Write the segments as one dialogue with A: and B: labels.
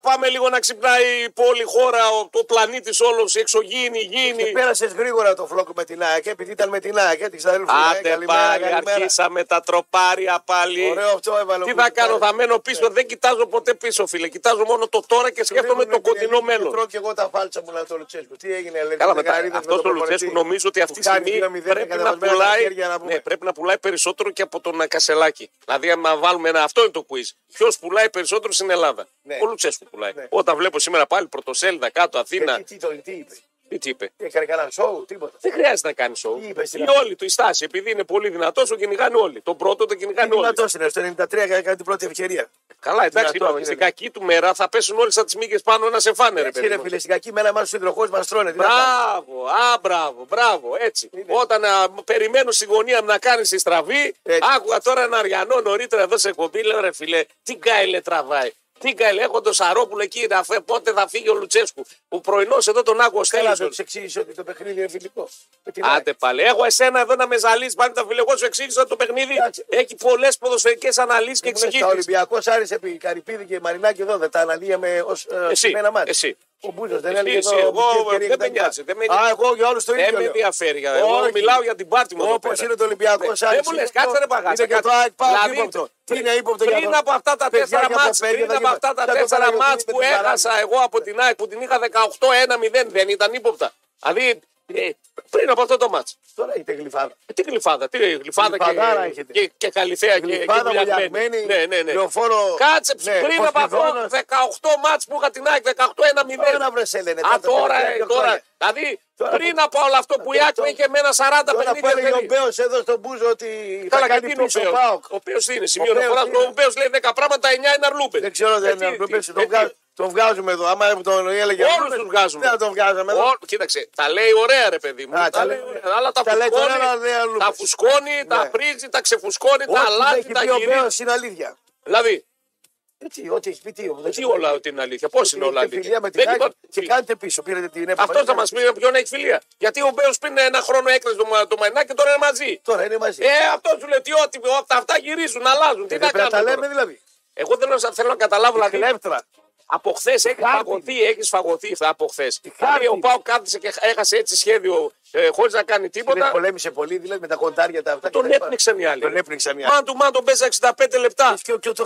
A: Πάμε λίγο να ξυπνάει η πόλη, η χώρα, ο, το πλανήτη όλος, η εξωγήινη, η
B: Και
A: γήινη.
B: πέρασε γρήγορα το φλόκο με την ΑΕΚ, επειδή ήταν με την ΑΕΚ, τη αδέλφου
A: Άντε πάλι, αρχίσαμε τα τροπάρια πάλι.
B: Ωραίο αυτό έβαλε. ο
A: Τι θα
B: Κουτσπάρης.
A: κάνω, θα μένω πίσω. Δεν κοιτάζω ποτέ πίσω, φίλε. Κοιτάζω μόνο το τώρα και σκέφτομαι
B: Ρίχνουμε
A: το
B: την
A: κοντινό
B: Ελένη και
A: μέλλον.
B: Τρώω και εγώ τα φάλτσα μου, λέει, το Λουτσέσκου. Τι έγινε, λέει.
A: Καλά, μετά,
B: Δεκαρίδες με
A: αυτός
B: τον
A: ο Λουτσέσκου
B: προπονητή.
A: νομίζω ότι αυτή
B: Που
A: τη
B: κάνει
A: στιγμή
B: 2-0,
A: πρέπει να,
B: κατεβασμένα τα
A: πουλάει,
B: χέρια, να πούμε.
A: ναι, πρέπει να πουλάει περισσότερο και από τον Κασελάκη. Δηλαδή, άμα βάλουμε ένα, αυτό είναι το quiz. Ποιος πουλάει περισσότερο στην Ελλάδα.
B: Ναι.
A: Ο Λουτσέσκου πουλάει.
B: Ναι.
A: Όταν βλέπω σήμερα πάλι πρωτοσέλιδα κάτω Αθήνα.
B: Ε, τι- Τι τον- τι είπε.
A: Τι, τι είπε.
B: Έκανε κανένα σοου, τίποτα.
A: Δεν χρειάζεται να κάνει σοου.
B: Τι είπε στην
A: Είναι
B: αρχή.
A: όλοι του η στάση. Επειδή είναι πολύ δυνατός, τον κυνηγάνε όλοι. Τον πρώτο τον κυνηγάνε όλοι.
B: Δυνατός είναι, στο 93 έκανε την πρώτη
A: Ε,
B: ευκαιρία.
A: Καλά, εντάξει,
B: Δυνατό,
A: είπαμε.
B: είναι.
A: Στην κακή του μέρα θα πέσουν όλε τις μύγες πάνω ένα σε φάνε, ρε
B: Έτσι
A: παιδί.
B: ρε
A: μου.
B: φίλε, στην κακή μέρα μας ο συντροχός μας τρώνε. τι να κάνουμε.
A: Μπράβο, α, μπράβο, μπράβο, έτσι. Όταν α, μ, περιμένω στη γωνία μου να κάνει τη στραβή,
B: Έτσι.
A: άκουγα τώρα ένα αριανό νωρίτερα εδώ σε εκπομπή, λέω ρε φιλέ, τι γκάιλε τραβάει. Τι γκάιλε, έχω τον Σαρόπουλο εκεί, να φε, πότε θα φύγει ο Λουτσέσκου. Ο πρωινός εδώ τον άκουγα
B: Καλά,
A: στέλνει.
B: δεν τους εξήγησε ότι το παιχνίδι είναι φιλικό. Με την
A: Άντε πάλι. Έχω εσένα εδώ να με ζαλίσεις πάλι τα φιλεγό σου εξήγησα το παιχνίδι.
B: Εντάξει.
A: Έχει πολλές ποδοσφαιρικές αναλύσεις και
B: ΑΕΚ. Μου λες,
A: εξηγήσει.
B: Τα Ολυμπιακός άρεσε επί Καρυπίδη και Μαρινάκη εδώ, δεν τα αναλύαμε ως
A: Εσύ,
B: ένα μάτι.
A: εσύ.
B: Ο Μπούζο δεν
A: Εσύ,
B: έλεγε
A: εσύ,
B: εδώ.
A: εγώ,
B: μικρή ευκαιρία
A: δεν
B: και
A: με
B: τα λοιπά.
A: νοιάζει, δεν με
B: Α,
A: νοιάζει.
B: εγώ για όλους το
A: Δεν
B: ίδιο.
A: με
B: λέω.
A: ενδιαφέρει. Εγώ
B: Όχι.
A: μιλάω Ε, για την πάρτι μου. εδώ
B: Όπως
A: πέρα.
B: είναι το Ολυμπιακό
A: Ναι. Δεν μου λες, κάτσε ρε παγάτσα.
B: Είναι και το
A: κάτσε.
B: ΑΕΚ Πάοκ
A: Δηλαδή,
B: ύποπτο. Τι
A: πριν-
B: είναι ύποπτο για
A: Πριν
B: τον-
A: από αυτά τα
B: παιδιά
A: τέσσερα
B: και από
A: μάτς,
B: παιδιά
A: πριν
B: και
A: από αυτά τα
B: παιδιά και
A: τέσσερα
B: παιδιά
A: μάτς
B: και
A: που
B: παιδιά και
A: έχασα
B: παιδιά.
A: εγώ από την ΑΕΚ, που την είχα 18-1-0, δεν ήταν ύποπτα. Δηλαδή, ε, πριν από αυτό το μάτς.
B: Τώρα έχετε γλυφάδα.
A: Ε, Τι γλυφάδα, τι γλυφάδα
B: Γλυφαδάρα
A: και,
B: έχετε.
A: και, και καλυθέα και, και
B: Γλυφάδα,
A: βουλιαγμένη.
B: βουλιαγμένη,
A: Ναι, ναι, ναι.
B: λεωφόρο-
A: Κάτσε
B: ναι,
A: πριν από αυτό
B: Ποσειδώνας.
A: 18 μάτς που είχα την ΑΕΚ, 18-1-0.
B: Τώρα, βρε, σε λένε,
A: Α,
B: τα
A: τώρα,
B: τελευταία
A: ε,
B: δύο
A: τώρα.
B: χρόνια.
A: Δηλαδή,
B: Τώρα
A: πριν
B: που- Ε,
A: από όλο αυτό που η ΑΕΚ
B: τώρα-
A: είχε με ένα 40-50
B: Τώρα που έλεγε ο
A: ευκαιρίες.
B: Μπέος εδώ στον Μπούζο ότι θα
A: Καλά, και
B: κάνει
A: τι είναι ο
B: πίσω
A: Μπέος.
B: Πάοκ.
A: Ο οποίο είναι σημείο
B: Μπέος
A: αναφορά.
B: είναι.
A: Ο οποίο λέει 10 πράγματα, 9 είναι αρλούπε.
B: Δεν ξέρω, δεν είναι. Πρέπει- τον βγάζ- Τον βγάζουμε εδώ. Άμα τον έλεγε.
A: Όλους του βγάζουμε.
B: Δεν θα τον βγάζαμε εδώ.
A: Ό, κοίταξε, τα λέει ωραία ρε παιδί μου.
B: Α,
A: τα,
B: τα
A: λέει
B: λέει
A: ωραία. Αλλά τα,
B: Τα λέει
A: φουσκώνει,
B: τώρα, αλλά δεν αρλούπες.
A: τα φουσκώνει, τα
B: Ναι.
A: πρίζει, τα ξεφουσκώνει, τα
B: Ό,τι
A: αλλάζει,
B: έχει
A: τα
B: πει ο
A: γυρίζει.
B: Μπέος είναι αλήθεια.
A: Δηλαδή,
B: Έτσι, ό,τι έχει πει τι. δεν
A: Ε, τι
B: ξέρω.
A: όλα ότι είναι αλήθεια, πώς είναι
B: Είχε
A: όλα αλήθεια.
B: φιλία με την
A: Δεν
B: Άκη
A: υπάρχει-
B: Και κάνετε πίσω. Πήρατε την έπαφη.
A: Αυτός θα μας πει με ποιον έχει φιλία. Γιατί ο Μπέος πριν ένα χρόνο έκλεισε το, Μα- το Μαϊνά και τώρα είναι μαζί.
B: Τώρα είναι μαζί.
A: Ε, αυτό σου λέει ότι ό,τι, ό, τα αυτά γυρίζουν, αλλάζουν. Τι
B: Δεν
A: να
B: Ε, πρέπει να τα
A: κάνουμε.
B: λέμε
A: τώρα.
B: δηλαδή.
A: Εγώ θέλω να, θέλω να καταλάβω. Δηλαδή,
B: Κλέφτρα.
A: Από χθες έχει
B: Χάρτη.
A: φαγωθεί, έχεις φαγωθεί θα από χθε. Δηλαδή
B: Χάρτη.
A: ο Πάο κάθισε και έχασε έτσι σχέδιο ε, χωρίς να κάνει
B: Δεν
A: τίποτα.
B: πολέμησε πολύ, δηλαδή με τα κοντάρια τα αυτά.
A: Τον έπνιξαν οι άλλοι.
B: Τον έπνιξαν οι άλλοι.
A: Μαν του μαν τον παίζα 65 λεπτά.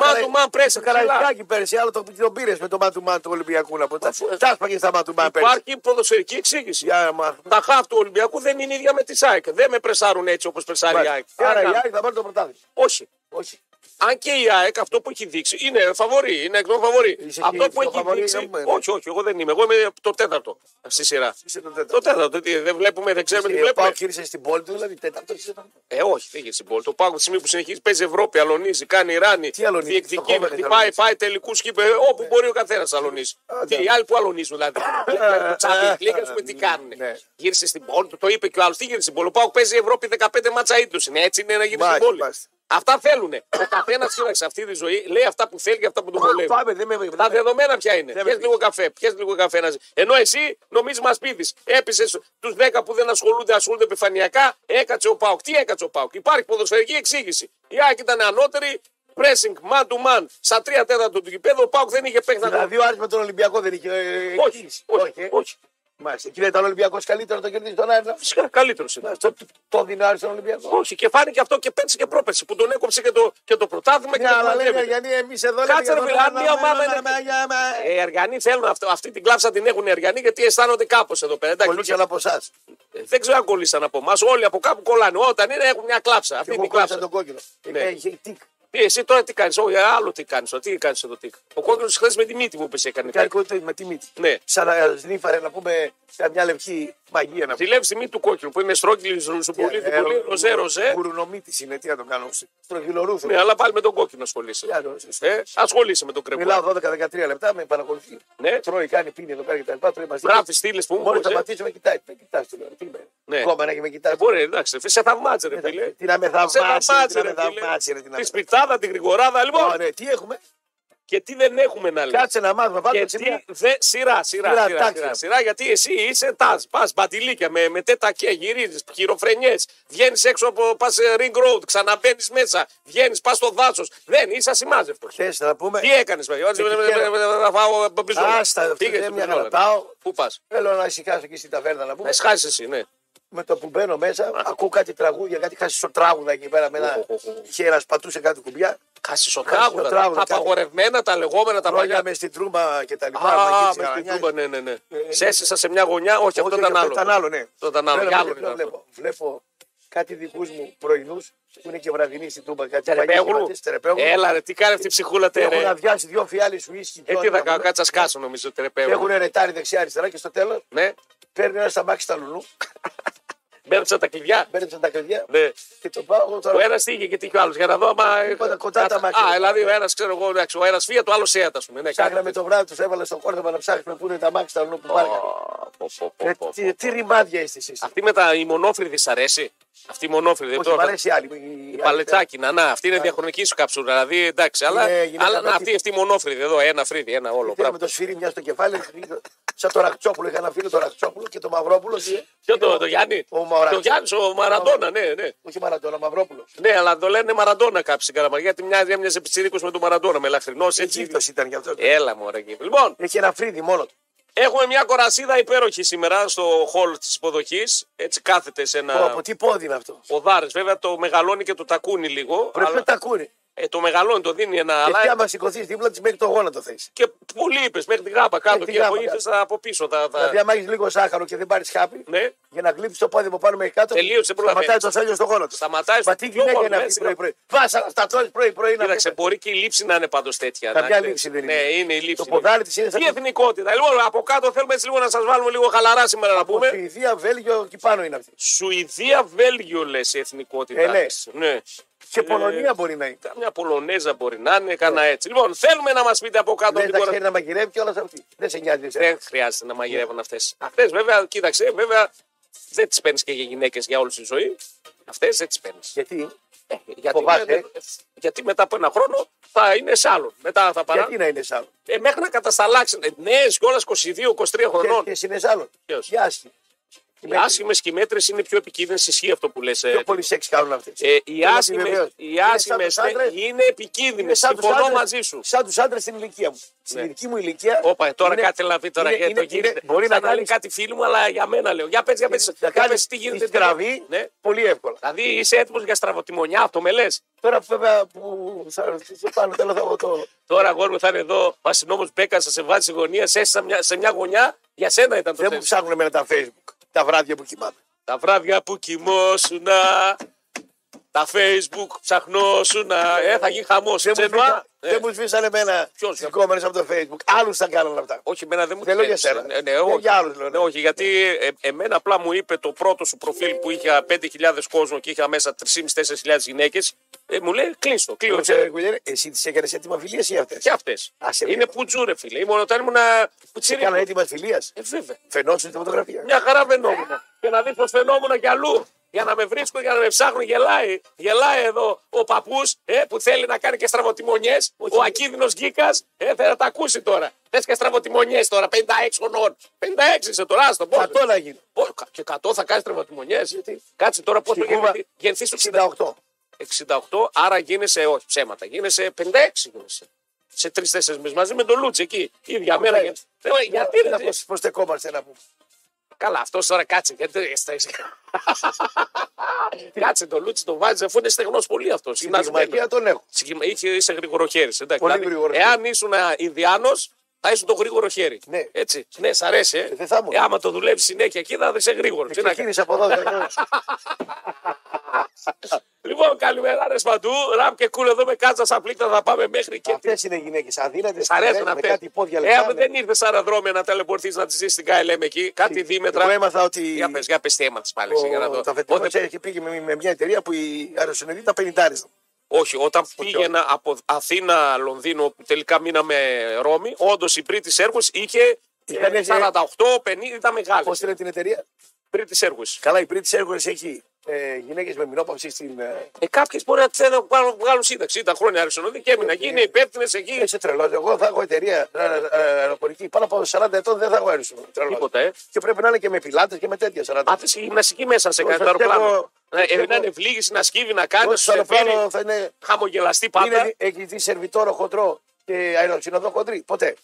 A: Μαν του μαν πρέσε καλά.
B: Καραϊσκάκη πέρσι, άλλο τον, τον πήρες με το μαντουμάν του Ολυμπιακού να πω. Τα
A: Αφού-
B: τα σπάγε στα μαντουμάν πέρσι.
A: Υπάρχει ποδοσφαιρική εξήγηση.
B: Για μα-
A: Τα χάφ του Ολυμπιακού δεν είναι ίδια με τη ΣΑΕΚ. Δεν με πρεσάρουν έτσι όπως πρεσάρει η
B: Άρα
A: ΑΕΚ.
B: η
A: Τι να κάνουμε.
B: ΑΕΚ θα πάρει το πρωτάθλημα.
A: Όχι.
B: Όχι.
A: Αν και η ΑΕΚ αυτό που έχει δείξει είναι φαβορή, είναι εκ των φαβορή.
B: Είσαι
A: Αυτό
B: εσύ
A: που
B: το
A: έχει
B: φαβορί,
A: δείξει.
B: ναι.
A: Όχι, όχι, εγώ δεν είμαι. Εγώ είμαι το τέταρτο στη σειρά.
B: Είσαι το
A: Το
B: τέταρτο.
A: τέταρτο, τι, δεν βλέπουμε, δεν ξέρουμε τι
B: Ο
A: βλέπουμε.
B: Πάοκ ήρθε στην πόλη του, δηλαδή τέταρτο είσαι. το-
A: Ε, όχι, δεν είχε στην πόλη. Το πάγο τη στιγμή που συνεχίζει παίζει Ευρώπη, αλωνίζει, κάνει ράνι,
B: Τι αλωνίζει, στο
A: διεκδικεί,
B: κόμμα Ναι. δεν
A: χτυπάει,
B: αλωνίζει.
A: πάει τελικούς και είπε, «Ε, όπου μπορεί ο καθένας αλωνίζει.
B: Άντε.
A: Και οι άλλοι που αλωνίζουν, δηλαδή. Λέγανε, Τσάμπιονς League, ας πούμε, τι
B: Ναι,
A: κάνουν.
B: ναι.
A: Γύρισε στην πόλη του, το είπε και ο άλλος. Τι γύρισε στην πόλη. Ο Πάο παίζει Ευρώπη 15 μάτσα ήττου. Είναι έτσι είναι να γυρίσει στην
B: Μάλιστα,
A: πόλη.
B: μάλιστα.
A: Αυτά θέλουν. Ο καθένας σε αυτή τη ζωή λέει αυτά που θέλει και αυτά που τον βολεύει.
B: Πάμε, δεν με
A: Τα
B: δεν με-
A: δεδομένα ποια είναι.
B: Δεν
A: Πιες
B: με
A: λίγο καφέ, πιες λίγο καφέ. να ζ- Ενώ εσύ νομίζεις μας πείθεις. Έπεισες τους 10 που δεν ασχολούνται, ασχολούνται επιφανειακά. Έκατσε ο Πάοκ. Τι έκατσε ο Πάοκ. Υπάρχει ποδοσφαιρική εξήγηση. Η ΑΕΚ ήταν ανώτερη. Pressing man to man στα τρία τέταρτα του γηπέδου. Ο Πάοκ δεν είχε παίχτα.
B: Δηλαδή ο Άρης με τον Ολυμπιακό δεν είχε. ε,
A: όχι,
B: κίνηση.
A: όχι,
B: ε.
A: όχι.
B: Μάλιστα. Και δεν ήταν Ολυμπιακός καλύτερο να το κερδίσει τον Άρη.
A: Φυσικά καλύτερος είναι.
B: Να- Το, το, το δίνει ο Άρης στον Ολυμπιακό.
A: Όχι, και φάνηκε αυτό και πέρσι και πρόπερσι που τον έκοψε και το, και το πρωτάθλημα και
B: Ναι, αλλά
A: το
B: λέμε
A: πρωτεύεται.
B: γιατί εμείς εδώ λέμε.
A: Κάτσε,
B: για
A: ρε
B: τον
A: φίλε, αν
B: Άρη,
A: μια
B: μα-
A: ομάδα
B: μα-
A: είναι-
B: μα- για- μα-
A: Ε, Οι Αργανοί θέλουν αυτό, αυτή την κλάψα την έχουν οι Αργανοί γιατί αισθάνονται κάπως εδώ πέρα. Εντάξει,
B: Κολούσαν από εσάς.
A: Ε, Δεν ξέρω αν κολλήσαν από εμάς. Όλοι από κάπου κολλάνε. Όταν είναι έχουν μια κλάψα. Αυτή είναι
B: Εγώ
A: η κλάψα.
B: κόλλησα τον κόκκινο.
A: Ναι.
B: Ε, είχε τικ.
A: Τι, εσύ τώρα τι κάνεις, Όχι, άλλο τι κάνεις. Τι κάνεις εδώ τι. Ο κόκκινο χθε με τη μύτη μου πε έκανε.
B: Κάνει
A: κάτι.
B: κόκκινο με τη μύτη.
A: Ε, Ναι.
B: Σαν να σνίφαρε να πούμε σαν μια λευκή μαγεία να πούμε.
A: Ζηλεύει τη μύτη του κόκκινου που είναι στρόγγυλη, ζουλουσουπολίτη,
B: Ε,
A: πολύ ροζέ, ροζέ.
B: Γουρουνομύτης είναι, τι να τον κάνω. Στρογγυλορούθο.
A: Ναι, αλλά πάλι με τον κόκκινο ασχολείσαι.
B: Για το-
A: Ε, ασχολείσαι με τον κρεμό.
B: Μιλάω 12-13 λεπτά, με παρακολουθεί. Ε,
A: Ναι.
B: Τρώει, κάνει, πίνει, εδώ κάνει κτλ. Τρώει μαζί.
A: Γράφει στήλες που μου
B: Μόλις
A: πες, ε.
B: σταματήσω, με κοιτάει. Με κοιτάει, του λέω. Τι με.
A: Ναι.
B: Κόμμα και με κοιτάει.
A: Ε, Μπορεί, εντάξει, ρε, σε θαυμάτσε, ρε
B: Ε,
A: φίλε.
B: τι να με
A: Σε
B: θαυμάσει,
A: θαυμάτσε,
B: τι να
A: ρε
B: με θαυμάσει, ρε,
A: φίλε.
B: τι να
A: Τη
B: με
A: σπιτάδα, την γρηγοράδα, λοιπόν.
B: Ωραία, τι έχουμε.
A: και τι δεν έχουμε να λέμε.
B: Κάτσε να μάθουμε. Πάμε
A: Και
B: σε μια-
A: τι δεν. Σειρά, σειρά,
B: Σειρά,
A: σειρά,
B: τάξη.
A: σειρά, σειρά, γιατί εσύ είσαι τάζ. Πας μπατιλίκια με, με τέτακια, γυρίζεις, χειροφρενιές. Βγαίνεις έξω από πας ring road, ξαναμπαίνεις μέσα. Βγαίνεις, πας στο δάσος. Δεν είσαι ασημάζευτος.
B: Χθες θα πούμε.
A: Τι έκανες, παιδιά. Να φάω μπιζόλα.
B: Άστα, αυτό
A: Τι έκανες,
B: δεν μια
A: μπιζόλα.
B: κρατάω.
A: Πού πας.
B: Θέλω να ησυχάσω εκεί στην ταβέρνα να πούμε.
A: Να σχάσει εσύ, ναι.
B: Με το που μπαίνω μέσα, ακούω κάτι τραγούδια, κάτι χάσει τράγουδα εκεί πέρα με ένα.
A: Οχ, οχ, οχ.
B: Είχε ένα πατούσε κάτι κουμπιά.
A: Χασισοτράγουδα.
B: Χασισοτράγουδα,
A: τα
B: κάτι.
A: Απαγορευμένα τα λεγόμενα τα
B: Λόγια
A: παλιά.
B: μες στην τρούμπα και τα λοιπά.
A: Α, με
B: εκεί της
A: την
B: Γαλανιάς.
A: τούμπα, ναι, ναι, ναι.
B: Ε,
A: Σε έσυσα σε μια γωνιά, όχι, αυτό
B: Όχι,
A: ήταν
B: όχι,
A: άλλο.
B: Ήταν άλλο, ναι.
A: Αυτό ήταν άλλο,
B: Βλέπω,
A: κι άλλο
B: βλέπω,
A: ήταν
B: βλέπω, βλέπω κάτι δικούς μου πρωινούς που είναι και βραδινή στην Τούμπα. Κάτι
A: Τερεπέγλου. Έλα, ρε, τι κάνει αυτή η ψυχούλα, τε,
B: Έχουν
A: Ε, ρε.
B: αδειάσει δύο φιάλες σου ίσκι.
A: Ε, τι θα κάνω, κάτσα σκάσω νομίζω, τερεπέγλου.
B: Έχουν ρετάρει δεξιά-αριστερά και στο τέλος
A: Ναι,
B: παίρνει ένα σταμάξι στα λουλού,
A: μπέρδεψα τα κλειδιά.
B: μπαίνεψαν τα κλειδιά
A: Ναι.
B: και το πάω. εγώ τώρα.
A: Ο ένας τι είχε και τι είχε ο άλλο. Για να δω άμα.
B: Τίποτα, κοντά τα μάτια.
A: Α, δηλαδή ο ένας ξέρω εγώ, εντάξει, ο ένας φύγε, το άλλο σέατα, ας πούμε. Ναι, κάτι
B: Ψάχναμε το βράδυ, τους έβαλα στο κόρτο να ψάχνουμε πού είναι τα μάξι στα λουλού που πάρκανε. Ε, τι- Τι ρημάδια είστε εσείς.
A: Αυτή με τα η μονόφρυδη σ' αρέσει. Αυτή η μονόφρυδη.
B: Όχι,
A: τώρα
B: μ'
A: θα-
B: αρέσει η άλλη. η- η
A: Η
B: άλλη.
A: παλετσάκι, να, να, αυτή είναι διαχρονική σου καψούρα. Δηλαδή εντάξει, αλλά,
B: γυναίκα
A: αλλά
B: με
A: να, αυτή, αυτή η μονόφρυδη εδώ, ένα φρύδι, ένα όλο.
B: Πήρε
A: μπράβο.
B: με το σφύρι μια στο κεφάλι, σαν το Ραχτσόπουλο. Είχα ένα φίλο το Ραχτσόπουλο και το Μαυρόπουλο.
A: Ποιο το, το Γιάννη,
B: Ο Μαουράκης.
A: το Γιάννη, ο Μαραντόνα, ναι, ναι.
B: Όχι Μαραντόνα, Μαυρόπουλος.
A: Ναι, αλλά το λένε Μαραντόνα κάποιοι στην Καραμαριά, γιατί μοιάζει, έμοιαζε πιτσιρίκος με τον Μαραντόνα, με λαχρινός έτσι.
B: Αιγύπτος ήταν γι' αυτό.
A: Έλα μου, εκεί. Λοιπόν,
B: Έχει ένα φρύδι μόνο του.
A: έχουμε μια κορασίδα υπέροχη σήμερα στο χολ της υποδοχής. Έτσι κάθεται σε
B: Πω,
A: ένα.
B: Από τι πόδι είναι αυτό.
A: Ο Δάρη, βέβαια, το μεγαλώνει και το τακούνι λίγο.
B: Πρέπει να
A: αλλά-
B: τα ακούνε.
A: Ε, το μεγαλώνει, το δίνει ένα.
B: Και
A: αλλά-
B: πια μας σηκωθείς δίπλα της μέχρι το γόνατο θες.
A: και πολύ είπες μέχρι την γάμπα κάτω.
B: Μέχρι την
A: Και από
B: γάμπα
A: ήρθε από πίσω. Τα, τα...
B: Δηλαδή, άμα έχεις λίγο σάχαρο και δεν πάρεις χάπι,
A: Ναι,
B: για να γλύψεις το πόδι που πάνω μέχρι κάτω,
A: Τελείωσε, προλαβαίνεις.
B: σταματάει το θέλιο στο γόνατο.
A: σταματάει.
B: Μα τι
A: στο
B: γυναίκα είναι
A: χώρο,
B: αυτή
A: έτσι,
B: πρωί-πρωί. Βάσα αυτά τώρα πρωί-πρωί να
A: Κοίταξε,
B: πούμε.
A: μπορεί και η λήψη να είναι πάντως τέτοια.
B: Καμιά
A: να ξέρεις.
B: λήψη δεν
A: ναι,
B: είναι.
A: είναι. η λήψη. ναι.
B: Το ποδάρι της είναι
A: Τι
B: σαν
A: εθνικότητα. Λοιπόν, από κάτω θέλουμε έτσι λίγο να σας βάλουμε λίγο χαλαρά σήμερα να
B: το
A: πούμε.
B: Σουηδία, Βέλγιο και πάνω είναι αυτή.
A: Σουηδία, Βέλγιο λες η
B: Ε,
A: εθνικότητά
B: ναι.
A: της. Ναι.
B: Και Πολωνία Ναι. μπορεί να είναι.
A: Κάμια Πολωνέζα μπορεί να είναι, κάνα έτσι. Λοιπόν, θέλουμε να μας πείτε από κάτω
B: Δεν
A: την Ναι.
B: τα
A: κορα-
B: ξέρει Ναι, να μαγειρεύει και όλα αυτή. Δεν σε νοιάζει. εσένα.
A: Δεν χρειάζεται να
B: Ναι.
A: μαγειρεύουν αυτές. Αυτές βέβαια, κοίταξε, βέβαια δεν τις παίρνεις και για γυναίκες για όλη τη ζωή. Αυτές δεν τις παίρνεις.
B: Γιατί,
A: Ε, Γιατί,
B: Φοβάται.
A: με- γιατί μετά από ένα χρόνο θα είναι σε άλλον. Μετά θα παρά.
B: γιατί να είναι σ' άλλο.
A: Ε, μέχρι να κατασταλάξουν. Ε, Νέε κιόλα 22-23 χρονών.
B: Και είναι σ' άλλο.
A: Ποιος?
B: Για άσχη.
A: Οι άσχημες και οι μέτρε είναι πιο επικίνδυνες, ισχύει αυτό που ε, λε.
B: Πιο πολύ σεξ κάνουν αυτές.
A: Ε, οι
B: να
A: άσχημε
B: επιβεβαιώσω. Είναι
A: οι
B: σαν
A: άσχημες,
B: τους άντρες-
A: ναι, είναι επικίνδυνε. Συμφωνώ μαζί σου.
B: Σαν τους άντρες στην ηλικία μου. Στην
A: Ναι.
B: δική μου ηλικία.
A: Όπα, τώρα
B: είναι-
A: κάτι θέλω να πει τώρα.
B: είναι-
A: γιατί το
B: είναι-
A: γίνεται.
B: είναι- Μπορεί να κάνει
A: λέει κάτι φίλοι μου, αλλά για μένα λέω. Για πες, για πες,
B: να
A: για
B: κάνεις
A: πες τι γίνεται. τι
B: στραβή
A: γίνεται. Ναι.
B: πολύ εύκολα.
A: Δηλαδή είσαι έτοιμος για στραβοτιμονιά, αυτό με λες.
B: Τώρα βέβαια που θα στο πάνω τέλο θα το.
A: Τώρα αγόρι μου θα είναι εδώ, Βασινόμο Μπέκας, θα σε βάζει γωνία, σε έστειλα μια- σε μια γωνιά. Για σένα ήταν το
B: Δεν μου
A: θέμα.
B: ψάχνουν εμένα τα facebook τα βράδια που κοιμάμαι.
A: Τα βράδια που κοιμόσουνα, τα facebook ψαχνόσουνα. Ε, θα γίνει χαμός.
B: Δεν μου σβήσα-
A: Ε,
B: Δεν μου σβήσανε εμένα
A: Ποιος, για-
B: σηκώμενες από το facebook. Άλλους τα κάνανε αυτά.
A: όχι, εμένα δεν μου
B: Δεν λέω για
A: θέλεις.
B: σένα.
A: Ναι, ναι,
B: Για-
A: όχι.
B: για άλλους λέω, ναι.
A: Ναι, όχι, γιατί ε, εμένα απλά μου είπε το πρώτο σου προφίλ που είχε 5.000 κόσμο και είχα μέσα 3.500-4.000 γυναίκες. Ε, μου λέει κλείστο,
B: Ξέρω,
A: κλείω.
B: Γουλιέρη, Εσύ τις έκανες έτοιμα φιλίας ή αυτές.
A: Και αυτές.
B: Α, σε
A: Είναι
B: βλέπω.
A: πουτζούρε, φίλε. Ήμουν όταν ήμουν πουτσίρι.
B: Κάνα έτοιμα φιλίας.
A: Ε, βέβαια.
B: Φαινόσουν τη φωτογραφία.
A: Μια χαρά φαινόμουν. Και να δεις πως φαινόμουν κι αλλού. Για να με βρίσκουν, για να με ψάχνουν, γελάει. Γελάει εδώ ο παππούς ε, που θέλει να κάνει και στραβοτιμονιές. Ο ακίνδυνος γκίκα ε, θέλει να τα ακούσει τώρα. Θες και στραβοτιμονιές τώρα, 56 χρονών. 56 είσαι τώρα, άστο πω.
B: Κατώ να γίνει.
A: Πώς, κα- και 100 θα κάνεις στραβοτιμονιές. Κάτσε τώρα πώ
B: Στην
A: το
B: Κούβα,
A: γεννηθεί. Γεννηθεί στο 60
B: 68.
A: 68, άρα γίνεσαι, όχι ψέματα, γίνεσαι 56 γίνεσαι. Σε τρει-τέσσερι μήνες μαζί με τον Λούτσι εκεί. ίδια μέρα.
B: Ωραία.
A: Για... Ε, Γιατί
B: Να
A: δεν
B: πως- πως στεκόμαστε να πούμε.
A: Καλά, αυτός τώρα κάτσε. Γιατί κάτσε το Λούτσι, το βάζει, αφού είναι στεγνός πολύ αυτός.
B: Την πυγμαχία τον έχω.
A: Είχε, είσαι γρήγορο χέρι. Εντάξει, Δηλαδή,
B: Πολύ γρήγορο χέρι.
A: εάν ήσουν Ινδιάνος, θα ήσουν το γρήγορο χέρι.
B: Ναι.
A: Έτσι. Ναι, σ' αρέσει. Ε.
B: δεν θα ήμουν. Ε,
A: ε, άμα το δουλεύει συνέχεια εκεί, θα είσαι γρήγορος.
B: Ξεκίνησα από εδώ. δεν-
A: Λοιπόν, καλημέρα, ρε Σπαντού. Ραμ και κούλ εδώ με κάτσα σαν πλήκτα θα πάμε μέχρι και.
B: Αυτές είναι γυναίκες. Αδύνατες.
A: Σ' αρέσουν
B: με
A: αυτές.
B: κάτι πόδια
A: Ε, άμα
B: λεπτά. ναι.
A: δεν ήρθες σαν αεροδρόμιο να ταλαιπωρηθείς να τη ζήσει την KLM εκεί, κάτι δίμετρα.
B: Εγώ έμαθα ότι
A: Για πες, για πες τι έμαθες πάλι. εσύ, για να
B: ο-
A: δω.
B: το αφεντικό
A: Όταν-
B: ξέρει και πήγε με, με μια εταιρεία που η αεροσυνεδή τα 50
A: Όχι, όταν πήγαινα από Αθήνα, Λονδίνο, που τελικά μείναμε Ρώμη, όντως η British Airways είχε
B: Ήταν, ε,
A: 48-50, ήταν μεγάλη.
B: Πώ είναι την εταιρεία.
A: British Airways.
B: Καλά, η British Airways έχει ε, γυναίκες με μηνόπαυση στην. Ε,
A: Ε, Κάποιες μπορεί να θέλουν να βγάλουν- βγάλουν σύνταξη. Τα χρόνια άρχισαν και έμεινα εκεί, είναι υπεύθυνες εκεί.
B: είσαι τρελό. Εγώ θα έχω εταιρεία ε, ε, ε, αεροπορική. Πάνω από 40 ετών δεν θα έχω έρθει.
A: Τίποτα, ε.
B: Και πρέπει να είναι και με πιλάτες και με τέτοια 40.
A: Α, θες η γυμναστική μέσα σε
B: Όχι,
A: κάτι το
B: θα φτιάχνω-
A: αεροπλάνο.
B: θα
A: Να ε,
B: φτιάχνω-
A: να είναι ευλίγηση, να σκύβει, να κάνει, να
B: Όχι,
A: σου
B: στο αεροπλάνο
A: φέρει.
B: θα είναι.
A: Χαμογελαστή
B: είναι
A: πάντα.
B: έχει δει σερβιτόρο χοντρό και αεροξυνοδό χοντρή. Ποτέ.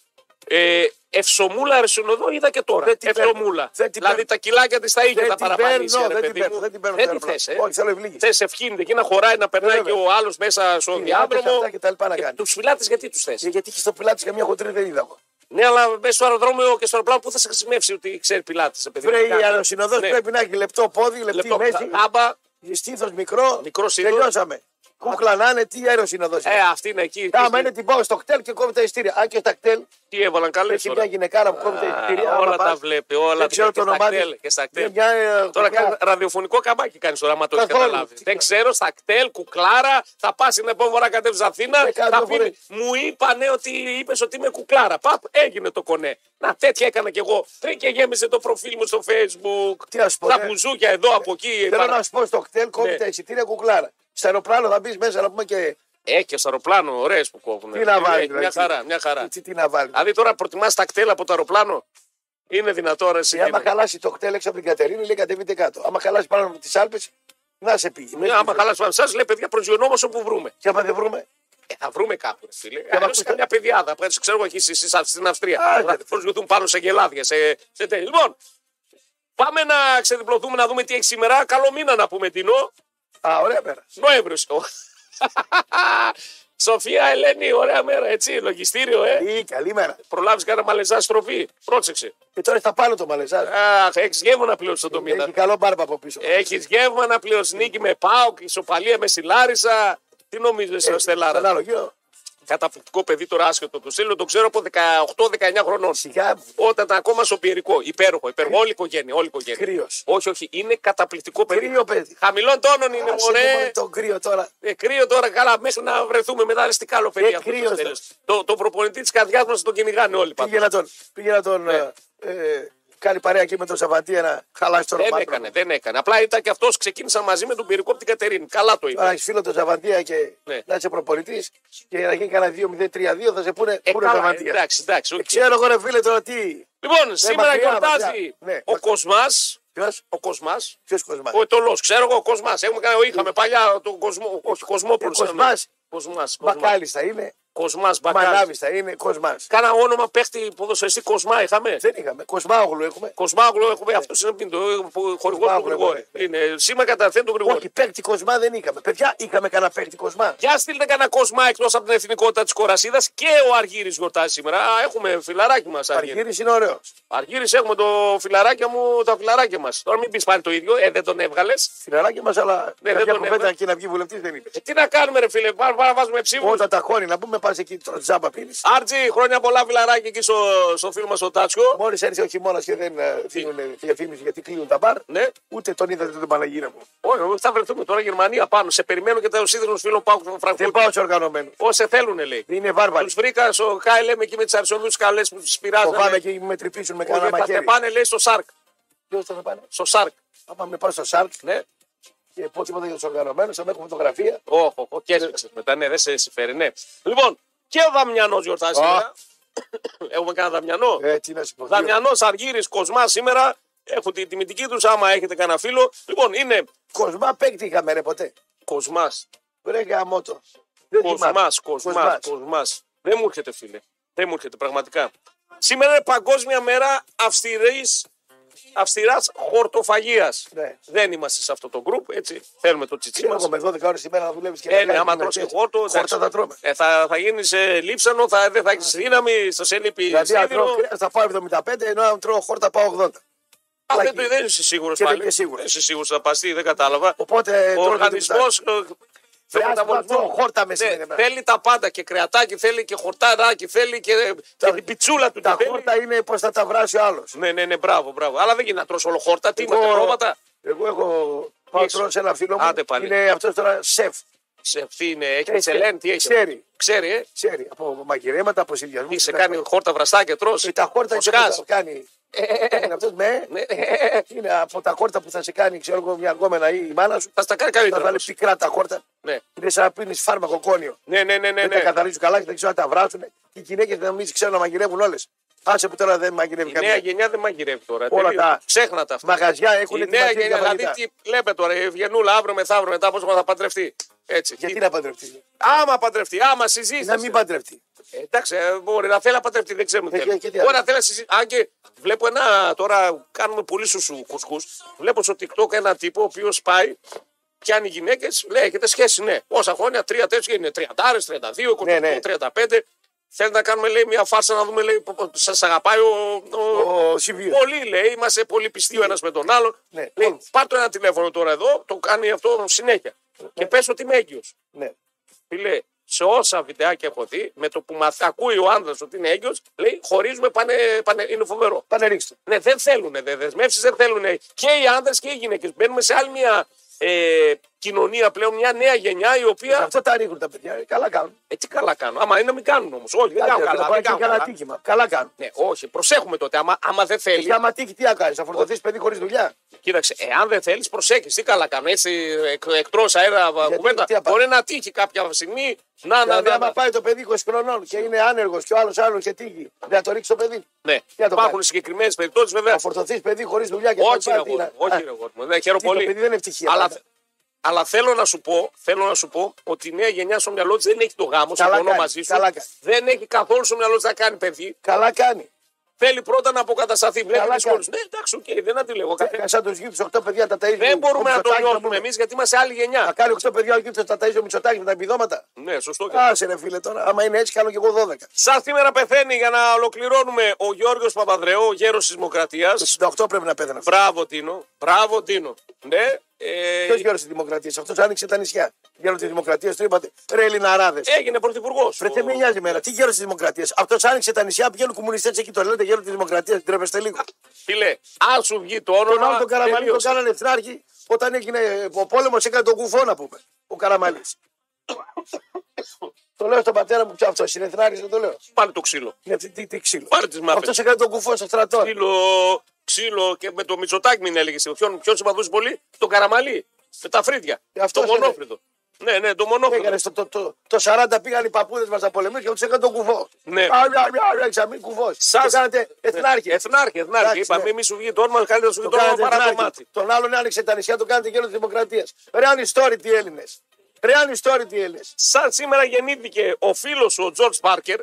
A: Ε, ευσομούλα αρσενοδό είδα και τώρα.
B: Δεν την παίρνω.
A: Ευσομούλα.
B: Δεν την
A: Δηλαδή
B: παίρνω.
A: τα κιλάκια τη τα είχε
B: Δεν
A: τα
B: την
A: παραπανήσει.
B: παίρνω,
A: ρε
B: δεν την
A: παιδί
B: παίρνω,
A: μου.
B: δεν την ε. παίρνω
A: Δεν
B: στο
A: τη θε.
B: αεροπλάνο. Όχι, θέλω ευλίγηση.
A: Θε ευχήνεται εκεί να χωράει, να περνάει και
B: Βέβαια.
A: ο άλλος μέσα στο
B: Τι,
A: διάδρομο.
B: άντρες αυτά και τα λοιπά να κάνει.
A: Τους φυλάτες γιατί τους θες.
B: Ε, Γιατί είχε στο πιλάτη και μια χοντρή δεν είδα. εγώ.
A: Ναι, αλλά μέσα στο αεροδρόμιο και στο αεροπλάνο πού θα σε χρησιμεύσει ότι ξέρει πιλάτη.
B: Βρε, η αεροσυνοδός
A: Ναι.
B: πρέπει να έχει λεπτό πόδι, λεπτή
A: Λεπτό.
B: μέση.
A: Άμπα,
B: Στήθος μικρό.
A: Μικρό σίδερο.
B: Τελειώσαμε. Κούκλα να είναι, τι αεροσυνοδό.
A: ε, ναι. αυτή είναι εκεί. Τι-
B: Άμα είναι την πάω στο κτέλ και κόβει τα ειστήρια. Α και στα κτέλ
A: Τι έβαλαν καλές
B: έχει μια γυναικάρα που κόβει τα ειστήρια.
A: Όλα
B: άμα
A: τα
B: πας,
A: βλέπει, όλα.
B: Δεν ξέρω
A: Και
B: το
A: στα
B: όνομά
A: κτέλ,
B: της.
A: Και στα κτέλ.
B: Μια, ε,
A: Τώρα
B: κουκλάρα.
A: κάνει ραδιοφωνικό καμπάκι κάνεις τώρα, άμα το έχεις
B: Καθόλου.
A: καταλάβει. Δεν ξέρω, στα κτέλ, κουκλάρα, θα πας την επόμενη φορά κατέβεις Αθήνα.
B: Ε, κάνω
A: Θα
B: δύο
A: πει,
B: φορές.
A: μου είπανε ότι είπες ότι είμαι κουκλάρα. Παπ, έγινε το κονέ. Να, τέτοια έκανα κι εγώ. Τρει και γέμισε το προφίλ μου στο facebook.
B: Τι να σου πω,
A: Τα
B: ναι.
A: μπουζούκια εδώ από εκεί.
B: Θέλω
A: παρα-
B: να σου πω στο κτέλ
A: Ναι.
B: κόβει τα εισιτήρια κουκλάρα. Στο αεροπλάνο θα μπεις μέσα να πούμε και.
A: Ε, και στο αεροπλάνο, ωραίες που κόβουν.
B: Τι να βάλει.
A: Ε,
B: δηλαδή.
A: Μια χαρά, μια χαρά.
B: Τι, τι να βάλει.
A: Δηλαδή τώρα προτιμάς τα κτέλ από το αεροπλάνο. Είναι δυνατό ρε, εσύ,
B: Ε, άμα
A: γίνεται.
B: χαλάσει το κτέλ έξω από την Κατερίνη, λέει κατεβείτε κάτω. Άμα χαλάσει πάνω από τις Άλπες, να σε πήγε.
A: Ναι, άμα χαλάσει πάνω σας, λέει παιδιά, προσγειωνόμαστε όπου βρούμε.
B: Και άμα δεν βρούμε.
A: Ε, θα βρούμε κάπου, ρε φίλε.
B: να
A: Αλλιώ
B: ακούστε.
A: καμιά παιδιάδα. που έτσι, ξέρω εγώ, εκεί στις- στις- στην Αυστρία.
B: Α,
A: Θα
B: ναι.
A: προσγειωθούν πάνω σε γελάδια, σε, σε τέτοια. Λοιπόν, πάμε να ξεδιπλωθούμε να δούμε τι έχει σήμερα. Καλό μήνα να πούμε την
B: Α, ωραία πέρα.
A: Νοέμβριο. Σοφία Ελένη, ωραία μέρα, έτσι. Λογιστήριο, ε.
B: Ή καλή μέρα.
A: Προλάβεις κάνα μαλεζά στροφή. Πρόσεξε.
B: Και τώρα θα πάρω το μαλεζάρι.
A: Αχ, έχεις γεύμα να πληρώσεις τον μήνα. Ε,
B: Έχει καλό μπάρμπα από πίσω.
A: Έχεις γεύμα να πληρώσεις νίκη με Πάοκ, ισοπαλία με Σιλάρισα. Τι νομίζεις, ε,
B: Ε,
A: Στελάρα.
B: στον άλλο γύρο.
A: καταπληκτικό παιδί τώρα άσχετο του Σύλλογου, το ξέρω από 18-19 χρονών.
B: Σιγά
A: Όταν ήταν ακόμα στο πιερικό, υπέροχο, υπέροχο, όλη η οικογένεια. Όλη η οικογένεια.
B: Κρύος.
A: Όχι, όχι, είναι καταπληκτικό παιδί.
B: Κρύο παιδί.
A: Χαμηλών τόνων είναι,
B: Άσε μου
A: μωρέ.
B: με τον κρύο τώρα.
A: Ε, κρύο τώρα, καλά, μέχρι να βρεθούμε μετά. Ρε, τι καλό παιδί
B: Ε,
A: αυτό το
B: κρύος,
A: Στέλιος. το, το προπονητή της καρδιάς μας τον κυνηγάνε όλοι πάντα.
B: Πήγε να τον, πήγε να τον ε, ε, κάνει παρέα εκεί με τον Σαββατία να χαλάσει το
A: Δεν
B: ρομάτρο.
A: έκανε, δεν έκανε. Απλά ήταν και αυτός, ξεκίνησαν μαζί με τον πυρικό από την Κατερίνη. Καλά το είπε.
B: Άρα έχεις φίλο τον Σαββατία και
A: Ναι.
B: να είσαι προπονητής και να γίνει κανένα 2-0-3-2 θα σε πούνε
A: Ε,
B: πού είναι ο
A: καλά,
B: Σαββατία.
A: εντάξει, εντάξει. οκ.
B: Ε, Ξέρω εγώ ρε φίλε τώρα τι.
A: Λοιπόν, σήμερα
B: μακριά,
A: γιορτάζει
B: μακριά. Ναι,
A: ο
B: μακριά.
A: Κοσμάς.
B: Ποιος,
A: Ο Κοσμάς,
B: ποιος κοσμάς.
A: Ο Ετωλός, ξέρω εγώ, ο Κοσμάς. Έχουμε κάνει, είχαμε παλιά τον Κοσμό. Όχι, Κοσμόπουλο.
B: Ε, Κοσμάς.
A: Κοσμάς.
B: Μπακάλης θα είναι,
A: Κοσμάς, Μπακάλι.
B: Μανάβης θα είναι, Κοσμάς.
A: Κάνα όνομα παίχτη ποδοσφαιριστή Κοσμά είχαμε.
B: Δεν είχαμε, Κοσμάογλου έχουμε.
A: Κοσμάγλου, έχουμε αυτός είναι το χορηγός του
B: Κοσμάγλου, ε.
A: Γρηγόρη. Είναι, σήμερα καταθέτει τον Γρηγόρη.
B: Όχι, παίκτη Κοσμά δεν είχαμε. Παιδιά, είχαμε κανένα παίκτη Κοσμά.
A: Για στείλτε κανένα Κοσμά εκτός από την εθνικότητα της Κορασίδας και ο Αργύρης γιορτάζει σήμερα. Α, έχουμε φιλαράκι μας. Αργύρη.
B: Αργύρης είναι ωραίος.
A: Αργύρης, έχουμε το φιλαράκια μου, τα φιλαράκια μας. Τώρα μην πεις πάλι το ίδιο, ε, δεν τον έβγαλες.
B: Φιλαράκι μας, αλλά
A: δεν τον
B: κάποια κουβέντα
A: έβγαλες.
B: εκεί να βγει βουλευτής δεν είπε.
A: Ε, τι να κάνουμε, ρε φίλε, πάμε να βάζουμε ψήφους.
B: Όταν τα χώνει να πούμε, πας εκεί το τζάμπα πίνεις.
A: Άρτζι, χρόνια πολλά φιλαράκι εκεί στο, στο φίλο μας ο Τάτσιο.
B: Μόλις έρθει ο χειμώνας και δεν ε, δίνουν διαφήμιση γιατί κλείνουν τα μπαρ,
A: Ναι.
B: ούτε τον είδατε τον Παναγίνα μου.
A: Όχι, όχι, θα βρεθούμε τώρα Γερμανία πάνω. Σε περιμένω και τα σύνδεσμου φίλων πάω στο
B: Δεν
A: Φραγκφούρτη.
B: πάω σε οργανωμένο.
A: Όσοι θέλουν, λέει.
B: Είναι βάρβαροι.
A: Τους βρήκα στο KLM εκεί με τις αρσονού καλές που του πειράζουν.
B: Φοβάμαι και με τρυπήσουν με κανένα
A: Θα σε
B: μακέρι.
A: πάνε, λέει, στο Σάρκ.
B: Ποιος θα με πάνε.
A: Στο Σάρκ.
B: Άμα με πάω στο Σάρκ
A: Ναι.
B: και πω τίποτα για τους οργανωμένους, θα με έχουν φωτογραφία.
A: Όχι, όχι, και έσφιξε μετά. Ναι, δεν σε συμφέρει, ναι. Λοιπόν, και ο Δαμιανός γιορτάζει
B: Α.
A: σήμερα. Έχουμε κανένα Δαμιανό.
B: Ε, τι να σου πω.
A: Δαμιανό, Αργύρι, Κοσμά σήμερα. Έχουν την τιμητική τους, άμα έχετε κανένα φίλο. Λοιπόν, είναι
B: Κοσμά παίκτη είχαμε ρε ποτέ.
A: Κοσμάς,
B: Βρε γαμότο. Δεν θυμάμαι.
A: Κοσμάς, κοσμάς,
B: Κοσμάς.
A: κοσμά. Δεν μου έρχεται, φίλε. Δεν μου έρχεται, πραγματικά. Σήμερα είναι Παγκόσμια Μέρα Αυστηρής αυστηράς χορτοφαγίας.
B: Ναι.
A: Δεν είμαστε σε αυτό το γκρουπ, έτσι. Θέλουμε το
B: Τι
A: τσιτσί μας.
B: Εγώ με 12 ώρες η μέρα να δουλεύεις και
A: Ε, ναι,
B: κάνεις
A: άμα τρως
B: γυμναστές.
A: και χόρτο, εντάξει.
B: Χόρτα θα τρώμε.
A: Ε, θα, θα γίνεις λείψανο, θα, δεν θα έχεις δύναμη, στο σε λείπει
B: Δηλαδή αν τρώω
A: σίδηρο.
B: κρέας θα πάω 75, ενώ αν τρώω χόρτα πάω 80.
A: Α, δεν,
B: πλάκι.
A: το- δεν είσαι σίγουρος
B: Και δεν
A: πάλι.
B: είναι σίγουρος.
A: Δεν είσαι σίγουρος, θα παστεί, δεν κατάλαβα. ε,
B: Οπότε ε,
A: Ο
B: τρώω
A: οργανισμό.
B: Βρε, άσε να τρώω χόρτα μεσημέρι,
A: Ναι,
B: εμένα.
A: θέλει τα πάντα και κρεατάκι, θέλει και χορταράκι, θέλει και, και την πιτσούλα του.
B: Τα
A: τη θέλει.
B: χόρτα είναι πώ θα τα βράσει ο άλλος.
A: Ναι, ναι, ναι, μπράβο, μπράβο. Αλλά δεν γίνεται να τρώσει όλο χόρτα. Τι Ναι, είμαστε, πρόβατα.
B: Εγώ έχω πάω
A: Είσαι.
B: τρώω σε ένα φίλο μου.
A: Άντε πάλι.
B: Είναι αυτός τώρα σεφ.
A: Σε αυτή είναι, έχει
B: Έχει.
A: τσελέν, τι έχει.
B: Ξέρει.
A: Ξέρει, ε.
B: Ξέρει από μαγειρέματα, από συνδυασμούς.
A: Τι σε κάνει χόρτα βραστά και τρως.
B: Ε, τα χόρτα και
A: Φωσκάς.
B: τα κάνει.
A: Ε,
B: Είναι αυτός με.
A: Ναι, ναι.
B: Είναι από τα χόρτα που θα σε κάνει, ξέρω εγώ, μια αργόμενα ή η μάνα σου.
A: Θα στα κάνει
B: Θα
A: καλύτερα.
B: βάλει πικρά τα χόρτα.
A: Ναι,
B: Είναι σαν να πίνεις φάρμακο κόνιο.
A: ναι, ναι, ναι. ναι,
B: Δεν τα
A: ναι.
B: καθαρίζουν καλά και δεν ξέρω αν τα βράσουν. Και οι γυναίκες να μην ξέρουν να μαγειρεύουν όλες. Άσε που τώρα δεν μαγειρεύει
A: Η νέα
B: κανένα.
A: γενιά δεν μαγειρεύει τώρα.
B: Όλα
A: τελείως.
B: τα-
A: Ξέχνα τα αυτά.
B: Μαγαζιά έχουν
A: Η
B: την
A: νέα
B: μαγειρεύει
A: γενιά,
B: για
A: δηλαδή
B: φαγητά.
A: τι λέμε τώρα, η Ευγενούλα αύριο μεθαύριο μετά πόσο θα παντρευτεί. Έτσι.
B: Γιατί
A: Τι-
B: να παντρευτείς.
A: Άμα παντρευτεί, άμα συζήτησε.
B: Να μην παντρευτεί.
A: Ε, Εντάξει, ε, μπορεί να θέλει να παντρευτεί, δεν ξέρουμε τι
B: Ε,
A: θέλει.
B: και- και τι άλλο.
A: Μπορεί να θέλει να συζητήσει. Αν και βλέπω ένα. Τώρα κάνουμε πολύ σουσού κουσκούς. Βλέπω στο TikTok έναν τύπο ο οποίος πάει, πιάνει γυναίκες, λέει: Έχετε σχέση, ναι. Όσα χρόνια, τρία τέτοια είναι. 30, 32, 28,
B: Ναι, ναι.
A: 35. Θέλει να κάνουμε, λέει, μια φάρσα να δούμε, λέει, σας αγαπάει ο, ο,
B: Ο Σιβίου.
A: Πολύ λέει, είμαστε πολύ πιστοί ο ένας με τον άλλον.
B: Ναι,
A: λέει,
B: όλους.
A: πάρ το ένα τηλέφωνο τώρα εδώ, το κάνει αυτό συνέχεια. Και πες ότι είμαι έγκυος.
B: Ναι.
A: Φίλε, σε όσα βιντεάκια έχω δει, με το που μας ακούει ο άντρα ότι είναι έγκυος, λέει χωρίζουμε, πάνε, πάνε, είναι φοβερό.
B: Πάνε ρίξτε.
A: Ναι, δεν θέλουν, δεν δεσμεύσεις, δεν θέλουν και οι άντρε και οι γυναίκες. Μπαίνουμε σε άλλη μια ε, κοινωνία πλέον, μια νέα γενιά η οποία.
B: Αυτό τα ρίχνουν τα παιδιά. Καλά κάνουν.
A: Ε, τι καλά κάνω. Άμα είναι να μην κάνουν όμως. Όλοι δεν κάνουν
B: Κάτι,
A: καλά.
B: να πάρει
A: Δεν
B: και
A: κάνουν
B: κανένα
A: καλά. Ε,
B: τύχημα. Καλά κάνουν.
A: Ναι, όχι, προσέχουμε τότε. Άμα, άμα δεν θέλει.
B: Για άμα τύχει, τι να κάνεις, θα φορτωθείς παιδί χωρίς δουλειά.
A: Κοίταξε, εάν δεν θέλεις, προσέχεις. Τι καλά κάνω. Έτσι, εκ, εκτό αέρα βα-
B: Γιατί,
A: κουβέντα.
B: τι απάντηση.
A: Μπορεί να τύχει κάποια στιγμή. Να, να,
B: Δηλαδή,
A: να.
B: άμα
A: να.
B: πάει το παιδί 20 χρονών και είναι άνεργος και ο άλλος άλλο και τύχει, δεν θα το ρίξει το παιδί.
A: Ναι.
B: να το
A: Υπάρχουν
B: κάνεις.
A: συγκεκριμένες περιπτώσεις, βέβαια.
B: Θα φορτωθείς παιδί χωρίς δουλειά και
A: Όχι,
B: τα
A: ρε
B: λοιπά, τι
A: γόρι
B: να-
A: μου, όχι,
B: Α,
A: ρε γόρι μου. Ναι, χαίρομαι
B: τι, το
A: πολύ.
B: παιδί δεν είναι ευτυχία,
A: Αλλά,
B: πάντα.
A: αλλά θέλω να σου πω, θέλω να σου πω ότι η νέα γενιά στο μυαλό της δεν έχει το γάμο.
B: Καλά
A: Συμφωνώ
B: κάνει,
A: μαζί σου.
B: καλά κάνει.
A: Δεν έχει καθόλου στο μυαλό της να κάνει παιδί.
B: Καλά κάνει.
A: Θέλει πρώτα να αποκατασταθεί. Βλέπει
B: Καλά
A: τις χώρες.
B: κάνει.
A: Ναι, εντάξει, οκ, δεν αντιλέγω. καθένα.
B: Ε, Σαν τους γύρου 8 παιδιά τα ταΐζουν.
A: Δεν μπορούμε
B: ο
A: να το
B: Μητσοτάκης,
A: νιώθουμε
B: πούμε.
A: εμείς γιατί είμαστε άλλη
B: Θα
A: γενιά.
B: κάνει 8 παιδιά ο γύρου τα ταΐζει ο Μητσοτάκης με τα επιδόματα.
A: Ναι, σωστό. και
B: Άσε ρε φίλε τώρα, άμα είναι έτσι κάνω κι εγώ 12.
A: Σαν σήμερα πεθαίνει για να ολοκληρώνουμε ο Γιώργος Παπαδρεό, γέρος της Δημοκρατίας.
B: Το 68 πρέπει να πέθανε.
A: Μπράβο Τίνο, μπράβο Τίνο. Ναι, ε,
B: Ποιος γέρος της Δημοκρατίας, αυτός άνοιξε τα νησιά. Γέρο της Δημοκρατίας, του είπατε. Ρε Ελληναράδες.
A: έγινε πρωθυπουργός.
B: Βρε,
A: Ο-
B: τι με νοιάζει εμένα, τι γέρο της Δημοκρατίας. Αυτός άνοιξε τα νησιά, πηγαίνουν κομμουνιστές εκεί, το λέτε γέρο της Δημοκρατίας, τρέπεστε λίγο.
A: Φίλε, αν σου βγει το όνομα,
B: Τον άλλο τον Καραμαλή τον
A: τελείωσε.
B: κάνανε εθνάρχη όταν έγινε ε, ο πόλεμος, έκανε τον κουφό να πούμε. Ο Καραμαλής. το λέω στον πατέρα μου, αυτός είναι εθνάρχης, δεν το λέω.
A: Πάρε το ξύλο.
B: Είναι τι, τι, τι ξύλο.
A: Πάρε τις μάπες.
B: Αυτός έκανε τον κουφό στο στρατό.
A: Ξύλο, ξύλο και με το Μητσοτάκη μην έλεγες. Ποιον, ποιον συμπαθούσε πολύ, τον Καραμαλή, με τα φρύδια,
B: Ε, αυτός
A: το
B: είναι.
A: μονόφρυδο. Ναι, ναι, το μονόφρυδο.
B: Έκανε στο, το, το, το 40 πήγαν οι παππούδες μας να πολεμήσουν και του έκανε τον κουφό.
A: Ναι.
B: Εξαμήν κουφός.
A: Σας- Ναι.
B: Σας... Κάνατε εθνάρχη.
A: Εθνάρχη, εθνάρχη.
B: Εντάξει,
A: Είπαμε,
B: ναι.
A: μη σου βγει το όνομα, καλύτερα σου βγει
B: Το
A: το όνομα
B: κάνατε
A: παρά το
B: εθνάρχη.
A: μάτι.
B: Τον άλλον άνοιξε τα νησιά, τον κάνετε γέρο τη Δημοκρατίας. Ρε ανιστόρητοι Έλληνε. Ρε ανιστόρητοι Έλληνε.
A: Σαν σήμερα γεννήθηκε ο φίλος ο Τζορτ Πάρκερ,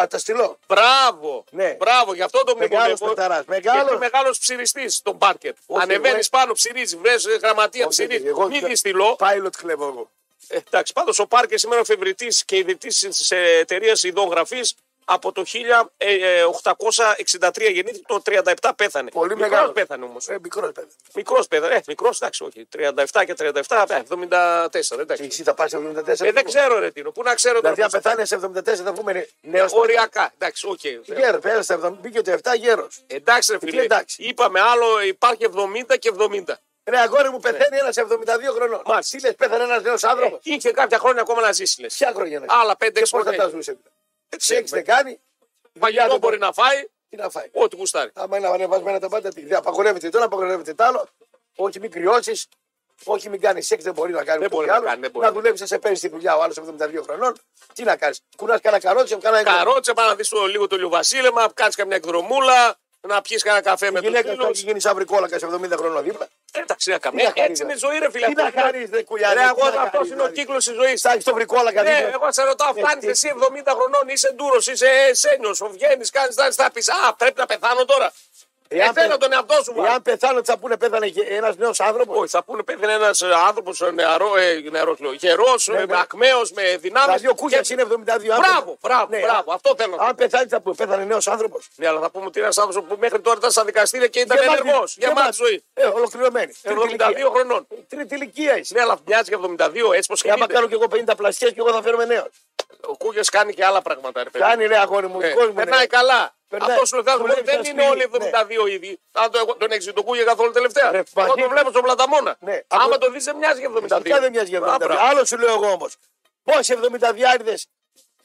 B: Α, τα στυλώ.
A: Μπράβο.
B: Ναι.
A: Μπράβο, γι' αυτό το
B: Μεγάλος
A: μνημονεύω.
B: παιχταράς, μεγάλος.
A: Γιατί μεγάλος ψηριστής στον μπάρκετ.
B: Όχι,
A: Ανεβαίνει
B: εγώ-
A: πάνω, ψυρίζεις, βρες ε, γραμματεία,
B: Όχι,
A: ψυρίζεις.
B: εγώ-
A: Μην δυστηλώ.
B: Πάιλοτ κλέβω εγώ.
A: Ε, εντάξει, πάντως ο Πάρκερ σήμερα εφευρητή και ιδρυτής της εταιρεία ειδών γραφής από το ε, 1863 γεννήθηκε, το 37 πέθανε.
B: Πολύ
A: Μικρός
B: μεγάλος.
A: πέθανε όμως.
B: Ε, μικρός παιδί.
A: Μικρός πέθανε. Ε, μικρός, εντάξει, όχι. 37 και 37, ε, 74. Εντάξει.
B: Εσύ θα πας σε 74.
A: Ε, δεν ξέρω, ρε Τίνο, πού να ξέρω
B: Δηλαδή, αν
A: τώρα.
B: πεθάνεις σε 74, θα πούμε νέος.
A: Οριακά. Εντάξει, οκ. Ε,
B: Γέρο, πέρασε 70, μπήκε το 7 γέρος.
A: Εντάξει, ρε
B: Τι
A: φίλε.
B: εντάξει.
A: Είπαμε άλλο, υπάρχει 70 και 70.
B: Ρε αγόρι
A: Ναι.
B: μου, πεθαίνει ένας 72 χρονών. Μα τι λες, πέθανε ένας νέος άνθρωπος.
A: Ε, Είχε κάποια χρόνια ακόμα να ζήσει, λες.
B: Ποια χρόνια να
A: Άλλα 5-6
B: Πώς θα τα
A: χρόνια. Ναι,
B: ζούσε.
A: Δεν
B: Σε
A: ξέρω.
B: έξι δεν κάνει. δουλειά
A: Παγιδό
B: δεν
A: μπορεί να φάει,
B: Τι να φάει.
A: ό,τι γουστάρει.
B: Άμα είναι ανεβασμένα τα πάντα, τι. δεν Απαγορεύεται το ένα, απαγορεύεται το άλλο. Όχι, μην κρυώσεις. Όχι, μην κάνεις σεξ, δεν μπορεί να κάνει.
A: Δεν
B: ούτε
A: μπορεί
B: τι
A: να
B: άλλο.
A: κάνει, δεν μπορεί
B: Να
A: να
B: δουλεύει, σε παίρνεις τη δουλειά ο άλλος 72 χρονών. Τι να κάνεις. Κουνάς κανένα καρότσι, κανένα εγκρό.
A: Καρότσα, πά να δει λίγο το λιουβασίλεμα, κάνει καμιά εκδρομούλα, να πιεις κανένα καφέ με
B: Η
A: τον
B: γυναίκα θα
A: φίλο.
B: έχει γίνει σαν βρικόλακα σε 70 χρονών δίπλα.
A: Εντάξει, να
B: Τι να
A: καμία.
B: κάνεις,
A: Έτσι είναι η
B: ρε.
A: ζωή, ρε φίλε.
B: Τι να
A: Αυτό είναι-
B: κάνεις, ρε κουλιάδε,
A: Ρε
B: τι
A: αγόρι,
B: να
A: αυτό
B: κάνεις,
A: είναι ο
B: δηλαδή.
A: κύκλο τη ζωή.
B: Θα έχει τον βρικόλακα
A: Ναι,
B: δίπλα.
A: εγώ σε ρωτάω,
B: Ε,
A: φτάνει
B: τι-
A: εσύ 70 χρονών, είσαι ντούρος, είσαι σένιος, βγαίνει, κάνει τάξη, θα πεις Α, πρέπει να πεθάνω τώρα.
B: Εάν
A: Ε, θέλω
B: πε-
A: τον εαυτό σου, μάλλον.
B: Εάν πεθάνω, τι θα πούνε, πέθανε ένας νέος άνθρωπος.
A: Όχι, θα πούνε παιδί ένα άνθρωπο νεαρό, ε, νεαρός λέω, γερός,
B: Ναι,
A: ε,
B: ναι.
A: ακμαίος, με δυνάμεις.
B: Δηλαδή ο Κούγια είναι 72 άνθρωποι.
A: Μπράβο, μπράβο,
B: Ναι,
A: μπράβο. Αυτό θέλω. να πω.
B: Αν πεθάνει, θα πούνε, πέθανε νέος άνθρωπος.
A: Ναι, αλλά θα πούμε ότι ένας άνθρωπος που μέχρι τώρα ήταν στα δικαστήρια και ήταν ενεργό. Γεμάτη ζωή.
B: Ε, ολοκληρωμένη. Τρίτη
A: 72
B: ηλικία.
A: χρονών.
B: Τρίτη ηλικία είσαι.
A: Ναι, αλλά μοιάζει και 72, έτσι πως
B: Και άμα
A: χαίρεται.
B: κάνω κι εγώ 50 πλαστιέ και εγώ θα φέρουμε νέος.
A: Ο Κούγια κάνει και άλλα πράγματα, ρε παιδί.
B: Κάνει ρε αγόρι μου,
A: Ναι,
B: δικό μου.
A: Περνάει
B: ναι.
A: καλά.
B: Περνάει.
A: Αυτός σου λέω
B: Δουλεύει
A: δεν
B: σαν
A: είναι όλοι
B: σπίτι, ναι.
A: 72 ήδη. Αν το, έχω- τον έχει τον Κούγια καθόλου τελευταία.
B: Ρε,
A: Εγώ
B: μαζί.
A: τον βλέπω στον Πλαταμόνα.
B: Ναι,
A: Άμα
B: από-
A: το δεις, δεν μοιάζει 72.
B: Φυσικά δεν μοιάζει για
A: Α,
B: 72.
A: μπράβο.
B: Άλλος σου λέω εγώ όμως. Πόσοι 72 άριδε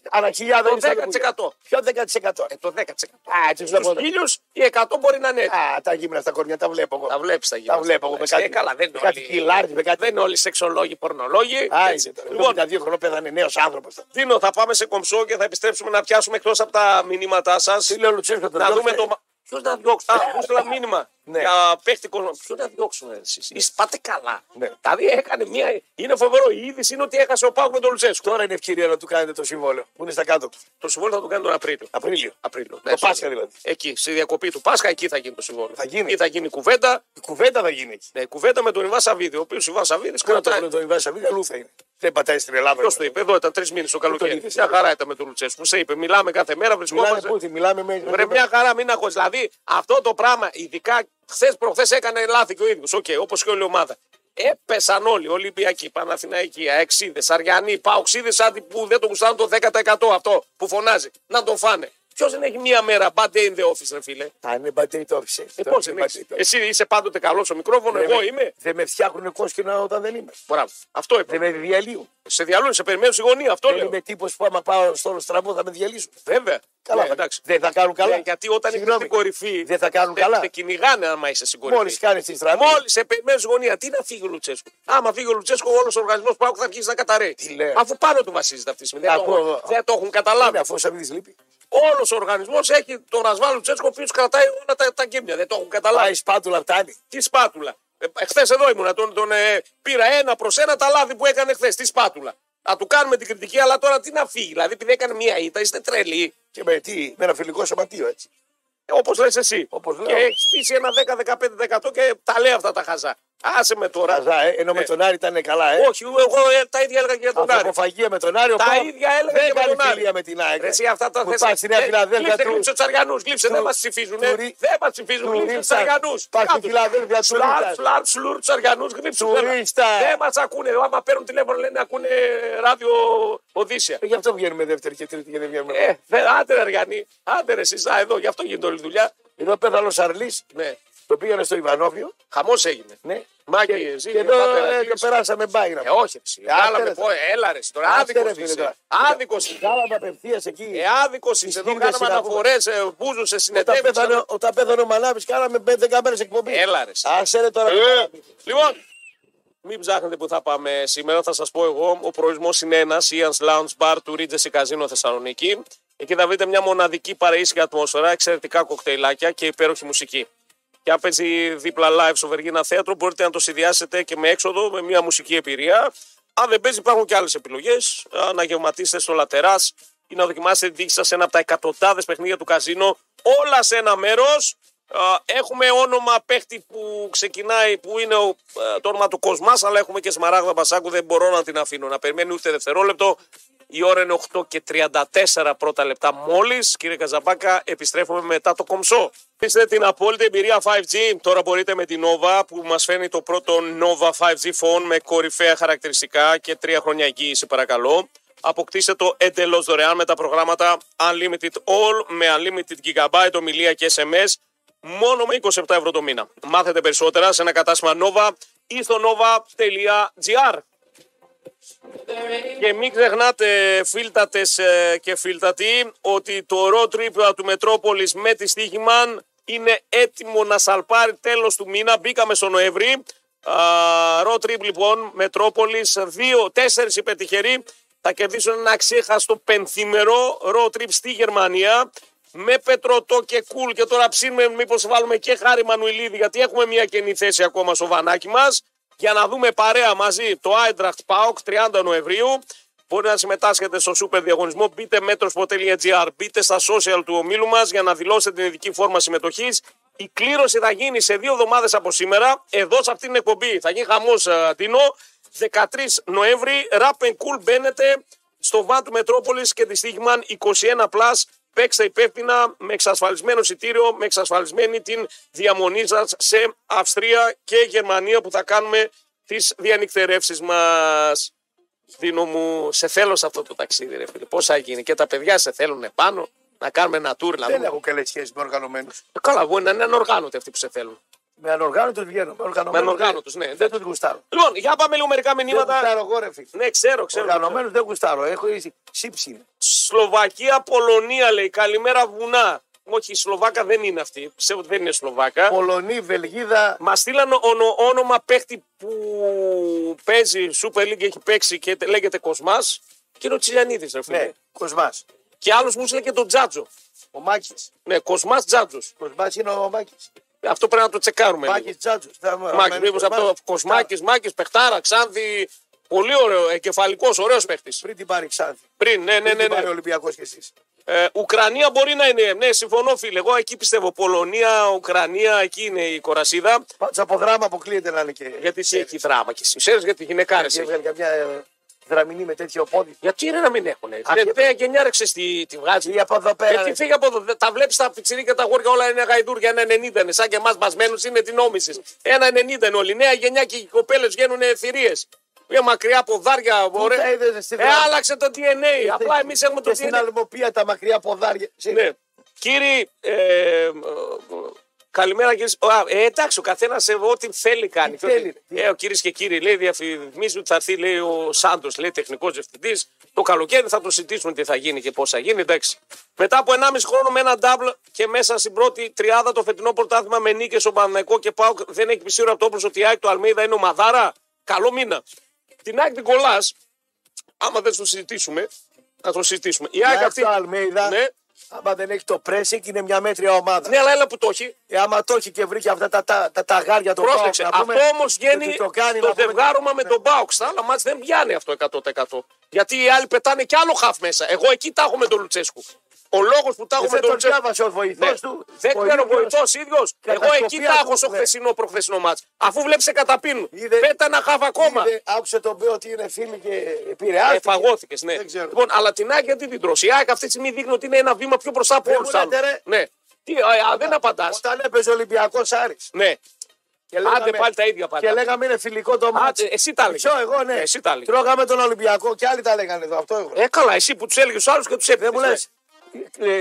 B: Ανά χιλιάδες.
A: Το 10%.
B: Ποιο 10%.
A: Ε, το 10%.
B: Α, έτσι βλέπω.
A: Στου χίλιου ή 100 μπορεί να είναι έτσι.
B: Ε, Α, τα γύμνα στα κορμιά τα βλέπω
A: Τα
B: εγώ.
A: βλέπεις τα
B: Τα
A: γυναίκα.
B: βλέπω εγώ με
A: Ε,
B: κάτι.
A: καλά, δεν είναι
B: με κάτι
A: όλοι.
B: κιλάρι, με κάτι.
A: Δεν είναι όλοι σεξολόγοι, πορνολόγοι.
B: Α,
A: Έτσι.
B: είναι τώρα.
A: Λοιπόν,
B: Λοιπόν, 72 χρόνια πέθανε νέος άνθρωπος.
A: Δίνω, θα πάμε σε κομψό και θα επιστρέψουμε να πιάσουμε εκτός από τα μηνύματά σας.
B: Τι λέω, Λουτσέσκο, τον
A: Να
B: διώξε.
A: δούμε το. Ποιος να διώξει. Α, μου έστειλα μήνυμα.
B: Ναι.
A: Για παίχτη κόσμο. Ποιος να διώξουν εσεί. Είστε πάτε καλά.
B: Ναι.
A: Δηλαδή έκανε μια. Είναι φοβερό. Η είδηση είναι ότι έχασε ο Πάουκ με τον Λουτσέσκο.
B: Τώρα είναι ευκαιρία να του κάνετε το συμβόλαιο. Που είναι στα κάτω.
A: Το συμβόλαιο θα το κάνει τον Απρίλιο.
B: Απρίλιο.
A: Απρίλιο.
B: Το Πάσχα δηλαδή.
A: Εκεί, στη διακοπή του Πάσχα, εκεί θα γίνει το συμβόλαιο.
B: Θα γίνει.
A: Ή θα γίνει κουβέντα.
B: Η κουβέντα θα γίνει εκεί.
A: Ναι, κουβέντα με τον Ιβά Σαββίδη. Ο οποίος Ιβά Σαββίδη
B: Πού να το
A: κρατάει.
B: βρουν τον Ιβάσα Βίγκα, αλλού θα είναι. Δεν πατάει στην Ελλάδα.
A: Ποιος το είπε, εδώ ήταν τρεις μήνες το καλοκαίρι.
B: τον είδες,
A: Μια
B: εσύ.
A: χαρά ήταν με τον Λουτσέσκου. Σε είπε, μιλάμε κάθε μέρα,
B: Μιλάμε
A: βρισκόμαστε.
B: πού, τι, μιλάμε με.
A: Βρε μια χαρά, μην αγχώνεις. Δηλαδή αυτό το πράγμα, ειδικά χθες προχθές έκανε λάθη και ο ίδιος. Οκ, όπως και όλη η ομάδα. Έπεσαν όλοι, Ολυμπιακοί, Παναθηναϊκοί, Αεξίδες, Αριανοί, Παοξίδες, άντι που δεν τον γουστάνε το 10% αυτό που φωνάζει. Να τον φάνε. Ποιος δεν έχει μία μέρα bad day in the office, ρε φίλε.
B: Α, είναι μπατέι το office.
A: Ε, πώ
B: Το είναι
A: δεν έχεις.
B: μπατέι το office.
A: Εσύ είσαι πάντοτε καλός στο μικρόφωνο, εγώ
B: με-
A: είμαι.
B: Δεν με φτιάχνουν κόσκινα όταν δεν είμαι.
A: Μπράβο. Αυτό
B: Δεν
A: είπα.
B: με διαλύουν.
A: Σε διαλύουν, σε περιμένουν στη γωνία. Αυτό
B: Δεν
A: λέω.
B: είμαι τύπος που άμα πάω στον στραβό θα με διαλύσουν.
A: Βέβαια.
B: Καλά,
A: Ναι, εντάξει.
B: δεν θα κάνουν καλά.
A: Ναι, γιατί όταν είναι
B: Συγγνώμη,
A: στην κορυφή.
B: δεν θα κάνουν καλά.
A: Σε κυνηγάνε άμα είσαι στην κορυφή.
B: Μόλις κάνεις τη στραβή. ναι,
A: Μόλις σε περιμένει γωνία, τι να φύγει ο Λουτσέσκο. Άμα φύγει ο Λουτσέσκο, όλος ο οργανισμός Πάουκ θα αρχίσει να καταραίει.
B: Τι λέω.
A: Αφού πάνω του βασίζεται αυτή τη στιγμή. Δεν, το,
B: Ακούω
A: έχουν-
B: εγώ.
A: δεν το έχουν καταλάβει.
B: Είναι αφού σαν μην λείπει.
A: Όλος ο οργανισμός έχει τον Ρασβάλ Λουτσέσκο, ο οποίο κρατάει όλα τα, τα γκέμια. Δεν το έχουν καταλάβει.
B: Πάει σπάτουλα, φτάνει.
A: Τι σπάτουλα. Εχθέ εδώ ήμουνα, τον, τον ε, πήρα ένα προς ένα τα λάθη που έκανε χθες. Τι σπάτουλα. Να του κάνουμε την κριτική, αλλά τώρα τι να φύγει. Δηλαδή, επειδή έκανε μία ήττα, είστε τρελοί.
B: Και με, τι, με ένα φιλικό σωματείο έτσι.
A: Όπως λες εσύ.
B: Όπως λέω.
A: Και έχεις πείσει ένα 10-15% και τα λέει αυτά τα χαζά. Άσε με τώρα.
B: Καζά, ε, ενώ
A: Ναι.
B: με τον Άρη ήταν καλά, ε.
A: Όχι, εγώ ε, τα ίδια έλεγα και για τον Άρη.
B: Ανθρωποφαγία με τον Άρη. ο
A: Τα
B: Πάοκ
A: ίδια έλεγα και
B: Δεν
A: με
B: κάνει
A: τον Άρη.
B: φιλία με την ΑΕΚ. ε.
A: Ρε, Εσύ αυτά τα
B: Που
A: θες.
B: πάει στη Νέα
A: Ε,
B: Φιλαδέλφια
A: Γλύψτε,
B: του-
A: γλύψτε του Αριανού, γλύψτε.
B: του-
A: Δεν μας ψηφίζουν.
B: του
A: ε.
B: Ρι-
A: Δεν μας ψηφίζουν.
B: του
A: Γλύψτε του
B: Ρίτσαρτ.
A: Αριανού.
B: Πάει στη Φιλαδέλφια του
A: Σλαρ,
B: Ρίτσαρτ.
A: σλαρ, σλουρ του Αριανού, γλύψτε
B: Του Ρίτσαρτ.
A: Δεν μας ακούνε. Άμα παίρνουν τηλέφωνο λένε ακούνε ράδιο Οδύσσια.
B: Ε, Γι' αυτό βγαίνουμε δεύτερη και τρίτη και δεν βγαίνουμε.
A: Ε, δεν- άντε ρε Αριανοί, άντε ρε εσείς, να, εδώ, γι' αυτό γίνεται όλη η δουλειά.
B: Εδώ πέθανε ο Σαρλής,
A: Ναι,
B: το πήγανε στο Ιβανόβιο.
A: χαμός έγινε.
B: Ναι.
A: Μάκη,
B: Και
A: ζήτησε,
B: εδώ ε,
A: πάτε
B: το περάσαμε μπάι
A: Ε,
B: να
A: όχι, ρε, εσύ.
B: Ε, άντε,
A: Βγάλαμε
B: ρε,
A: πό- έλα ρε, εσύ, τώρα
B: Άντε,
A: άδικος
B: ρε, φίλε,
A: είσαι.
B: τώρα. Ναι.
A: Άδικος είσαι.
B: Βγάλαμε απευθείας εκεί.
A: Ε, άδικος είσαι. Εδώ
B: σύνδεση
A: κάναμε ε,
B: να πούμε.
A: αναφορέ, μπούζου σε
B: Όταν
A: συνεντεύξεις.
B: πέθανε, όταν πέθανε ο Μανάβης, κάναμε 5-10 μέρε εκπομπής.
A: Έλα, ρε, εσύ.
B: Άσε ρε Ε, τώρα.
A: Λοιπόν, μην ψάχνετε που θα πάμε σήμερα. Θα σας πω εγώ. Ο προορισμός είναι ένας. Ian's Lounge Bar του Ridges Καζίνο Θεσσαλονίκη. Εκεί θα βρείτε μια μοναδική παραίσια ατμόσφαιρα, εξαιρετικά κοκτέιλάκια και υπέροχη μουσική. Και αν παίζει δίπλα live στο Βεργίνα Θέατρο, μπορείτε να το συνδυάσετε και με έξοδο, με μια μουσική εμπειρία. Αν δεν παίζει, υπάρχουν και άλλες επιλογές. Να γευματίσετε στο λατερά ή να δοκιμάσετε την τύχη σας σε ένα από τα εκατοντάδες παιχνίδια του καζίνο, όλα σε ένα μέρος. Έχουμε όνομα παίχτη που ξεκινάει, που είναι ο, ε, το όνομα του Κοσμάς, αλλά έχουμε και Σμαράγδα Μπασάκου. Δεν μπορώ να την αφήνω να περιμένει ούτε δευτερόλεπτο. Η ώρα είναι 8 και 34 πρώτα λεπτά μόλις. Κύριε Καζαμπάκα, επιστρέφουμε μετά το κομψό. Είστε την απόλυτη εμπειρία 5G. Τώρα μπορείτε με την Nova που μας φέρνει το πρώτο Nova 5G phone με κορυφαία χαρακτηριστικά και τρία χρόνια εγγύηση, παρακαλώ. Αποκτήστε το εντελώς δωρεάν με τα προγράμματα Unlimited All με Unlimited Gigabyte, ομιλία και SMS μόνο με 27 ευρώ το μήνα. Μάθετε περισσότερα σε ένα κατάστημα Nova ή στο nova.gr. Και μην ξεχνάτε φίλτατες ε, και φίλτατοι ότι το road trip του Μετρόπολης με τη Στίχημαν είναι έτοιμο να σαλπάρει τέλος του μήνα. Μπήκαμε στο Νοέμβρη. Α, Road trip λοιπόν Μετρόπολης 2-4 υπετυχεροί θα κερδίσουν ένα ξέχαστο πενθήμερο road trip στη Γερμανία με πετρωτό και κουλ και τώρα ψήνουμε μήπως βάλουμε και χάρη Μανουηλίδη γιατί έχουμε μια καινή θέση ακόμα στο βανάκι μας για να δούμε παρέα μαζί το Άιντραχτ ΠΑΟΚ 30 Νοεμβρίου. Μπορεί να συμμετάσχετε στο σούπερ διαγωνισμό. Μπείτε μέτροσπο.gr, μπείτε στα social του ομίλου μας για να δηλώσετε την ειδική φόρμα συμμετοχής. Η κλήρωση θα γίνει σε δύο εβδομάδες από σήμερα, εδώ σε αυτήν την εκπομπή. Θα γίνει χαμός, Τίνο. 13 Νοέμβρη, Rap and Cool μπαίνετε στο βαν του Μετρόπολης και τη Στίγμαν 21 Παίξτε υπεύθυνα με εξασφαλισμένο εισιτήριο, με εξασφαλισμένη την διαμονή σας σε Αυστρία και Γερμανία που θα κάνουμε τις διανυκτερεύσεις μας. Δίνω μου, σε θέλω σε αυτό το ταξίδι, ρε φίλε. Πώς θα γίνει, και τα παιδιά σε θέλουν επάνω να κάνουμε ένα tour. Να
B: Δεν
A: δούμε. Ε,
B: έχω καλές σχέσεις με οργανωμένους.
A: Καλά, μπορεί να είναι ανοργάνωτοι αυτοί που σε θέλουν.
B: Με ανοργάνωτου βγαίνω. Με οργανωμένους
A: ανοργάνωτους, ναι,
B: δεν- Δεν
A: εντάξει.
B: τους γουστάρω.
A: Λοιπόν, για πάμε λίγο μερικά
B: Δεν
A: μηνύματα.
B: γουστάρω εγώ, ρε φίλε.
A: Ναι, ξέρω, ξέρω. ξέρω.
B: Οργανωμένους δεν γουστάρω. Έχω ήδη σύψη. είναι.
A: Σλοβακία, Πολωνία λέει. Καλημέρα, βουνά. Όχι, η Σλοβάκα δεν είναι αυτή. Πιστεύω ότι δεν είναι Σλοβάκα.
B: Πολωνή, Βελγίδα.
A: Μα στείλαν ονο- όνομα παίχτη που παίζει Super League, έχει παίξει και τε- λέγεται Κοσμάς. Και είναι ο Τσιλιανίδης, ρε φίλε.
B: Ναι, Κοσμάς.
A: Και άλλος μου λέει και τον Τζάτζο.
B: Ο Μάκης.
A: Ναι, Κοσμάς Τζάτζος.
B: Κοσμάς είναι ο Μάκης.
A: Αυτό πρέπει να το τσεκάρουμε.
B: Μάκη Τζάτζο.
A: Μάκη, μήπω ναι. από το Κοσμάκη, Μάκη, Πεχτάρα, Ξάνθη. Πολύ ωραίο, ε, εγκεφαλικός, ωραίος παίχτης.
B: Πριν την πάρει Ξάνθη.
A: Πριν, ναι, ναι,
B: Πριν
A: ναι.
B: την
A: ναι.
B: πάρει ο Ολυμπιακός κι εσείς.
A: Ε, Ουκρανία μπορεί να είναι. Ναι, συμφωνώ, φίλε. Εγώ εκεί πιστεύω. Πολωνία, Ουκρανία, εκεί είναι η κορασίδα.
B: Πάντως από δράμα αποκλείεται να είναι και.
A: Γιατί εσύ έχει δράμα και εσύ. Ξέρεις γιατί γυναικάρες έχει.
B: Έβγαλε καμιά ε, δραμηνή με τέτοιο πόδι.
A: Γιατί ρε να μην έχουν.
B: Α,
A: Δεν δεν γενιάρεξες τι, τη βγάζει.
B: Ή από εδώ πέρα.
A: Γιατί
B: ρε.
A: φύγει από εδώ. Δε- Τα βλέπεις τα πιτσιρίκια, τα γόρια όλα είναι γαϊδούρια, ένα 90 είναι. Σαν και εμάς μπασμένους είναι την νόμιση. Ένα 90 είναι όλοι. Η Νέα γενιά και οι κοπέλες βγαίνουν θηρίε. Μια μακριά ποδάρια,
B: Πού τα
A: ωραία.
B: είδες στη
A: Ε,
B: δράμα.
A: άλλαξε το DNA. Απλά εμείς έχουμε το
B: ε, Και στην
A: DNA.
B: αλμοπία τα μακριά ποδάρια. Σε-
A: Ναι. Κύριε. ε, ε, Καλημέρα κύριε. Σ- Α, ε, εντάξει, ο καθένας ό,τι θέλει κάνει.
B: Τι θέλει,
A: Και ό,τι- Ε, ο κύριε και κύριοι, λέει, διαφημίζει ότι θα έρθει λέει, ο Σάντος, λέει, τεχνικός διευθυντής. Το καλοκαίρι θα το συζητήσουμε τι θα γίνει και πώς θα γίνει. Εντάξει. Μετά από 1,5 χρόνο με ένα νταμπλ και μέσα στην πρώτη τριάδα το φετινό πρωτάθλημα με νίκες στον Παναγενικό και Πάοκ δεν έχει πιστεί από το όπλο ότι η ΑΕΚ του Αλμίδα είναι ομαδάρα. Καλό μήνα. Την ΑΕΚ την κολλάς, άμα δεν το συζητήσουμε, να το συζητήσουμε. Η
B: Η
A: ΑΕΚ
B: ΑΕΚ
A: αυτή.
B: του Αλμέιδα,
A: Ναι.
B: άμα δεν έχει το pressing, είναι μια μέτρια ομάδα.
A: Ναι, αλλά έλα που το έχει.
B: Ε, άμα το έχει και βρει και αυτά τα, τα, τα ταγάρια των
A: Πρόσεξε.
B: Πάοκ, να
A: Αυτό
B: πούμε,
A: όμως
B: ότι
A: βγαίνει το,
B: κάνει, να πούμε,
A: ζευγάρωμα με
B: ναι.
A: τον Μπάουξ. Τα άλλα μάτς δεν πιάνει αυτό 100%. Γιατί οι άλλοι πετάνε κι άλλο χαφ μέσα. Εγώ εκεί τα έχω με τον Λουτσέσκου. Ο λόγος που τα έχω
B: Και
A: με
B: Ε, δεν
A: τον
B: τον
A: Λουτσέσκου.
B: διάβασε ο βοηθός
A: Ναι.
B: του.
A: Δεν
B: ο
A: ξέρω,
B: ίδιος.
A: βοηθός ίδιος. Εγώ
B: Κατασκοπία
A: εκεί τα έχω
B: του,
A: στο
B: ναι.
A: χθεσινό προχθεσινό μάτς. Αφού βλέπεις σε καταπίνουν.
B: Είδε-
A: Πέτα ένα χαφ ακόμα.
B: Είδε, άκουσε τον πει ότι είναι φίλοι και επηρεάστηκε.
A: Εφαγώθηκε, ναι.
B: Δεν ξέρω.
A: Λοιπόν, αλλά την Άκη γιατί την τρώσει. Η Άκη αυτή τη στιγμή δείχνει ότι είναι ένα βήμα πιο μπροστά από
B: Δεν
A: όλους του
B: Ε, μου
A: άλλου.
B: λέτε, ρε.
A: Ναι. Τι, α, α, δεν απαντάς.
B: Όταν έπαιζε ο Ολυμπιακός Άρης.
A: Ναι. Άντε πάλι τα ίδια
B: Και
A: πάντα.
B: λέγαμε είναι φιλικό το μάτι.
A: Άντε, εσύ τα έλεγες.
B: Ξέρω εγώ, ναι.
A: Εσύ τα έλεγες.
B: Τρώγαμε τον Ολυμπιακό και άλλοι τα λέγανε εδώ. Αυτό εγώ.
A: Ε, καλά, εσύ που τους έλεγες τους άλλους και τους έπαιρνες.
B: δεν μου λες.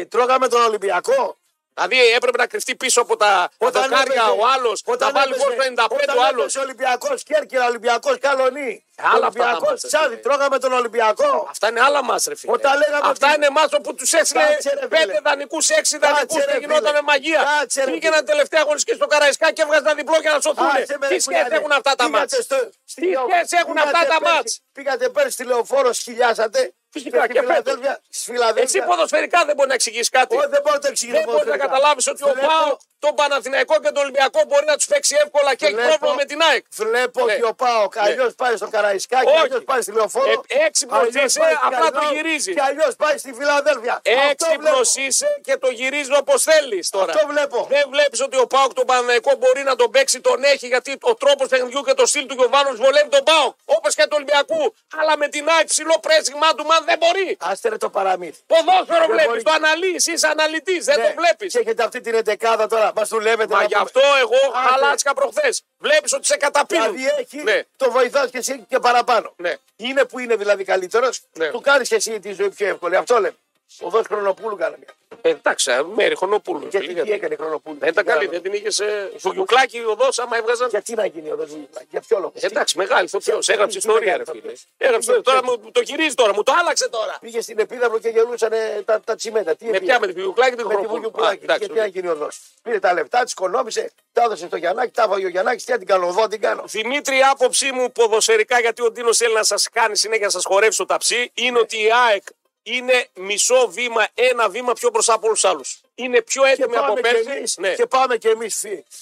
B: Τρώγαμε τον Ολυμπιακό.
A: Δηλαδή έπρεπε να κρυφτεί πίσω από τα δοκάρια
B: έπαιζε-
A: ο άλλος, να βάλει γκολ το
B: έπαιζε-
A: 95 ο
B: όταν
A: άλλο.
B: έπαιζε Ολυμπιακός Κέρκυρα, Ολυμπιακός Καλονί.
A: Άλλα αυτά τα
B: Ολυμπιακό
A: μάτια,
B: Τσάδι,
A: ναι.
B: τρώγαμε τον Ολυμπιακό.
A: Αυτά είναι άλλα μας, ρε φίλε.
B: Όταν λέγαμε
A: Αυτά
B: ότι-
A: είναι μάτσο που τους έστειλε
B: Κάτσε, ρε, φίλε.
A: πέντε δανεικούς, έξι δανεικού,
B: Κάτσε,
A: δεν
B: ρε,
A: γινότανε
B: φίλε.
A: μαγεία.
B: Κάτσε, ρε,
A: Πήγαιναν
B: φίλε.
A: τελευταία χωρί και στο Καραϊσκά και έβγαζαν διπλό για να σωθούν.
B: Άσε με, ρε,
A: Τι σχέση
B: κουλιάδε.
A: έχουν αυτά τα
B: Πήγατε
A: μάτσα.
B: στο- στη
A: Τι
B: Λεω-
A: σχέση έχουν
B: πήγατε
A: αυτά τα
B: πέρσι-
A: μάτς.
B: Πήγατε πέρσι στη λεωφόρο, σχιλιάσατε.
A: Φυσικά
B: Στη
A: και φέτος.
B: Φιλαδέλφια- στη
A: Εσύ
B: Φιλαδέλφια.
A: ποδοσφαιρικά δεν μπορεί να εξηγήσεις κάτι.
B: Ω, δεν μπορώ να το εξηγήσω.
A: Δεν μπορείς να
B: ποδοσφαιρικά.
A: καταλάβει ότι ο
B: Βλέπω-
A: Πάο, τον Παναθηναϊκό και τον Ολυμπιακό μπορεί να τους παίξει εύκολα και έχει
B: Βλέπω-
A: πρόβλημα με την ΑΕΚ.
B: Βλέπω
A: Ναι.
B: ότι ο Πάοκ αλλιώς πάει στο Καραϊσκάκι,
A: Όχι.
B: αλλιώς πάει στη λεωφόρο.
A: Ε, έξυπνος
B: αλλιώς
A: είσαι,
B: πάει στη
A: απλά το
B: Καλνάου
A: γυρίζει.
B: Και αλλιώς πάει στη Φιλαδέλφια. Αυτό βλέπω.
A: Έξυπνο είσαι και το γυρίζει όπως θέλεις τώρα.
B: Αυτό βλέπω.
A: Δεν βλέπεις ότι ο Πάοκ τον Παναναϊκό μπορεί να τον παίξει, τον έχει γιατί ο τρόπος παιχνιδιού και το στυλ του Γιωβάνος βολεύει τον Πάοκ. Όπως και του Ολυμπιακού. Αλλά με την ΑΕΚ ψηλό πρέσβημά του, μαν δεν μπορεί.
B: Άστε ρε το παραμύθι.
A: Ποδόσφαιρο
B: Δεν
A: βλέπεις,
B: μπορεί.
A: το αναλύεις, είσαι αναλυτής, δεν
B: Ναι.
A: το βλέπεις.
B: Και έχετε αυτή την εντεκάδα τώρα. Μας δουλεύετε.
A: Μα
B: να
A: γι'
B: πούμε.
A: αυτό εγώ
B: Άντε.
A: χαλάτσικα προχθές. Βλέπεις ότι σε καταπίνουν.
B: Δηλαδή έχει
A: Ναι.
B: το βοηθάς και εσύ και παραπάνω.
A: Ναι.
B: Είναι που είναι δηλαδή καλύτερος,
A: Ναι.
B: του κάνεις και εσύ τη ζωή πιο εύκολη. Αυτό λέμε. Ο Δό Χρονοπούλου κάνει μια.
A: Ε, εντάξει, μέρη Χρονοπούλου.
B: Γιατί τι έκανε η Χρονοπούλου.
A: Δεν ήταν
B: τι
A: καλή,
B: κάνω.
A: δεν την είχε. Σε... Στο γιουκλάκι ο Δός, άμα έβγαζαν.
B: Γιατί να γίνει ο Δός Χρονοπούλου. Για ποιο λόγο.
A: Εντάξει, μεγάλη ηθοποιό.
B: Τι-
A: Έγραψε
B: τι- τι
A: ιστορία, ρε
B: έκανε
A: φίλε.
B: αυτός.
A: Έγραψε
B: Τι-
A: ιστορία. Τώρα
B: τι-
A: μου- μου το γυρίζει τώρα, μου το άλλαξε τώρα.
B: Πήγε στην Επίδαυρο και γελούσαν τα, τα τσιμέντα. Τι
A: Με
B: έπιε?
A: πια με την Πιλουκλάκη την
B: με τη
A: Χρονοπούλου. Α,
B: Βουγιουκλάκη.
A: εντάξει,
B: Γιατί να
A: οκ.
B: γίνει ο Δός. Πήρε τα λεφτά, τη κονόμησε, τα έδωσε στο Γιαννάκη, τα έβαγε ο Γιαννάκης. Τι να την κάνω, εδώ την κάνω.
A: Δημήτρη, η άποψή μου ποδοσφαιρικά, γιατί ο Ντίνος θέλει να σας κάνει συνέχεια να σας χορεύει στο ταψί,
B: Ναι.
A: είναι ότι η ΑΕΚ είναι μισό βήμα, ένα βήμα πιο μπροστά από όλους τους άλλους. Είναι πιο
B: Και
A: έτοιμη από
B: πάμε, και
A: πέρσι.
B: εμείς,
A: Ναι.
B: και πάμε και εμείς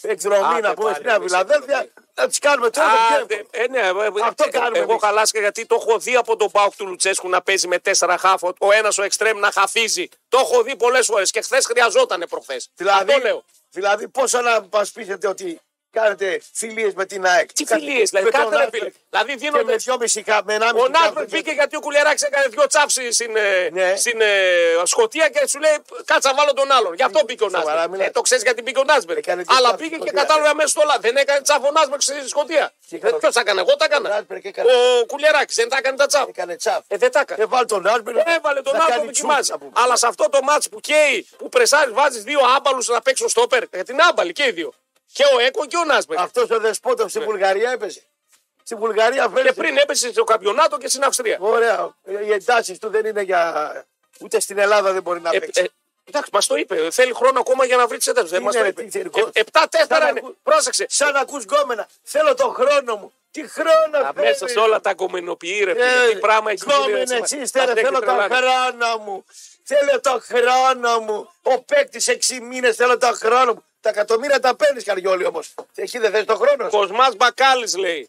B: εκδρομή
A: Άντε
B: να πούμε
A: πάλι,
B: στη Νέα
A: εμείς
B: Φιλαδέλφια να τις κάνουμε τώρα. δεν
A: Άντε,
B: βλέπω.
A: ε, ναι, ε, ε,
B: Αυτό
A: ε,
B: κάνουμε
A: Εγώ
B: εμείς.
A: χαλάσκα γιατί το έχω δει από τον Πάουκ του Λουτσέσκου να παίζει με τέσσερα χάφ. ο- Ο ένας ο εξτρέμ να χαφίζει. Το έχω δει πολλές φορές και χθες χρειαζόταν προχθές.
B: Δηλαδή,
A: Αυτό λέω.
B: δηλαδή πόσο να μας πείτε ότι κάνετε φιλίες με την ΑΕΚ.
A: Τι
B: Κα-
A: φιλίες, δηλαδή,
B: με τον
A: κάθε ρε
B: Άσπρη
A: φίλε. Δηλαδή,
B: Και με
A: δίνονται.
B: δυόμιση χα- με ενάμιση
A: Ο Νάσπρε
B: χα-
A: μπήκε γιατί ο Κουλεράκη έκανε δύο τσάψεις στην, ε,
B: Ναι.
A: στην ε, Σκωτία και σου λέει Κάτσα βάλω τον άλλον. Γι' αυτό μπήκε ο
B: Ναι, Σοβαρά
A: Νάσπερ.
B: μιλάς.
A: Ε, το ξέρεις γιατί μπήκε ο Νάσπερ.
B: Έκανε δύο
A: Αλλά
B: τσάψεις
A: πήγε
B: στη
A: και
B: Σκωτία.
A: κατάλαβε αμέσως το λάθο. Δεν έκανε τσάφο Νάσπερ στην Σκωτία.
B: έκανε ο-
A: Ποιο τα έκανε, εγώ τα έκανα.
B: Νάσπερ και έκανε-
A: Ο Κουλεράκη δεν τα έκανε τα τσάφ.
B: Έκανε τσαφ.
A: Ε, δεν τα έκανε.
B: Ε, βάλει τον Άσπρη.
A: Έβαλε τον
B: να
A: άλλο
B: κάνει
A: να
B: τσούτ,
A: δοκιμάζει.
B: να πούμε.
A: Αλλά σε αυτό το μάτς που καίει, που πρεσάρεις, βάζεις δύο άμπαλους να παίξουν στόπερ. Για την Ε, άμπαλη και οι δύο. Και ο Έκο και ο Νάσπε.
B: Αυτός ο δεσπότο στην Βουλγαρία έπεσε. Στην Βουλγαρία
A: Ναι. Και
B: φέρνει.
A: πριν έπεσε στο Καμπιονάτο και στην Αυστρία.
B: Ωραία. Οι εντάσεις του δεν είναι για. Ούτε στην Ελλάδα δεν μπορεί να
A: Ε,
B: παίξει.
A: ε, εντάξει, μας το είπε. Θέλει χρόνο ακόμα για να βρει τις έντασε. Δεν μα
B: Είναι,
A: το
B: ρε,
A: είπε.
B: τι θερικός. Σαν να
A: Επτά-τέσσερα είναι.
B: ακού-
A: Πρόσεξε.
B: Σαν να ακούς γκόμενα. Θέλω τον χρόνο μου. Τι χρόνο Ε,
A: Α, Μέσα σε όλα τα κομμενοποιεί, ρε φίλε. Τι πράγμα έχει γίνει. ρε,
B: Γκόμενε,
A: σε-
B: είστε,
A: μας
B: ναι, ρε,
A: έχει
B: θέλω τον
A: τρελάνει.
B: χρόνο μου. Θέλω τον χρόνο μου. Ο παίκτης έξι μήνες, θέλω τον χρόνο μου. Τα εκατομμύρια τα παίρνεις, Καριόλη όμως. Εκεί δεν θες τον χρόνο. σου.
A: Κοσμάς Μπακάλης λέει.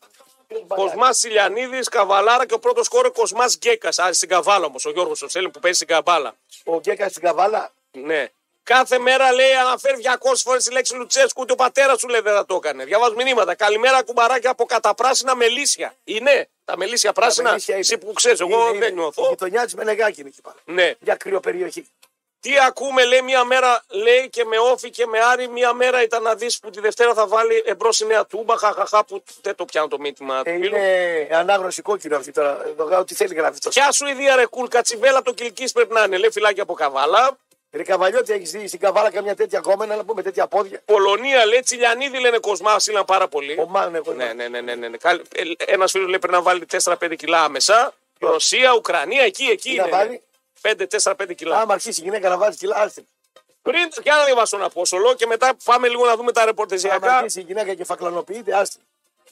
A: Κοσμά Σιλιανίδης, Καβαλάρα και ο πρώτος κόρο Κοσμάς Γκέκας. Α, στην Καβάλα όμως, ο Γιώργος Σελ που παίζει στην Καβάλα.
B: Ο Γκέκας στην καβάλα.
A: Ναι. Κάθε μέρα λέει αναφέρει 200 φορές τη λέξη Λουτσέσκου και ο πατέρας σου λέει δεν θα το έκανε. Διαβάζω μηνύματα. Καλημέρα κουμπαράκια από καταπράσινα μελίσια. Είναι τα μελίσια πράσινα.
B: μελίσια είναι.
A: Εσύ που ξέρεις, εγώ
B: Είναι, είναι.
A: δεν
B: Η
A: νιώθω.
B: γειτονιά της Μενεγάκη είναι εκεί πάνω.
A: Ναι.
B: Για κρυοπεριοχή.
A: Τι ακούμε, λέει, μία μέρα λέει και με όφη και με άρη, μία μέρα ήταν να δεις που τη Δευτέρα θα βάλει εμπρός η νέα τούμπα. Χαχαχά που δεν το πιάνω το μήνυμα του
B: Ε,
A: φίλου.
B: Είναι ανάγνωση κόκκινο αυτή τώρα. Εδώ γάω τι θέλει γράφει τώρα.
A: Ποια σου ιδέα ρε κουλ, κατσιβέλα το κυλκής πρέπει να είναι, λέει φυλάκια από καβάλα.
B: Ρε Καβαλιώτη, έχεις δει στην καβάλα καμιά τέτοια κόμενα να πούμε τέτοια πόδια.
A: Πολωνία λέει, Τσιλιανίδη λένε κοσμά, σύλλαν πάρα πολύ.
B: Ο Μάνου εγώ.
A: Ναι, ναι, ναι, ναι. ναι, ναι. Ένας φίλος λέει πρέπει να βάλει 4-5 κιλά άμεσα. Ρωσία, Ουκρανία, εκεί, εκεί.
B: Τι να
A: είναι, ναι.
B: βάλει.
A: 5-4-5 κιλά.
B: Άμα αρχίσει η γυναίκα να βάζει κιλά, άστε.
A: Πριν και να διαβάσω τον Απόστολο και μετά πάμε λίγο να δούμε τα
B: Άμα
A: ρεπορτεζιακά.
B: αρχίσει η γυναίκα και φακλανοποιείται, άστε.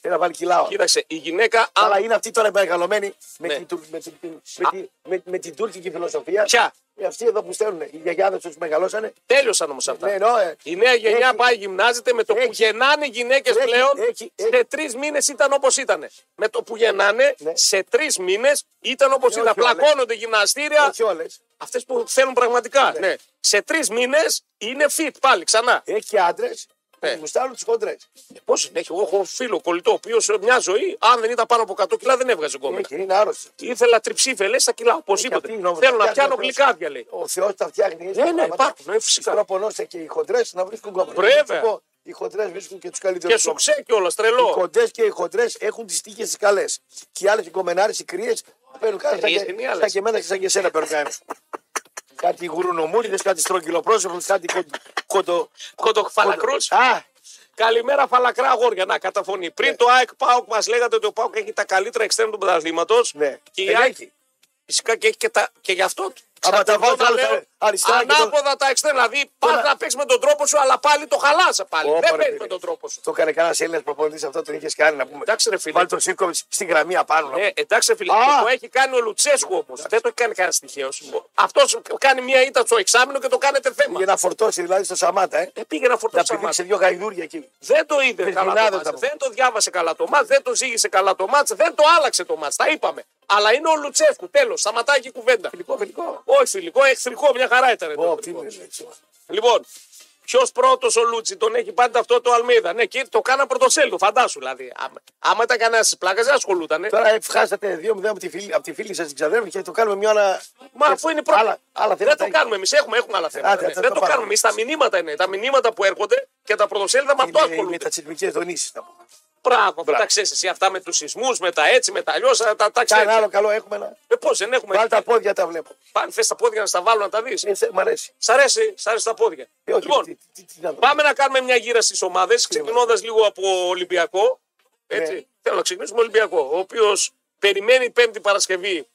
B: Θέλει να βάλει κιλά. ο-
A: Κοίταξε, η γυναίκα, αν
B: Αλλά είναι αυτή τώρα παρακαλωμένη με,
A: Ναι.
B: την, τουρ- με, την, με, τη- με, με την τουρκική φιλοσοφία.
A: Ποια?
B: Ε, Αυτοί εδώ που στέλνουν, οι γιαγιάδες τους μεγαλώσανε.
A: τέλειωσαν όμως αυτά.
B: Ναι, εννοώ, ε,
A: Η νέα γενιά
B: Έχει-
A: πάει γυμνάζεται με το που
B: έχει-
A: γεννάνε οι γυναίκες
B: έχει-
A: πλέον.
B: έχει-
A: σε τρεις μήνες ήταν όπως ήταν. Με το που γεννάνε,
B: Ναι.
A: σε τρεις μήνες ήταν όπως
B: Ναι,
A: ήταν.
B: όχι όλα.
A: Πλακώνονται γυμναστήρια.
B: όχι όλες.
A: Αυτές που θέλουν πραγματικά. Ναι. Σε τρεις μήνες είναι fit πάλι ξανά.
B: Έχει άντρες
A: Ναι.
B: που γουστάρουν του κοντρέ.
A: Πώ Ε, είναι, έχει, εγώ έχω φίλο κολλητό, ο οποίος μια ζωή, αν δεν ήταν πάνω από 100 κιλά, δεν έβγαζε Ε, κόμματα.
B: Έχει, είναι άρρωστη.
A: Ναι. Ήθελα τριψήφελε στα κιλά,
B: Και
A: οπωσδήποτε.
B: αυτή η νόμος
A: Θέλω
B: τα
A: να
B: φτιάχνει
A: πιάνω
B: ο Θεός.
A: γλυκάδια, λέει.
B: Ο Θεός τα φτιάχνει. έτσι
A: Ναι, ναι,
B: πράγματα.
A: υπάρχουν, ναι, φυσικά.
B: Σκροπονώστε και οι χοντρές να βρίσκουν κόμματα.
A: Βέβαια.
B: Να σου πω, Οι χοντρές βρίσκουν και τους καλύτερους.
A: Και σου ξέ κιόλας, τρελό.
B: Οι κοντέ και οι χοντρές έχουν τις τύχες τις καλές. Και οι άλλε οι κομμενάρες, οι κρύες, παίρνουν κάτι σαν,
A: Κρύες
B: και-
A: είναι οι άλλες.
B: σαν και εμένα και σαν και εσένα παίρνουν κάτι. κάτι γουρουνομούριδε, κάτι στρογγυλοπρόσωπου, κάτι κον- κοντο.
A: Κοντοφαλακρούς.
B: Α,
A: Καλημέρα, φαλακρά αγόρια. Να, καταφωνεί.
B: Ναι.
A: Πριν το ΑΕΚ ΠΑΟΚ μας λέγατε ότι ο ΠΑΟΚ έχει τα καλύτερα εξτρέμ του πρωταθλήματος.
B: ναι.
A: Και η
B: Δεν
A: ΑΕΚ
B: έχει.
A: φυσικά και έχει και, τα, και γι' αυτό.
B: Άμα τα
A: ξανακολουθώ
B: βάζω
A: να
B: όλα τα-
A: λέω,
B: αριστερά και το-
A: Ανάποδα τα εξτρέμ. Δηλαδή πας να παίξεις με τον τρόπο σου, αλλά πάλι το χαλάσα πάλι.
B: Ω,
A: Δεν
B: ρε,
A: παίζει
B: φίλε.
A: με τον τρόπο σου.
B: Το έκανε κανένα Έλληνα προπονητής αυτό, τον είχες κάνει να πούμε.
A: Εντάξει, ρε φίλε.
B: Βάλει τον Σίρκοβιτ στην γραμμή απάνω.
A: Ε, εντάξει, ρε φίλε,
B: Α!
A: το έχει κάνει ο Λουτσέσκου όμως. Δεν το έχει κάνει κανένα τυχαίο. Αυτός κάνει μία ήττα στο εξάμεινο και το κάνετε θέμα.
B: Για να φορτώσει δηλαδή στο Σαμάτα, ε.
A: Ε, πήγε να
B: Να
A: φορτώσει τα
B: πηδήξει
A: μάτια.
B: δύο γαϊδούρια εκεί.
A: Δεν το είδε καλά το
B: γυνάδες
A: μάτς.
B: τα πω.
A: Δεν το διάβασε καλά το μάτς. Δεν το ζήγησε καλά το μάτς. Δεν το άλλαξε το μάτς. Τα είπαμε. Αλλά είναι ο Λουτσέσκου. Τέλος. Σταματάει και η κουβέντα.
B: Φιλικό, φιλικό.
A: Όχι φιλικό, εχθρικό. Μια χαρά ήταν. το
B: Ω, τι
A: εχθρικό.
B: είναι, έτσι.
A: Λοιπόν, ποιος πρώτος ο Λούτσι, τον έχει πάντα αυτό το Αλμίδα. Ναι, και το κάνα πρωτοσέλιδο, φαντάσου δηλαδή. Άμα, άμα ήταν κανένας πλάκα, δεν ασχολούταν.
B: Τώρα ε, χάσατε 2-0 από τη φίλη, από τη φίλη σας την ξαδέρφη και το κάνουμε μια ώρα.
A: Μα αφού είναι πρώτο.
B: Άλλα, άλλα
A: δεν
B: θέματα
A: το
B: έχει.
A: κάνουμε εμείς. Έχουμε, έχουμε άλλα θέματα.
B: Άντε,
A: ναι.
B: άντε,
A: Δεν
B: τα
A: το
B: πάμε.
A: κάνουμε εμείς. Τα μηνύματα είναι. Τα μηνύματα που έρχονται και τα πρωτοσέλιδα με αυτό
B: Είναι οι
A: ασχολούνται.
B: μετατσιτμικέ δονήσει.
A: Μπράβο, αυτά τα ξέρει εσύ αυτά με τους σεισμούς, με τα έτσι, με τα αλλιώς, τα, τα ξέρει.
B: Κάνα άλλο καλό έχουμε να.
A: Ε, πώς δεν έχουμε.
B: Βάλ τα πόδια τα βλέπω.
A: Πάλι θες τα πόδια να στα βάλω να τα δεις.
B: Ε, θε- Μ' αρέσει.
A: Σ' αρέσει, σ' αρέσει τα πόδια.
B: Ε, όχι,
A: λοιπόν,
B: τι- τι- τι να δω.
A: πάμε να κάνουμε μια γύρα στις ομάδες, ξεκινώντας λίγο από Ολυμπιακό. Έτσι.
B: Ναι.
A: Θέλω να ξεκινήσουμε Ολυμπιακό, ο οποίος περιμένει Πέμπτη Παρασκευή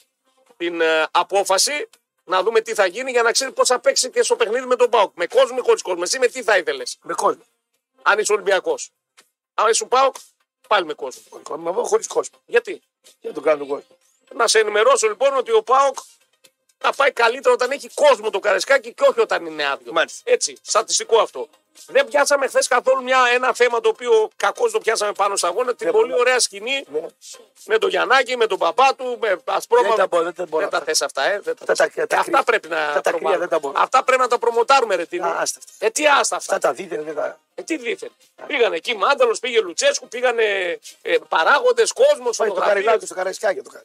A: την ε, απόφαση να δούμε τι θα γίνει για να ξέρει πώς θα παίξει και στο παιχνίδι με τον Πάουκ. Με κόσμο ή χωρίς κόσμο. Εσύ με τι θα ήθελες,
B: Με κόσμο.
A: αν είσαι Ολυμπιακός. Αν είσαι Πάουκ, πάλι με κόσμο.
B: Με εγώ χωρίς κόσμο.
A: Γιατί.
B: Για τον κάνω κόσμο.
A: Να σε ενημερώσω λοιπόν ότι ο Πάοκ θα πάει καλύτερα όταν έχει κόσμο το καρεσκάκι και όχι όταν είναι άδειο.
B: Μάλιστα.
A: Έτσι, στατιστικό αυτό. Δεν πιάσαμε χθες καθόλου μια, ένα θέμα το οποίο κακώς το πιάσαμε πάνω στα αγώνα. Την
B: Δεν
A: πολύ
B: μπορώ.
A: ωραία σκηνή
B: Ναι.
A: με τον Γιαννάκη, με τον παπά του, με ασπρόμα.
B: Δεν τα μπορώ, δεν τα μπορώ.
A: τα θες αυτά, ε. Δεν τα,
B: Τα- τα- τα- τα
A: αυτά
B: κρύα.
A: πρέπει να
B: Τα- τα κρύα
A: προβάλλουμε.
B: δεν τα μπορώ.
A: Αυτά πρέπει να τα προμοτάρουμε, ρε Τίνο.
B: Α, άστα αυτά.
A: Ε, τι άστα αυτά.
B: Αυτά τα δείτε, δεν τα.
A: Ε, τι δίθεν. Πήγανε εκεί Μάνταλος, πήγε Λουτσέσκου, πήγανε ε, παράγοντες, κόσμος,
B: Πάει το
A: φωτογραφίες.
B: καριλάκι στο καραϊσκάκι το κάνει.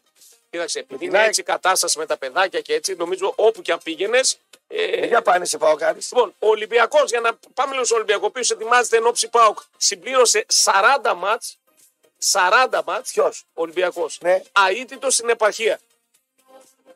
A: Κοίταξε, επειδή
B: την
A: είναι
B: ΑΕΚ.
A: έτσι η κατάσταση με τα παιδάκια και έτσι, νομίζω όπου και αν πήγαινες. Ε,
B: Για πάνε σε πάω κάνει.
A: λοιπόν, ο Ολυμπιακός, για να πάμε λίγο στο Ολυμπιακό, ο οποίος ετοιμάζεται εν ώψη ΠΑΟΚ, συμπλήρωσε 40 μάτ. 40 μάτ.
B: Ποιος.
A: Ο Ολυμπιακός.
B: Ναι.
A: Αίτητος στην επαρχία.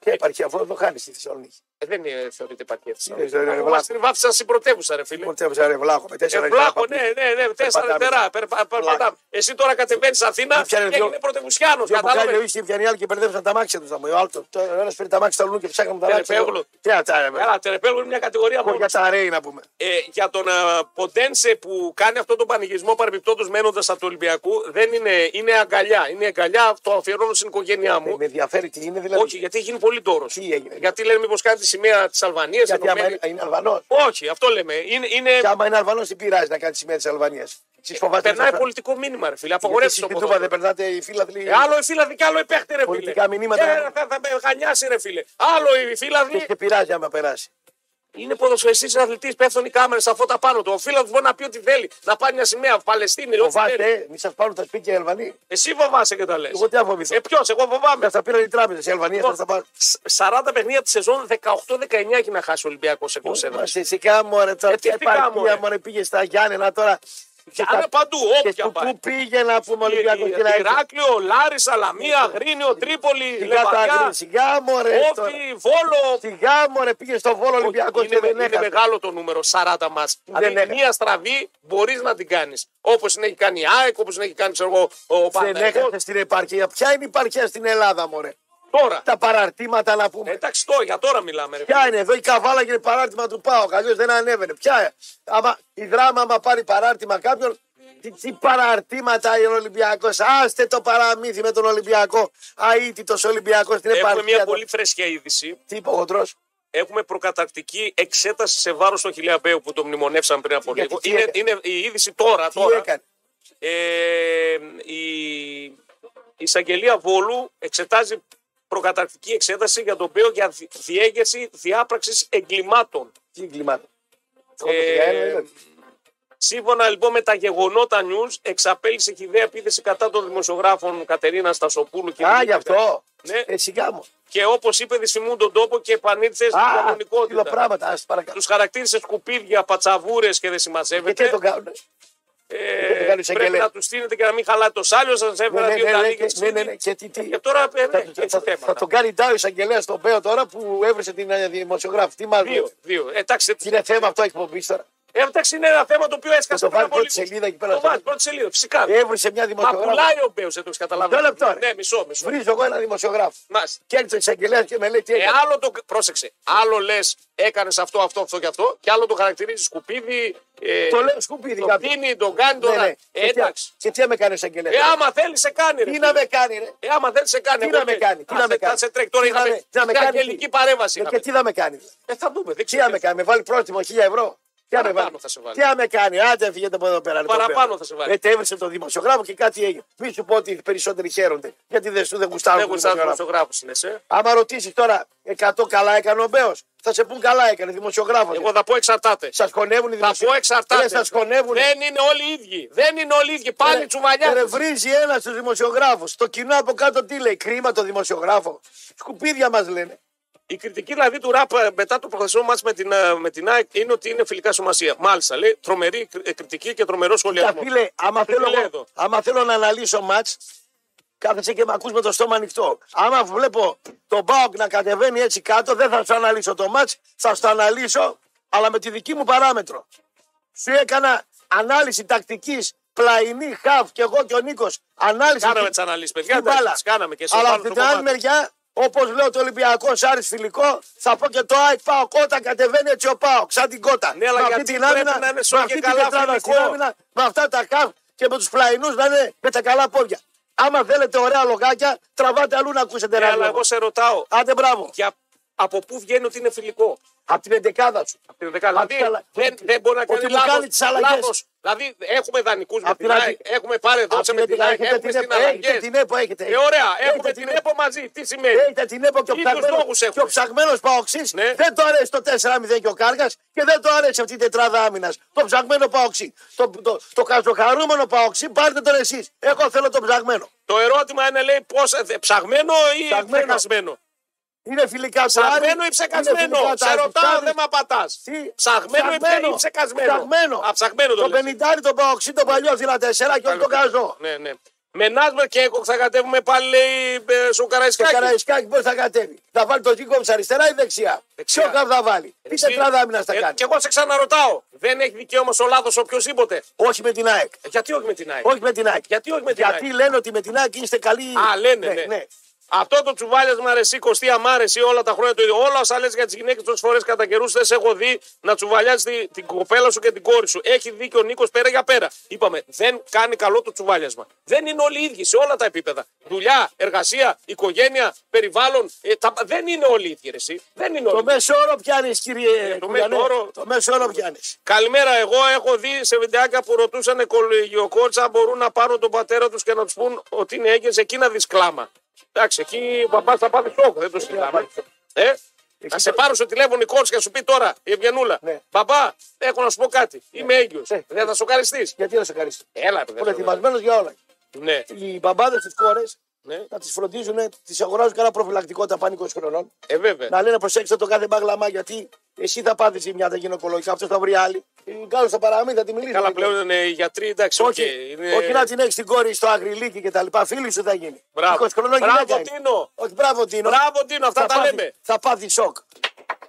B: Και υπάρχει αυτό, το χάνεις στη Θεσσαλονίκη.
A: Ε, δεν είναι, θεωρείται πακέτο.
B: Είναι, είναι, είναι,
A: Μα την βάφησαν στην πρωτεύουσα, ρε φίλε.
B: Πορτεύουσα ρε βλάχο με τέσσερα
A: Ε,
B: λεπτά.
A: βλάχο, ναι, ναι, ναι, τέσσερα
B: Περπατάμε.
A: ντερά. περπα- Περπατάμε. Εσύ τώρα κατεβαίνεις Αθήνα
B: Δεν
A: και
B: πιάνε δυο-
A: είναι πρωτευουσιάνο.
B: Και μου κάνει ο
A: Κατάλαβε.
B: Ίσοι πιανιάλ και μπερδεύσαν τα μάξια τους. Θα μου Ο άλλος- το- ο ένας φέρει τα μάξια του αλλού και ψάχναμε τα
A: Ε,
B: μάξια.
A: πέγλο.
B: του. Τι να τα λέμε.
A: Καλά, τερεπέλγο είναι μια κατηγορία μόνο.
B: Για τα ρέι να πούμε.
A: Ε, για τον ε, Ποντένσε που κάνει αυτό τον πανηγισμό παρεμπιπτόντως μένοντας από του Ολυμπιακού, δεν είναι, είναι αγκαλιά. Είναι αγκαλιά, το αφιερώνω στην οικογένειά μου.
B: Με ενδιαφέρει τι είναι δηλαδή.
A: Όχι, γιατί έχει γίνει πολύ τόρος.
B: Τι έγινε.
A: Γιατί λένε μήπως κάνεις τη σημαία της Αλβανίας.
B: Γιατί άμα είναι- είναι Αλβανός.
A: Όχι, αυτό λέμε. Είναι, είναι...
B: Και άμα είναι Αλβανός, τι πειράζει να κάνει σημαία της Αλβανίας. Τι φοβάται.
A: Περνάει πολιτικό μήνυμα, ρε φίλε. Απαγορεύσει
B: Απογορεύσει
A: το
B: το Τούμπα
A: ποδόσφαιρο.
B: δεν περνάτε οι φίλαθλοι.
A: Ε, Άλλο η φύλαδη και άλλο η παίχτη, ρε φίλε.
B: Πολιτικά μηνύματα.
A: Ε, ρε, θα, θα με χανιάσει, ρε φίλε. Άλλο η φύλαδη.
B: Και πειράζει άμα περάσει.
A: Είναι ποδοσφαιριστή αθλητής, πέφτουν οι κάμερες στα φώτα πάνω του. Ο φύλαδο μπορεί να πει ό,τι θέλει. Να πάρει μια σημαία, Παλαιστίνη, ό,τι θέλει.
B: Φοβάστε, ε, μη σας πάρουν τα σπίτια οι Αλβανοί.
A: Εσύ φοβάσαι και τα λες.
B: Εγώ τι να φοβηθώ.
A: Ε, ποιος, εγώ φοβάμαι.
B: Αυτά πήραν οι τράπεζες. Οι Αλβανίε Ε, θα τα πάρουν.
A: Σ- 40 παιχνίδια τη σεζόν, 18-19 έχει να χάσει ο Ολυμπιακός εκτός έδρα.
B: Φυσικά μου ρε τώρα.
A: Ε, τι
B: ποια
A: φυσικά,
B: επαρχία,
A: μωρέ.
B: μωρέ, πήγε στα Γιάννενα τώρα. Και
A: Άρα
B: τα-
A: παντού,
B: και
A: όποια
B: του-
A: πάει.
B: Πού πήγε να πούμε Ολυμπιακό και να Ε, έρθει.
A: Ηράκλειο, Λάρισα, Λαμία, Γρίνιο, Τρίπολη,
B: Σιγά τα
A: Λεβαδιά,
B: άκρη, σιγά μωρέ. ε, τώρα.
A: Όφη, Βόλο.
B: Σιγά μωρέ πήγε στο Βόλο Ολυμπιακό
A: είναι,
B: και δεν
A: είναι
B: έχασε.
A: μεγάλο το νούμερο, 40 μάτς. Δηλαδή
B: έχασε.
A: μία στραβή μπορείς να την κάνεις. Όπως την έχει κάνει η ΑΕΚ, όπως την έχει κάνει ξέρω εγώ, ο
B: Δεν
A: Παναγιώτης.
B: έχασες στην επαρχία. Ποια είναι η επαρχία στην Ελλάδα μωρέ.
A: Τώρα.
B: Τα παραρτήματα να πούμε.
A: Εντάξει, τώρα, για τώρα μιλάμε. Ρε.
B: Ποια είναι εδώ η καβάλα και είναι παράρτημα του Πάο. Αλλιώς δεν ανέβαινε. Ποια άμα, η δράμα, άμα πάρει παράρτημα κάποιον. Τι, τι παραρτήματα είναι ο Ολυμπιακός. Άστε το παραμύθι με τον Ολυμπιακό. Αίτητος Ολυμπιακός στην
A: Έχουμε
B: επαρχία.
A: μια
B: του.
A: πολύ φρέσκια είδηση.
B: Τι είπε ο Χοντρός?
A: Έχουμε προκαταρκτική εξέταση σε βάρος των Χιλιαμπέου που το μνημονεύσαν πριν από
B: Γιατί
A: λίγο.
B: τι
A: Είναι,
B: έκανε?
A: είναι η είδηση τώρα.
B: Τι
A: τώρα.
B: έκανε.
A: Ε, η, η εισαγγελία Βόλου εξετάζει προκαταρκτική εξέταση για τον Μπέο για δι- διέγερση διάπραξης εγκλημάτων.
B: Τι εγκλημάτων.
A: Ε, σύμφωνα λοιπόν με τα γεγονότα news, εξαπέλυσε χιδέα επίθεση κατά των δημοσιογράφων Κατερίνα Στασοπούλου και
B: Α,
A: Δημήτρη
B: γι' αυτό.
A: Ναι.
B: Ε, σιγά μου.
A: Και όπως είπε, δυσφημούν τον τόπο και επανήλθε στην
B: Α, τι
A: κανονικότητα.
B: πράγματα. Ας παρακαλώ.
A: Τους χαρακτήρισε σκουπίδια, πατσαβούρες και δεν
B: Και τι
A: συμμαζεύεται.
B: τον κάνουν.
A: Ε,
B: δεν το κάνει
A: πρέπει
B: εισαγγελέα.
A: να τους στείλετε και να μην χαλάτε το σάλιο. Σας
B: Ναι,
A: έφερα
B: ναι,
A: δύο
B: ναι, ναι,
A: καλή
B: και- ναι, ναι, ναι, και τι. τι.
A: Και τώρα ε, ναι,
B: Θα-
A: και
B: θα-
A: έτσι
B: Θα
A: θέματα.
B: τον κάνει τάο εισαγγελέας στον Μπέο τώρα που έβρισε την ε, δημοσιογράφη. Τι μα
A: Δύο, δύο. Ε, Εντάξει,
B: Τι είναι θέμα αυτό εκπομπής τώρα.
A: ε, εντάξει, είναι ένα θέμα το οποίο έσκασε
B: Ναι. το
A: πριν
B: βάλει
A: από
B: πρώτη
A: λίγο.
B: σελίδα εκεί πέρα
A: Το
B: στο- Ε,
A: βάλει πρώτη σελίδα, φυσικά.
B: Έβρισε μια
A: Μα
B: δημοσιογράφα.
A: πουλάει ο Μπέος, δεν το έχεις καταλάβει.
B: Μισό λεπτό, ρε.
A: Ναι, μισό, μισό.
B: Βρίζω εγώ ένα δημοσιογράφο.
A: Μάλιστα.
B: Και έρχεται ο εισαγγελέα και με λέει τι
A: Ε,
B: έκανε.
A: άλλο το. Πρόσεξε. Άλλο λες, έκανες αυτό, αυτό, αυτό και αυτό. Και άλλο το χαρακτηρίζεις σκουπίδι. Ε,
B: Το λέω σκουπίδι
A: Το
B: κάποιο.
A: πίνει, τον κάνει, τον.
B: Ναι, ναι.
A: Ε,
B: Και τι-
A: εντάξει.
B: Και τι να με κάνεις ο
A: Ε,
B: εισαγγελέα.
A: άμα θέλει, σε κάνει. Ρε,
B: Τι να με κάνει, ρε.
A: Ε, άμα δεν σε κάνει.
B: Τι
A: εγώ
B: να με
A: δεν-
B: κάνει, τι
A: Α,
B: να με
A: σε-
B: κάνει.
A: θα σε τρέχει. Τώρα
B: Τι να
A: είχαμε
B: με- τι να με
A: μια
B: κάνεις,
A: αγγελική
B: τι.
A: παρέμβαση.
B: Ε,
A: είχαμε.
B: Και τι να με κάνεις.
A: Ε, θα δούμε. Δεν
B: Τι να
A: ξέρω.
B: με κάνει, με βάλει πρόστιμο 1000 ευρώ. Τι να με
A: Παραπάνω
B: βάλει.
A: θα σε βάλει.
B: Τι να με κάνει, άντε φύγετε από εδώ πέρα. λοιπόν,
A: Παραπάνω
B: πέρα.
A: θα σε βάλει.
B: Ε, τέβρισε το δημοσιογράφο και κάτι έγινε. Μη σου πω ότι οι περισσότεροι χαίρονται. Γιατί δεν σου δεν γουστάρουν.
A: Δεν
B: τον
A: γουστάζει
B: δημοσιογράφο.
A: δημοσιογράφο είναι σε.
B: Άμα ρωτήσεις τώρα 100 καλά έκανε ο Μπέος, θα σε πούν καλά έκανε δημοσιογράφος.
A: Εγώ θα πω εξαρτάται.
B: Σας χωνεύουν οι
A: Θα πω
B: δημοσιογράφοι.
A: εξαρτάται.
B: Σας χωνεύουν. Ε,
A: Δεν είναι όλοι οι ίδιοι. Δεν είναι όλοι οι ίδιοι. Πάλι τσουβαλιά.
B: Ρε, βρίζει ένας τους δημοσιογράφους. Το κοινό από κάτω τι λέει, κρίμα το δημοσιογράφο. Σκουπίδια μας λένε.
A: Η κριτική δηλαδή του ραπ ε, μετά το προχθεσινό μάτς με την, ε, με την ΑΕΚ είναι ότι είναι φιλικά σωμασία. Μάλιστα, λέει τρομερή κρι- ε, κριτική και τρομερό
B: Τα
A: σχολιασμό.
B: φίλε, άμα
A: Τι
B: θέλω,
A: λέει
B: εγώ-
A: εδώ.
B: άμα θέλω να αναλύσω μάτς, κάθεσαι και με ακούς με το στόμα ανοιχτό. Άμα βλέπω τον Μπάουκ να κατεβαίνει έτσι κάτω, δεν θα σου αναλύσω το μάτς, θα σου το αναλύσω, αλλά με τη δική μου παράμετρο. Σου έκανα ανάλυση τακτικής, πλαϊνή, χαφ και εγώ και ο Νίκος, ανάλυση
A: Κάναμε
B: στην-
A: τις αναλύσεις, παιδιά.
B: στην
A: εντάξει,
B: μπάλα.
A: τις κάναμε και σε
B: Αλλά
A: άλλο
B: από
A: το
B: την άλλη
A: κομμάτι.
B: μεριά, όπως λέω το Ολυμπιακός Άρης φιλικό, θα πω και το ΑΕΚ Πάο Κότα κατεβαίνει έτσι ο Πάο, σαν την Κότα.
A: Ναι, αλλά
B: με
A: γιατί
B: αυτή την
A: πρέπει
B: άμυνα,
A: να είναι
B: με
A: σου και
B: αυτή την
A: καλά
B: τετράδα στην
A: φιλικό.
B: άμυνα, με αυτά τα καφ και με τους πλαϊνούς να είναι με τα καλά πόδια. Άμα θέλετε ωραία λογάκια, τραβάτε αλλού να ακούσετε
A: Ναι,
B: ένα
A: αλλά
B: λόγο.
A: εγώ σε ρωτάω.
B: Άντε μπράβο.
A: Για... Από πού βγαίνει ότι είναι φιλικό.
B: Από την εντεκάδα σου.
A: Την δεκάδα.
B: Απ' τα
A: Δηλαδή
B: άλλα-
A: δεν, δεν μπορεί να
B: Ότι
A: κάνει
B: μου κάνει
A: λάθος,
B: τις αλλαγές.
A: λάθος. Δηλαδή έχουμε δανεικούς με
B: Απ'
A: την
B: την
A: ΑΕΚ,
B: άλλη-
A: έχουμε πάρει εδώ
B: Απ'
A: σε
B: την
A: με την
B: εντεκάδα
A: ΑΕΚ,
B: έχετε
A: έχουμε
B: την
A: στην
B: ΕΠΟ, έχετε
A: αλλαγές.
B: την ΕΠΟ, έχετε.
A: Ε, ωραία,
B: Έχετε
A: έχουμε την ΕΠΟ μαζί. Τι σημαίνει.
B: Έχετε την ΕΠΟ και ο
A: Ίδιους
B: ψαγμένος,
A: λόγους έχουμε.
B: και ο ψαγμένος Παοξής
A: Ναι.
B: δεν του αρέσει το 4-0 και ο Κάργας και δεν του αρέσει αυτή η τετράδα άμυνας. Το ψαγμένο Παοξή. Το, το, το, καζοχαρούμενο Παοξή πάρτε τον εσείς. Εγώ θέλω το ψαγμένο.
A: Το ερώτημα είναι λέει πώς, ε, ψαγμένο ή
B: Ψαγμένο.
A: ψεγασμένο.
B: Είναι φιλικά του Άρη,
A: Ψαγμένο ή
B: είναι
A: ψεκασμένο.
B: φιλικά του
A: Σε
B: Άρη.
A: ρωτάω,
B: Ψάχνεις-
A: δεν με απατάς.
B: Τι?
A: Ψαγμένο ή ψε- ή ψεκασμένο.
B: Ψαγμένο.
A: Α, ψαγμένο το
B: το
A: λες.
B: 50 το Παοξή, το παλιό 04 και όχι το καζό.
A: Ναι, ναι. Με Νάσμερ και Έκοκ θα κατέβουμε πάλι λέει, ε, στο
B: Το
A: Καραϊσκάκι.
B: Καραϊσκάκι πώς θα κατέβει. Θα βάλει το Τζίκοβιτ αριστερά ή δεξιά.
A: Δεξιά.
B: Ποιο θα βάλει. Τι
A: Εσύ-
B: τετράδα άμυνας θα
A: Ε,
B: κάνει.
A: Και εγώ σε ξαναρωτάω. Δεν έχει δικαίωμα στο λάθος οποιοδήποτε.
B: Όχι με την ΑΕΚ.
A: Ε, Γιατί όχι με την ΑΕΚ.
B: Όχι με την ΑΕΚ.
A: Γιατί όχι με την
B: Γιατί
A: ΑΕΚ.
B: λένε ότι με την ΑΕΚ είστε καλοί.
A: Α, λένε, ναι. Αυτό το τσουβάλιασμα αρεσί, Κωστία, μ' αρεσί όλα τα χρόνια του ίδιο. Όλα όσα λες για τις γυναίκες τόσες φορές κατά καιρούς δεν σε έχω δει να τσουβαλιάζει τη- την κοπέλα σου και την κόρη σου. Έχει δίκιο ο Νίκος πέρα για πέρα. Είπαμε, δεν κάνει καλό το τσουβάλιασμα. Δεν είναι όλοι οι ίδιοι σε όλα τα επίπεδα. Δουλειά, εργασία, οικογένεια, περιβάλλον. ε, τα- δεν είναι όλοι οι ίδιοι, ρε, εσύ. Δεν είναι όλοι.
B: Το μέσο όρο πιάνεις, κύριε.
A: Ε, το
B: Κουλιανέ.
A: μέσο όρο-
B: Το μέσο όρο πιάνεις.
A: Καλημέρα. Εγώ έχω δει σε βιντεάκια που ρωτούσαν κολυγιοκότσα αν μπορούν να πάρουν τον πατέρα τους και να τους πούν ότι είναι έγκυο. Εκεί να δεις κλάμα. Εντάξει, εκεί ο παπά θα πάθει σοκ, δεν το συζητάμε. Ε, να σε πάρω στο τηλέφωνο η κόρη και να σου πει τώρα η Ευγενούλα.
B: Ναι.
A: Παπά, έχω να σου πω κάτι. Είμαι έγκυος.
B: Ναι.
A: Δεν θα σοκαριστείς.
B: Γιατί να σε καρίσει.
A: Έλα, ρε, παιδί. μου.
B: Προετοιμασμένο για όλα.
A: Ναι.
B: Οι μπαμπάδες της κόρες
A: ναι.
B: να τις φροντίζουν, τις αγοράζουν κανένα προφυλακτικό τα πάνε 20 χρονών.
A: Ε, βέβαια.
B: Να λένε προσέξτε το κάθε μπαγλαμά γιατί εσύ θα πάθεις ζημιά, δεν γυναικολογικά. Αυτό θα βρει άλλη. Κάλο θα παραμείνει, θα τη μιλήσει.
A: Καλά, πλέον είναι οι γιατροί, εντάξει,
B: Όχι,
A: οκ, είναι-
B: όχι να την έχεις την κόρη στο αγριλίκι και τα λοιπά. Φίλη σου θα γίνει.
A: Μπράβο.
B: 20 χρονών
A: Μπράβο,
B: γυναίκα είναι.
A: Τίνο.
B: Όχι, μπράβο, Τίνο.
A: Μπράβο, Τίνο, αυτά
B: Θα
A: τα
B: πάθει-
A: λέμε.
B: Θα πάθεις σοκ.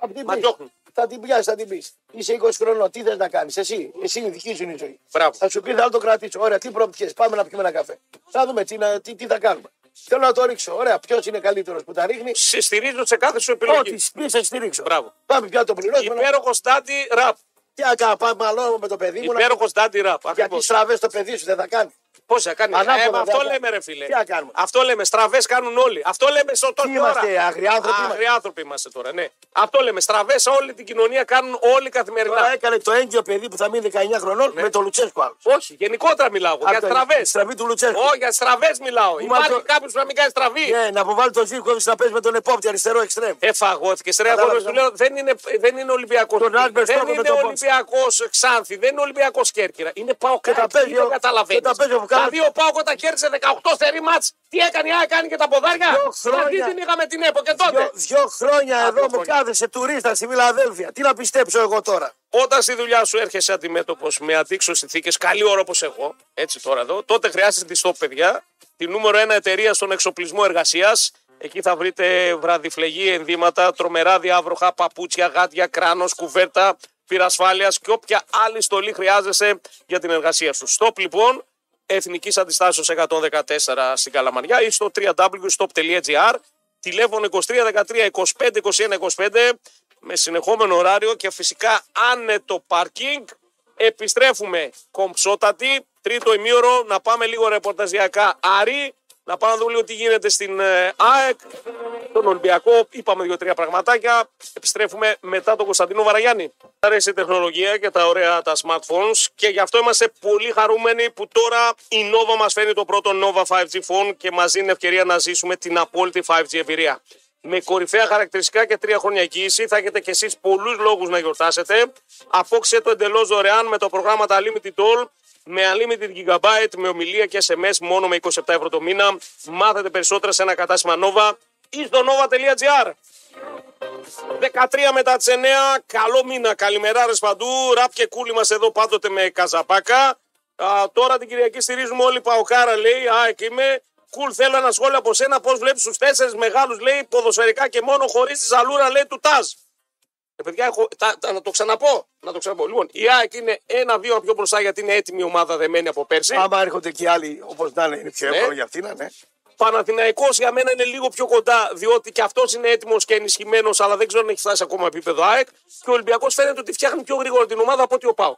B: Θα την
A: Μα
B: πεις.
A: διώχνουν.
B: Θα την πιάσεις, θα την πεις. Είσαι 20 χρονών, τι θες να κάνεις, εσύ. Εσύ είναι δική σου είναι η ζωή.
A: Μπράβο.
B: Θα σου πει, θα το κρατήσω. Ωραία, τι προοπτικέ. Πάμε να πιούμε ένα καφέ. Θα δούμε τι, να- τι, τι θα κάνουμε. Θέλω να το ρίξω. Ωραία, ποιος είναι καλύτερος που τα ρίχνει.
A: Σε στηρίζω σε κάθε σου επιλογή.
B: Ό,τι πει, σε στηρίξω.
A: Μπράβο.
B: Πάμε πια το πληρώσουμε. να-
A: Υπέροχο στάντι ραπ.
B: Τι να κάνω, πάμε μαλώνω με το παιδί μου. να-
A: Υπέροχος στάντι ραπ.
B: Γιατί
A: ακριβώς.
B: στραβέ το παιδί σου δεν θα κάνει.
A: Πώς θα κάνει.
B: Ανάποδα,
A: Ε, μα αυτό
B: δεν θα-
A: λέμε, ρε φίλε.
B: Τι να κάνουμε.
A: Αυτό λέμε. Στραβές κάνουν όλοι. Αυτό λέμε σε τόση
B: Τι είμαστε,
A: ώρα.
B: άγριοι άνθρωποι είμαστε.
A: Άγριοι άνθρωποι είμαστε τώρα, ναι. Αυτό λέμε. Στραβές όλη την κοινωνία κάνουν όλοι καθημερινά.
B: Τώρα έκανε το έγκυο παιδί που θα μείνει 19 χρονών με το Λουτσέσκο άλλος.
A: Όχι, γενικότερα μιλάω. εγώ, Ναι. για
B: Αυτό,
A: στραβέ.
B: η Στραβή του Λουτσέσκου.
A: Όχι, για στραβές μιλάω. Υπάρχει
B: το-
A: κάποιος που να μην κάνει στραβή.
B: Ναι, να αποβάλει το Ζήκοβιτ να παίζει με τον επόπτη αριστερό
A: Ε,
B: εξτρέμ.
A: Εφαγώθηκε. Ρε
B: Κατάλαβες, ναι.
A: αγόρι, του λέω δεν είναι, δεν είναι Ολυμπιακός.
B: Τον Άλμπερ
A: Δεν
B: Στόκο με
A: είναι
B: τον
A: Ολυμπιακός Ξάνθη, δεν είναι Ολυμπιακός Κέρκυρα. Είναι Πάο
B: τα
A: Κάκη.
B: παίζει
A: Δεν
B: ο-
A: καταλαβαίνει.
B: και τα παίζει ο Βουκάρας.
A: Δηλαδή ο Πάο όταν κέρδισε 18 σερή μάτς, τι έκανε, η έκανε και τα ποδάρια.
B: Δυο χρόνια.
A: Γιατί την είχαμε την ΕΠΟ και τότε.
B: Δυο, δυο χρόνια εδώ μου
A: ναι. χρόνια.
B: κάθεσαι τουρίστα στη Βιλαδέλφια. Τι να πιστέψω εγώ τώρα.
A: Όταν στη δουλειά σου έρχεσαι αντιμέτωπος με αντίξω συνθήκες, καλή ώρα όπως εγώ, έτσι τώρα εδώ, τότε χρειάζεσαι τη ΣΤΟΠ, παιδιά, τη νούμερο ένα εταιρεία στον εξοπλισμό εργασίας. Εκεί θα βρείτε βραδιφλεγή ενδύματα, τρομερά διάβροχα, παπούτσια, γάτια, κράνος, κουβέρτα, πυρασφάλειας και όποια άλλη στολή χρειάζεσαι για την εργασία σου. ΣΤΟΠ λοιπόν, Εθνικής Αντιστάσεως 114 στην Καλαμαριά ή στο www.stop.gr τηλέφωνο 23 13 25 21 25 με συνεχόμενο ωράριο και φυσικά άνετο πάρκινγκ επιστρέφουμε κομψότατη τρίτο ημίωρο να πάμε λίγο ρεπορταζιακά Άρη να πάμε να δούμε λίγο τι γίνεται στην ε, ΑΕΚ τον Ολυμπιακό είπαμε δύο-τρία πραγματάκια επιστρέφουμε μετά τον Κωνσταντίνο Βαραγιάννη αρέσει η τεχνολογία και τα ωραία τα smartphones και γι' αυτό είμαστε πολύ χαρούμενοι που τώρα η Nova μας φέρνει το πρώτο Nova 5G phone και μας δίνει ευκαιρία να ζήσουμε την απόλυτη 5G εμπειρία. Με κορυφαία χαρακτηριστικά και τρία χρόνια εγγύηση θα έχετε και εσείς πολλούς λόγους να γιορτάσετε. Απόξε το εντελώς δωρεάν με το πρόγραμμα τα Limited All με unlimited gigabyte, με ομιλία και SMS μόνο με 27 ευρώ το μήνα. Μάθετε περισσότερα σε ένα κατάστημα Nova ή στο nova.gr. 13 μετά τις 9. Καλό μήνα. Καλημέρα, ρε παντού. Ραπ και κούλι μας εδώ πάντοτε με καζαπάκα. Α, τώρα την Κυριακή στηρίζουμε όλοι Παοκάρα, λέει. Α, εκεί είμαι. Κουλ, θέλω ένα σχόλιο από σένα. Πώς βλέπεις τους τέσσερις μεγάλους, λέει, ποδοσφαιρικά και μόνο χωρίς τη ζαλούρα, λέει, του Τάζ. Ε, παιδιά, έχω, τα, τα- να το ξαναπώ. Να το ξαναπώ. Λοιπόν, η ΑΕΚ είναι ένα-δύο πιο μπροστά γιατί είναι έτοιμη η ομάδα δεμένη από πέρσι.
B: Άμα έρχονται και οι άλλοι όπως να είναι, είναι πιο εύκολο για αυτήν, ναι.
A: Παναθηναϊκός για μένα είναι λίγο πιο κοντά, διότι και αυτός είναι έτοιμος και ενισχυμένος, αλλά δεν ξέρω αν έχει φτάσει ακόμα επίπεδο ΑΕΚ. Και ο Ολυμπιακός φαίνεται ότι φτιάχνει πιο γρήγορα την ομάδα από ότι ο Πάο.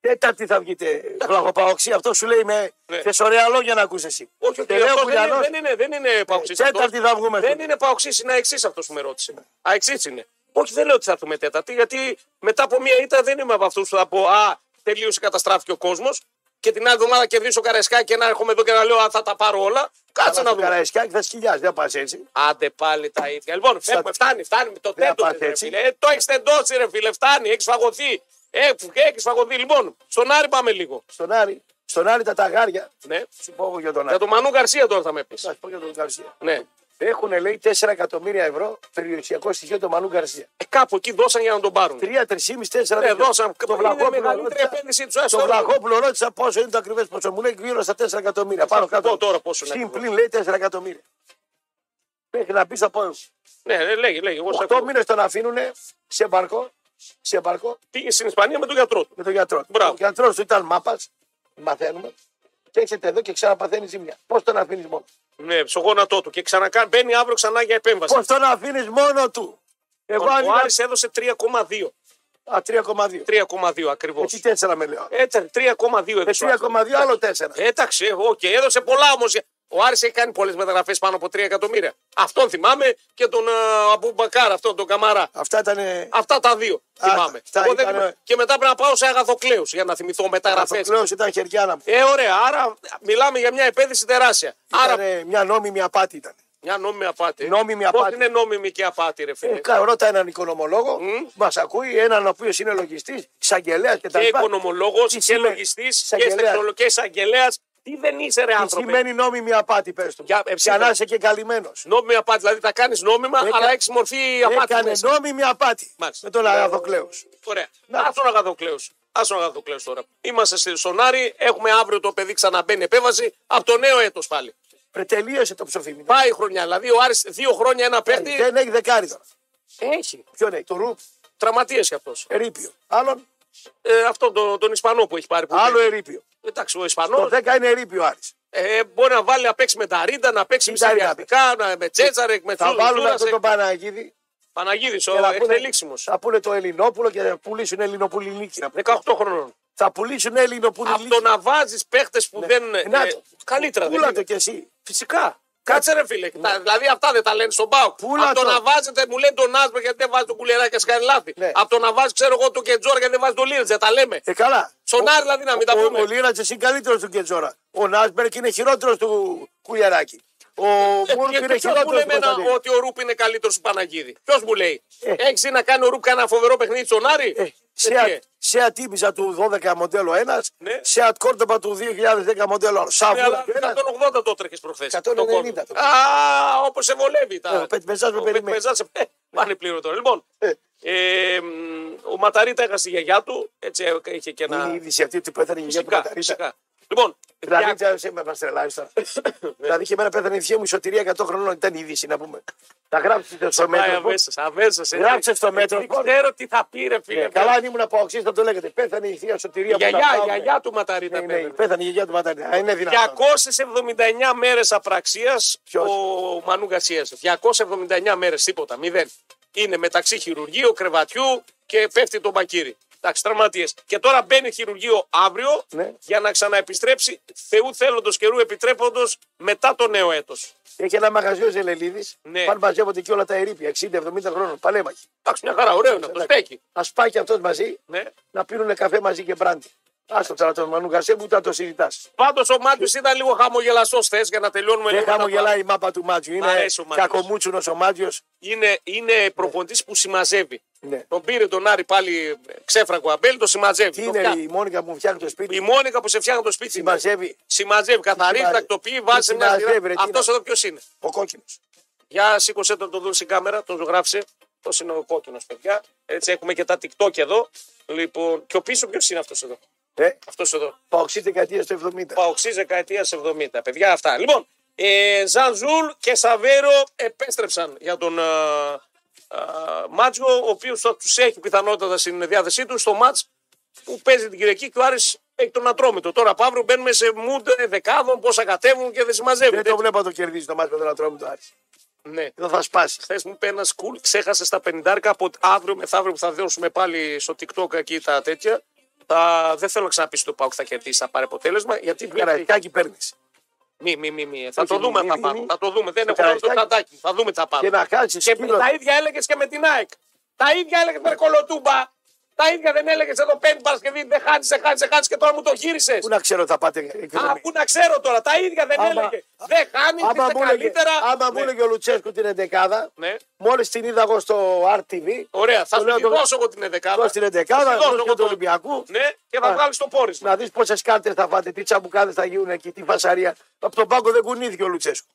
B: Τέταρτη θα βγείτε. Βλαχοπαοξή, αυτό σου λέει με
A: Ναι.
B: θες ωραία λόγια να ακούσεις εσύ.
A: Όχι,
B: Και
A: ότι
B: λέω
A: αυτό δεν, είναι,
B: Κουλιανός,
A: δεν είναι, δεν είναι παοξή.
B: τέταρτη θα βγούμε.
A: Δεν είναι παοξή, είναι αεξή αυτός που με ρώτησε. Αεξή είναι. Όχι, δεν λέω ότι θα έρθουμε τέταρτη, γιατί μετά από μία ήττα δεν είμαι από αυτούς που θα πω Α, τελείωσε, καταστράφηκε ο κόσμος. Και την άλλη εβδομάδα κερδίσω καρεσκάκι και να έρχομαι εδώ και να λέω Α, θα τα πάρω όλα. Κάτσε να
B: Αλλά στο
A: δούμε.
B: Καραϊσκάκι θα σκυλιάζει, δεν πας έτσι.
A: Άντε πάλι τα ίδια. Λοιπόν, φεύγουμε, φτάνει, φτάνει με το
B: Δεν
A: τέτοιο.
B: πάτε έτσι.
A: Ε, το έχεις τεντώσει, ρε φίλε, φτάνει, έχεις φαγωθεί. Ε, Έχεις φαγωθεί. Λοιπόν, στον Άρη πάμε λίγο.
B: Στον Άρη, στον Άρη τα ταγάρια.
A: Ναι.
B: Σου πω εγώ για τον
A: Για
B: Άρη.
A: τον Μανού Γκαρσία τώρα θα με πεις.
B: Θα σου πω για τον Καρσία.
A: Ναι.
B: Έχουν λέει 4 εκατομμύρια ευρώ περιουσιακό στοιχείο του Μανού Γκαρσία.
A: Ε, κάπου εκεί δώσαν για να τον πάρουν.
B: 3, 3,5, 4
A: Ε, δώσαν.
B: Το
A: είναι
B: βλαχόπουλο
A: μεγαλύτερη
B: ρώτησα,
A: επένδυση τους. ας
B: το
A: το-
B: βλαχόπουλο ρώτησα πόσο είναι το ακριβές ποσό. Μου λέει γύρω στα 4 εκατομμύρια. Πάνω
A: θα σου
B: κάτω.
A: πω τώρα πόσο είναι
B: Συν
A: ακριβώς.
B: πλην λέει 4 εκατομμύρια. Μέχρι να πεις από
A: Ναι, ε, λέγει, λέγει. Εγώ σε
B: 8
A: ακούω.
B: μήνες τον αφήνουν σε μπαρκό, σε μπαρκό
A: Πήγε στην Ισπανία με τον γιατρό του.
B: με τον γιατρό. του.
A: Μπράβο.
B: Ο γιατρός του ήταν μάπας, μαθαίνουμε. Και έρχεται εδώ και ξαναπαθαίνει ζημιά. Πώς τον αφήνεις μόνο.
A: Ναι, στο γόνατό του. Και ξανακά μπαίνει αύριο ξανά για επέμβαση.
B: Πώ τον αφήνεις μόνο του. Λοιπόν, Εγώ
A: Ο, ο
B: άνοιγα.
A: Άρης έδωσε 3,2.
B: Α, 3,2.
A: 3,2 ακριβώ.
B: Εσύ 4 με λέω. Ε,
A: Έτσι, 3,2 έδωσε. ο Άρης.
B: 3,2 άλλο 4.
A: Εντάξει, εγώ και έδωσε πολλά όμως. Ο Άρης έχει κάνει πολλές μεταγραφές πάνω από 3 εκατομμύρια. Αυτόν θυμάμαι και τον ε, Αμπουμπακάρ, αυτόν τον Καμαρά.
B: Αυτά ήταν.
A: Αυτά τα δύο
B: Α,
A: θυμάμαι.
B: αυτά
A: Εγώ δεν
B: ήταν,
A: θυμάμαι.
B: ε.
A: Και μετά πρέπει να πάω σε αγαθοκλέους για να θυμηθώ μεταγραφές.
B: Αφεκλέο ήταν χεριάνα μου.
A: Ε, ωραία. Άρα μιλάμε για μια επένδυση τεράστια. Άρα
B: Ήταν μια νόμιμη απάτη ήταν.
A: μια νόμιμη απάτη.
B: Νόμιμη
A: Πώς
B: απάτη.
A: είναι νόμιμη και απάτη, ρε φίλε.
B: Ε, κα- Ρώτα έναν οικονομολόγο, μας ακούει, έναν ο οποίος είναι λογιστής, εισαγγελέας κτλ.
A: και οικονομολόγος
B: Τι
A: και
B: σημαίνει-
A: λογιστής και
B: εισαγγελέας.
A: τεχνολογικό εισαγγελέας. Τι δεν είσαι, ρε
B: Τι
A: άνθρωπε.
B: σημαίνει νόμιμη απάτη, πες του.
A: Για- ε,
B: Για να
A: ψήφε.
B: είσαι και καλυμμένος.
A: Νόμιμη απάτη, δηλαδή τα κάνεις νόμιμα,
B: Έκα-
A: αλλά έχεις μορφή απάτη.
B: Έκανε
A: μέσα.
B: νόμιμη απάτη
A: Μάλιστα.
B: με τον Αγαθοκλέος.
A: Ωραία.
B: Να.
A: Α τον αγαθοκλέο. Α τον αγαθοκλέος τώρα. Είμαστε στη Σονάρη, έχουμε αύριο το παιδί ξαναμπαίνει επέβαση από το νέο έτος πάλι.
B: Ρε, τελείωσε το ψοφίμι.
A: Πάει η χρονιά. Δηλαδή ο Άρης δύο χρόνια ένα παίχτη.
B: Δεν έχει δεκάρι τώρα.
A: Έχει.
B: Ποιον έχει, το Ρουπ,
A: Τραυματίε κι αυτός.
B: ερήπιο. Άλλον,
A: Ε, αυτόν τον, τον Ισπανό που έχει πάρει. Που
B: άλλο ερήπιο.
A: Εντάξει, ο
B: Το
A: Ισπανό
B: 10 είναι ερήπιο Άρης.
A: ε, μπορεί να βάλει να παίξει με τα Ρίντα, να παίξει με
B: Την Ταρίντα.
A: Σιριαστικά, να- με Τσέτσαρεκ, με
B: Θα βάλουν αυτό
A: Τσούρασεκ.
B: τον Παναγίδη
A: Παναγίδης,
B: και
A: ο
B: θα πούνε,
A: εκτελήξιμο.
B: θα πούνε το Ελληνόπουλο και θα πουλήσουν Ελληνοπουλινίκη.
A: 18 χρονών.
B: Θα πουλήσουν
A: Από το
B: Ελληνοπουλινίκη.
A: να βάζεις παίχτες που δεν.
B: Ναι. Να
A: ε,
B: το.
A: καλύτερα δεν
B: Πούλα
A: είναι.
B: το κι εσύ.
A: Φυσικά. Κάτσε ρε φίλε. Τα- δηλαδή αυτά δεν τα λένε στον Πάο.
B: Πούλα
A: Από το
B: το.
A: να βάζετε, μου λένε τον Άσπερ γιατί δεν βάζει τον κουλεράκι και σκάνει λάθη.
B: Ναι.
A: Από το να βάζει, ξέρω εγώ, τον Κεντζόρ γιατί δεν βάζει τον Λίρτζε. Τα λέμε.
B: Ε, καλά.
A: Στον Άρη δηλαδή να μην τα
B: Ο,
A: πούμε.
B: ο Λίρατς εσύ καλύτερος του Κετζόρα. Ο Νάσμπερκ είναι χειρότερος του Κουλιαράκη. Ο
A: Ε,
B: Μούρκ
A: και
B: είναι
A: ποιος μου λέει
B: χειρότερο του
A: εμένα
B: Κωνσταντίνου.
A: ότι ο Ρούπ είναι καλύτερος του Παναγίδη. Ποιος μου λέει.
B: Ε.
A: Έχεις δει να κάνει ο Ρούπ κανένα φοβερό παιχνίδι στον Άρη.
B: Ε,
A: Ε, τι, ε.
B: σε, σε ατύπησα του 12 μοντέλο ένας,
A: Ναι.
B: σε ατκόρτοπα του 2010 μοντέλο άλλος.
A: Ναι, αλλά
B: Σαβούρα του ένα.
A: 180 το τρέχεις προχθές.
B: 190 το
A: Α, όπως σε βολεύει. Τα...
B: Ε, ο Πετμεζάς με
A: Ο
B: περιμένει.
A: Πετμεζάς σε- ε, Πάνε πλήρω τώρα. Λοιπόν,
B: Ε,
A: ε, μ, ο Ματαρίτα έχασε τη γιαγιά του. Έτσι ε, είχε και
B: Είναι η
A: ένα.
B: είδηση αυτή ότι πέθανε η γιαγιά του
A: Φυσικά,
B: Ματαρίτα.
A: φυσικά. Λοιπόν,
B: Δηλαδή,
A: δια-
B: δεν σε με τρελάει τώρα. Δηλαδή, και εμένα πέθανε η θεία μου η σωτηρία 100 χρονών. Ήταν η είδηση να πούμε. Τα γράψετε στο
A: πάει
B: μέτρο.
A: αμέσως, αμέσως, έτσι.
B: Γράψε στο μέτρο. Ναι,
A: Δεν ξέρω τι θα πει, ρε φίλε.
B: Καλά, αν ήμουν από οξύς, θα το λέγατε. Πέθανε η θεία σωτηρία
A: Η
B: που τα
A: γιαγιά, η
B: πάμε.
A: γιαγιά του Ματαρίτα.
B: Ναι, ναι,
A: πέθανε.
B: Πέθανε η γιαγιά του Ματαρίτα. Α, Είναι δυνατόν.
A: 279 μέρες απραξίας ο
B: Ποιος?
A: Μανού Γκαρσία. 279 μέρες, τίποτα, μηδέν. Είναι μεταξύ χειρουργείου, κρεβατιού και πέφτει το μπακύρι. Εντάξει, τραυματίες. Και τώρα μπαίνει χειρουργείο αύριο
B: Ναι.
A: για να ξαναεπιστρέψει Θεού θέλοντος καιρού επιτρέποντος μετά το νέο έτος.
B: Έχει ένα μαγαζί ο Ζελελίδης.
A: Ναι.
B: Πάνε μαζεύονται και όλα τα ερήπια. 60-70 χρόνων. Παλέμαχοι.
A: Εντάξει, μια χαρά, ωραίο είναι αυτό. Στέκει.
B: Α πάει και αυτός μαζί
A: Ναι.
B: να πίνουν καφέ μαζί και μπράντι. Άστο τώρα τον Μανού Γκαρσέ που τα το συζητάς.
A: Πάντως ο Μάτιο ήταν λίγο χαμογελαστό θες για να τελειώνουμε
B: Δεν
A: λίγο. τα
B: χαμογελάει η μάπα του Μάτζιου. Είναι
A: αρέσει ο Μάτζιος.
B: κακομούτσουνος ο Μάτζιο.
A: είναι, είναι προπονητής που συμμαζεύει.
B: Ναι.
A: Τον πήρε τον Άρη πάλι ε, ξέφρακο αμπέλ, το συμμαζεύει.
B: Τι
A: Το
B: είναι
A: φτιά-
B: η Μόνικα που μου φτιάχνει το σπίτι.
A: Η Μόνικα που σε φτιάχνει το σπίτι. είναι.
B: Συμμαζεύει
A: Συμμαζεύει, καθαρίζει,
B: Συμμαζεύει.
A: τακτοποιεί, βάζει
B: Τι
A: σε μια
B: συμμαζεύει, ρε,
A: σειρά.
B: τι
A: Αυτό
B: είναι.
A: εδώ ποιος είναι.
B: ο κόκκινος.
A: Για σήκωσέ τον, τον δουν στην κάμερα, τον ζωγράφισε. Αυτός είναι ο κόκκινος, παιδιά. Έτσι έχουμε και τα TikTok εδώ. Λοιπόν, και ο πίσω ποιος είναι αυτός εδώ.
B: Ε,
A: Αυτός εδώ.
B: Παοξή δεκαετίας του 70.
A: Παοξή δεκαετία 70. Παιδιά, αυτά. Λοιπόν, ε, Ζανζούλ και Σαβέρο επέστρεψαν για τον ε, ε, Μάτζιο, ο οποίος θα τους έχει πιθανότατα στην διάθεσή του στο Μάτζ που παίζει την Κυριακή και ο Άρης έχει τον Ατρόμητο. Τώρα από αύριο μπαίνουμε σε μουντ ε, δεκάδων, πόσα κατέβουν και δεν συμμαζεύουν.
B: Δεν το βλέπω να το κερδίζει το μάτι με τον Ατρόμη του Άρης.
A: Ναι.
B: Εδώ θα σπάσει.
A: Χθε μου είπε ένα κουλ, ξέχασε στα 50 από αύριο μεθαύριο που θα δώσουμε πάλι στο TikTok εκεί τα τέτοια. Θα... Δεν θέλω να ξαναπεί το Πάουκ θα κερδίσει, θα πάρει αποτέλεσμα. Γιατί βλέπει
B: Καραϊσκάκι παίρνεις.
A: Μη, μη, μη, μη. Θα
B: Όχι,
A: το
B: μη,
A: δούμε
B: μη,
A: θα
B: μη,
A: πάρω.
B: μη.
A: Θα το δούμε. Δεν
B: Στο
A: έχω βάλει το
B: Καραϊσκάκι.
A: ταντάκι. Θα δούμε τα πάρω.
B: Και να χάσεις.
A: Και τα ίδια έλεγες και με την ΑΕΚ. Τα ίδια έλεγες με κολοτούμπα. Τα ίδια δεν έλεγες εδώ πέντε Παρασκευή. Δεν χάνεις, δεν χάνεις, δεν χάνεις και τώρα μου το γύρισες.
B: Πού να ξέρω θα πάτε. εκδρομή.
A: Α, πού να ξέρω τώρα. Τα ίδια δεν
B: Άμα-
A: έλεγε. Δεν χάνεις,
B: Άμα
A: είστε
B: μου έλεγε-
A: καλύτερα.
B: άμα μου
A: Ναι.
B: έλεγε ο Λουτσέσκου την 11
A: Ναι.
B: μόλις την είδα εγώ στο RTV,
A: Ωραία, θα
B: Το λέω
A: σου τη
B: το-
A: δώσω εγώ την 11.
B: εδώ στην 11
A: δώσω
B: εγώ
A: εγώ
B: του
A: το-
B: Ολυμπιακού,
A: Ναι, και θα
B: Α.
A: βγάλεις το πόρισμα.
B: να δεις πόσες κάρτες θα φάτε, τι τσαμπουκάδες θα γίνουν εκεί, τι φασαρία. Από τον πάγκο δεν κουνήθηκε ο Λουτσέσκου.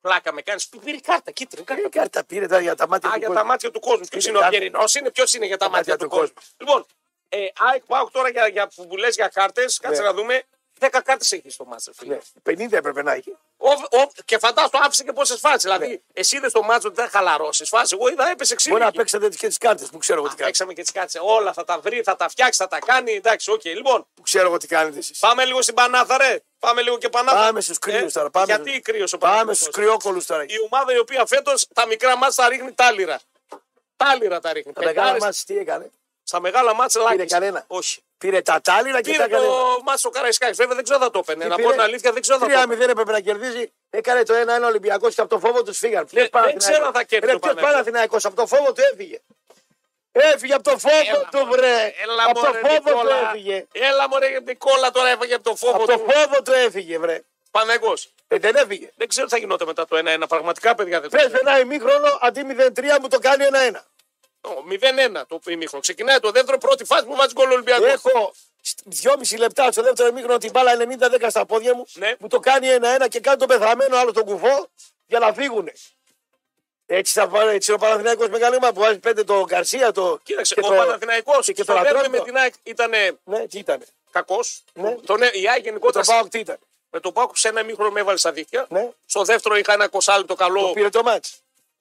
A: Πλάκα με κάνεις. Του πήρε κάρτα, κίτρινη κάρτα.
B: Τι Ε, κάρτα πήρε τα, για τα μάτια
A: Α,
B: του
A: για
B: κόσμου.
A: τα μάτια του κόσμου. Ποιο
B: Είναι
A: είναι ο
B: κάρτα.
A: Αργερινό, είναι ποιος είναι για τα μάτια του κόσμου. Λοιπόν, ε, ΑΕΚ Πάοκ τώρα για, για που μου λες για κάρτε, κάτσε
B: Ναι.
A: να δούμε. 10 κάρτες έχεις στο μάτσο.
B: Ναι, 50 έπρεπε να έχει.
A: Και φαντάστο, άφησε και πόσες φάσεις.
B: Ναι.
A: Δηλαδή, εσύ είδες το μάτσο ότι ήταν χαλαρό στι φάσεις. Εγώ είδα, έπεσε ξύλο.
B: Μπορεί να παίξετε και τις κάρτες που ξέρω εγώ τι κάνετε.
A: Παίξαμε και τις κάτσε. Όλα θα τα βρει, θα τα φτιάξει, θα τα κάνει. Εντάξει, οκ. Λοιπόν,
B: Που ξέρω εγώ τι κάνετε εσείς.
A: πάμε λίγο στην Πανάθα, ρε. Πάμε λίγο και Πανάθα. Ε,
B: Πάμε στους κρύους τώρα, πάμε
A: Γιατί
B: στους-
A: κρύος ο
B: Πάμε
A: Παναθηναϊκός?
B: στους κρυόκολου τώρα.
A: Η ομάδα η οποία φέτος τα μικρά μάτς τα ρίχνει τάλιρα. Τάλιρα τα ρίχνει.
B: Τα μεγάλα
A: Πεντάρες-
B: μάτς τι έκανε.
A: Στα μεγάλα μάτσα λάκκη.
B: κανένα.
A: Όχι.
B: Πήρε τα τάλιρα και τα
A: Πήρε
B: έκανε.
A: το μάτσο ο Καραϊσκάκης. Βέβαια δεν ξέρω αν θα το έπαιρνε.
B: Τι
A: Να πω
B: πήρε?
A: την αλήθεια δεν ξέρω αν θα το
B: 3-0
A: έπαιρνε.
B: έπρεπε να κερδίζει. Έκανε το 1-1 Ολυμπιακός και από το φόβο τους φύγαν. Ποιος
A: Ε, δεν
B: Παναθηναϊκός.
A: ξέρω αν θα κέρδιζε
B: Ρε,
A: ο
B: ποιος
A: Παναθηναϊκός.
B: Παναθηναϊκός, από το φόβο του έφυγε. Έφυγε από το φόβο
A: Έλα,
B: του, βρε.
A: Έλα
B: Από το
A: μωρέ
B: φόβο του
A: Νικόλα.
B: έφυγε.
A: Έλα μωρέ Νικόλα τώρα έφαγε από το φόβο
B: Από το
A: του.
B: φόβο του έφυγε, βρε.
A: Παναγκός.
B: Ε, δεν έφυγε.
A: Δεν ξέρω τι θα γινόταν μετά το 1-1. Πραγματικά παιδιά δεν
B: Πες ένα ημίχρονο αντί 0-3 μου το κάνει 1-1.
A: Το 0-1 το ημίχρονο. Ξεκινάει το δεύτερο, πρώτη φάση που βάζει γκολ ο Ολυμπιακός.
B: Έχω σ- 2,5 λεπτά στο δεύτερο ημίχρονο την μπάλα 90-10 στα πόδια μου.
A: Ναι.
B: Μου το κάνει 1-1 και κάνει τον πεθαμένο άλλο τον κουφό για να φύγουν. Έτσι θα πάρει έτσι είναι ο Παναθηναϊκός μεγάλη ομάδα που βάζει πέντε το Γκαρσία το.
A: Κοίταξε,
B: και
A: ο
B: το-
A: Παναθηναϊκός
B: και
A: και
B: το
A: το
B: Ατρόμητο.
A: Βέρμπε με την ΑΕΚ ήταν
B: Ναι, τι ήταν.
A: κακός.
B: Ναι.
A: ε, Η ΑΕΚ
B: Το
A: γενικότερα
B: Πάοκ τι ήταν.
A: με το Πάουκ σε ένα μήχρονο με έβαλε στα δίχτυα.
B: Ναι.
A: Στο δεύτερο είχα ένα κοσάλιτο καλό.
B: Πήρε το μάτς.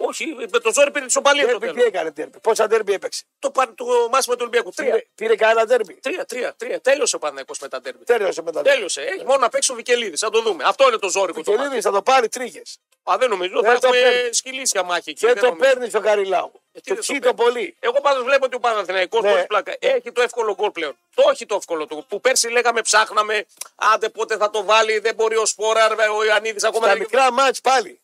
A: Όχι, με το ζόρι πήρε τη σοπαλία στο
B: Τέρμπι τι
A: τέλος.
B: έκανε τέρμπι. Πόσα τέρμπι έπαιξε.
A: Το, πα- το μάτι με τον Ολυμπιακό. Τρία.
B: Πήρε, πήρε κανένα τέρμπι.
A: Τρία, τρία, τρία. Τέλειωσε ο Παναθηναϊκός με τα τέρμπι.
B: Τέλειωσε μετά.
A: Τέλειωσε. Έχει μόνο να παίξει ο Βικελίδης. Θα το δούμε. Αυτό είναι το ζόρικο
B: Και
A: το μάτι.
B: Λίδης θα το πάρει τρίγες.
A: Α, δεν νομίζω.
B: Δεν
A: Θα
B: το
A: έχουμε
B: παίρνει.
A: σκυλίσια μάχη εκεί.
B: Και
A: Δεν
B: το
A: νομίζω.
B: παίρνει στο Καριλάου.
A: Ε, τι
B: Το
A: δεν το
B: πιει το
A: παίρνει.
B: πολύ.
A: Εγώ πάντως βλέπω ότι ο Παναθηναϊκός
B: Ναι.
A: χωρίς πλάκα έχει το εύκολο γκολ πλέον. Το έχει το εύκολο του. Που πέρσι λέγαμε ψάχναμε, άντε πότε θα το βάλει, δεν μπορεί ο Σπόραρ, ο Ιωαννίδης ακόμα
B: Τα
A: δεν
B: μικρά μάτς πάλι.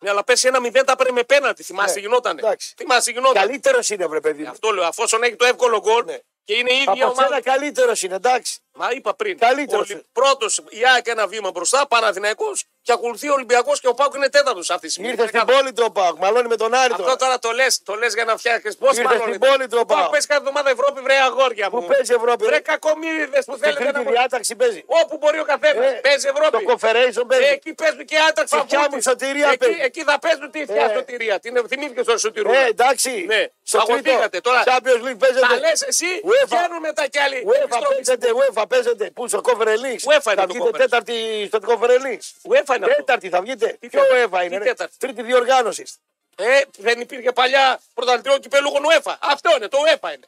A: Ναι, αλλά πέρσι ένα μηδέν τα παίρνει με πέναντι. Θυμάστε τι
B: Ναι,
A: γινότανε.
B: εντάξει.
A: Θυμάστε τι γινότανε.
B: Καλύτερος είναι, βρε παιδί. μου.
A: Αυτό λέω. Αφόσον έχει το εύκολο γκολ
B: Ναι.
A: και είναι η ίδια
B: Από
A: ομάδα.
B: σένα καλύτερος είναι, εντάξει.
A: Μα είπα πριν.
B: Καλύτερος.
A: Πρώτος η ΑΕΚ ένα βήμα μπροστά, Παναθηναϊκός και ακολουθεί ο Ολυμπιακός και ο Πάουκ είναι τέταρτος αυτή τη στιγμή.
B: Ήρθε στην
A: Δεκάδο.
B: πόλη του ο Πάοκ, μαλώνει με τον Άρη
A: Αυτό
B: τώρα.
A: τώρα το λες το λες για να φτιάξεις. Πώς
B: Ήρθε στην πόλη του ο
A: Πάουκ
B: Πάοκ.
A: παίζει κάθε εβδομάδα Ευρώπη, βρε αγόρια
B: Που
A: μου.
B: παίζει Ευρώπη.
A: Βρε
B: Ρε,
A: κακομίριδε που
B: στην
A: θέλετε
B: τρίτη
A: να μου.
B: διάταξη παίζει.
A: Όπου μπορεί ο καθένας.
B: Ε,
A: Παίζει Ευρώπη.
B: Το conference
A: Ε,
B: παίζει.
A: εκεί παίζουν και άτραξα
B: Στη φτιά μου
A: βούτυ.
B: σωτηρία
A: εκεί,
B: παίζει.
A: εκεί θα παίζουν τη φτιά
B: Ε.
A: σωτηρία. Την θυμήθηκε τώρα σωτηρία.
B: Ε, εντάξει.
A: Ναι.
B: Στο
A: Αγωθήκατε
B: τρίτο.
A: τώρα.
B: Champions League
A: Τα λες
B: παίζεται.
A: εσύ,
B: UEFA.
A: βγαίνουν μετά κι άλλοι.
B: UEFA
A: Επιστροφή.
B: παίζεται, UEFA παίζεται. Πού στο conference league.
A: UEFA είναι
B: θα
A: το
B: βγείτε
A: conference.
B: τέταρτη στο conference league.
A: UEFA είναι αυτό.
B: Τέταρτη θα βγείτε.
A: Τι
B: Ποιο
A: τέταρτη,
B: UEFA
A: τι
B: είναι. ρε.
A: τέταρτη.
B: Τρίτη διοργάνωση.
A: Ε, δεν υπήρχε παλιά πρωταθλητριό κυπελούγων UEFA. Αυτό είναι, το UEFA είναι.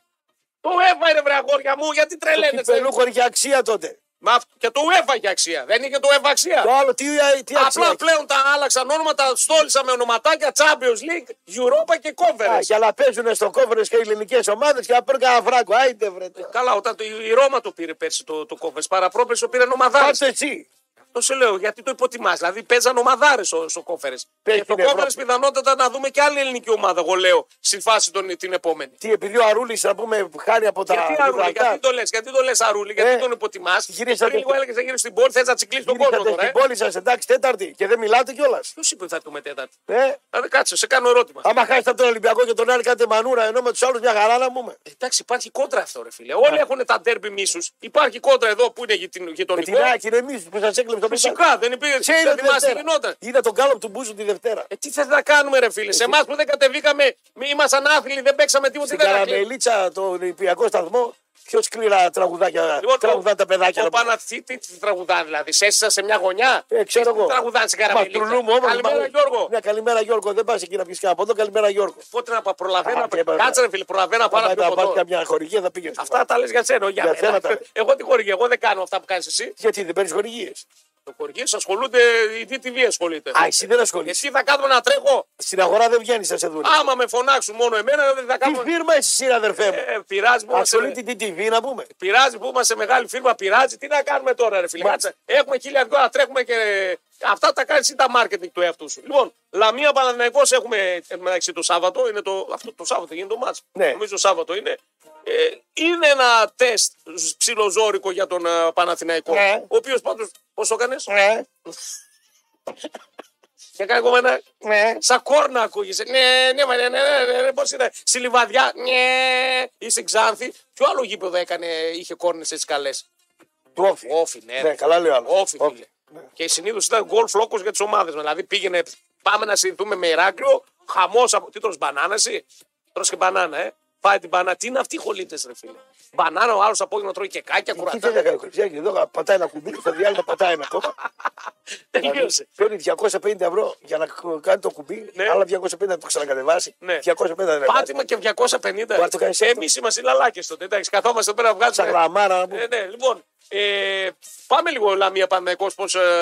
A: Το UEFA είναι, βρε αγόρια μου, γιατί
B: Το
A: τρελαίνεσαι.
B: κυπελούχο είχε αξία τότε.
A: Μα αυτό- και το UEFA είχε αξία. Δεν είχε το UEFA αξία.
B: Το άλλο τι, τι αξία.
A: Απλά
B: έχει.
A: πλέον τα άλλαξαν ονόματα, στόλισαν με ονοματάκια Champions League, Europa και
B: Α,
A: Conference.
B: και αλλά παίζουν στο κόβερε και οι ελληνικές ομάδες και να παίρνουν κανένα φράγκο. Άιντε βρε.
A: Καλά, όταν το, η Ρώμα το πήρε πέρσι το, το Conference, παραπρόπερσι το πήρε ομαδάρε.
B: Πάτε εσύ.
A: Το σε λέω, γιατί το υποτιμάς. Δηλαδή παίζαν ομαδάρες στο, στο Conference.
B: Παίζει
A: Και το
B: την Ευρώπη.
A: Conference πιθανότατα να δούμε και άλλη ελληνική ομάδα, εγώ λέω, στη φάση των, την επόμενη.
B: Τι, επειδή ο Αρούλης να πούμε χάρη από τα
A: Γιατί Αρούλη,
B: Γιβραλτάρ,
A: γιατί το λες, γιατί το λες Αρούλη, γιατί
B: Ε,
A: τον υποτιμάς.
B: γυρίσατε
A: Πριν λίγο
B: στην-
A: έλεγε να γύρει στην πόλη, θες να τσικλίσεις τον κόσμο
B: γυρίσατε
A: τώρα. ε?
B: στην πόλη σας, εντάξει, Τέταρτη και δεν μιλάτε κιόλας.
A: Ποιος είπε ότι θα έρθουμε τέταρτη.
B: Ε,
A: Δηλαδή κάτσε, σε κάνω ερώτημα.
B: άμα χάσετε από τον Ολυμπιακό και τον Άρη κάνετε μανούρα, ενώ με τους άλλους μια χαρά να πούμε.
A: Εντάξει, υπάρχει κόντρα αυτό, ρε φίλε. Όλοι έχουν τα ντέρμπι μίσους. Υπάρχει κόντρα εδώ που είναι γειτονι-
B: Με
A: γειτονικό.
B: Ε, την Άκη είναι εμεί που σας έκλεψε το πίσω.
A: Λοιπόν, Φυσικά δεν υπήρχε.
B: Ξέρετε
A: Δεν
B: τη
A: θυμάσαι,
B: Δευτέρα.
A: γινόταν.
B: Είδα τον κάλο του Μπούζου τη Δευτέρα.
A: Ε, τι θες να κάνουμε, ρε φίλε. Σε εμάς που δεν κατεβήκαμε, μη- ήμασταν άθλοι, δεν παίξαμε τίποτα.
B: Στην
A: δεν ήταν αθλοί.
B: Καραμελίτσα, τον Ολυμπιακό σταθμό, πιο σκληρά τραγουδάκια
A: Λοιπόν,
B: τραγουδάνε τα παιδάκια.
A: Ο
B: ρε.
A: Παναθή, τι τι τραγουδάνε, δηλαδή. Σε έστεισαν σε μια γωνιά.
B: Ε, ξέρω
A: Τι
B: εγώ.
A: Τραγουδάνε στην
B: Μα
A: καραμελίτσα.
B: τρουλούμε όμως,
A: Καλημέρα,
B: μα-
A: Γιώργο.
B: Ναι, καλημέρα Γιώργο. Δεν πας εκεί να πεις κανένα από εδώ. Καλημέρα Γιώργο.
A: Πότε να πάω, προλαβαίνω.
B: Α,
A: να
B: και
A: πα-
B: βέβαια.
A: Κάτσε, ρε φίλε, προλαβαίνω να πάω να
B: Πάμε
A: πιω
B: να πάρει
A: ποτό.
B: καμιά χορηγία, θα πήγαινε.
A: Αυτά τα λες για σένα, όχι για
B: Για
A: μένα.
B: σένα τα λες.
A: Εγώ τι χορηγεί, εγώ δεν κάνω αυτά που κάνεις εσύ.
B: Γιατί δεν παίρνεις χορηγίες.
A: Το χορηγεί, ασχολούνται, η DTV ασχολείται.
B: Α, εσύ δεν ασχολείσαι.
A: Εσύ θα κάνουμε να τρέχω.
B: Στην αγορά δεν βγαίνεις, θα σε δουν.
A: Άμα με φωνάξουν μόνο εμένα, δεν θα
B: Τι
A: κάνουμε.
B: φίρμα εσύ, ρε αδερφέ μου.
A: Ε, πειράζει που είμαστε.
B: Ασχολείται την TV να πούμε.
A: Πειράζει που είμαστε μεγάλη φίρμα, πειράζει. Τι να κάνουμε τώρα, ρε φίλε.
B: Μα-
A: Κάτσε. Έχουμε χίλια δυο να τρέχουμε και. Αυτά τα κάνεις εσύ τα marketing του εαυτού σου. Λοιπόν, Λαμία Παναδημαϊκό έχουμε εν τω μεταξύ το Σάββατο. Είναι το, αυτό το Σάββατο γίνεται το μάτς.
B: Ναι.
A: Νομίζω το Σάββατο είναι. Ε, είναι ένα τεστ σ- ψιλοζόρικο για τον ε, Παναθηναϊκό.
B: Ναι.
A: Ο οποίος πάντως. Πώς το έκανες.
B: Ναι,
A: Και κάνει ακόμα ένα.
B: ναι.
A: Σαν κόρνα ακούγεσαι. Ναι, ναι, μα ναι, ναι, ναι, ναι, ναι πώς είναι. Στη λιβαδιά, ναι, ή στην Ξάνθη. Ποιο άλλο γήπεδο έκανε, είχε κόρνες έτσι καλές.
B: Του όφη.
A: Όφι, ναι.
B: Ναι, καλά λέει ο άλλος.
A: Όφι, φίλε. Και συνήθως ήταν γκολ φλόκο για τις ομάδες. Δηλαδή πήγαινε Πάμε να συνδεθούμε με Ηράκλειο. Χαμός από. Τι τρως μπανάνας, εσύ. Τρως και μπανάνα, ε. Πάει την μπανάνα. Τι είναι αυτοί οι χολίτες, ρε φίλε. Μπανάνα, ο άλλος απόγευμα τρώει και κάκια,
B: Τι θέλει να
A: κουρατά.
B: κάνει ο Κρυφτιάκης, εδώ πατάει ένα κουμπί και στο διάλειμμα πατάει ένα ακόμα.
A: Τελείωσε.
B: Παίρνει 250 ευρώ για να κάνει το κουμπί,
A: Ναι.
B: άλλα 250 να το ξανακατεβάσει.
A: Ναι.
B: 250 δεν έβγαζε.
A: Πάτημα και 250.
B: Μπορεί να το κάνεις αυτό.
A: Εμείς είμαστε λαλάκες τότε. Εντάξει, καθόμαστε εδώ πέρα να
B: Στα
A: βγάζουμε.
B: γραμμάρα να πούμε.
A: Ε, ναι, λοιπόν. Ε, πάμε λίγο Λαμία Παναγικός.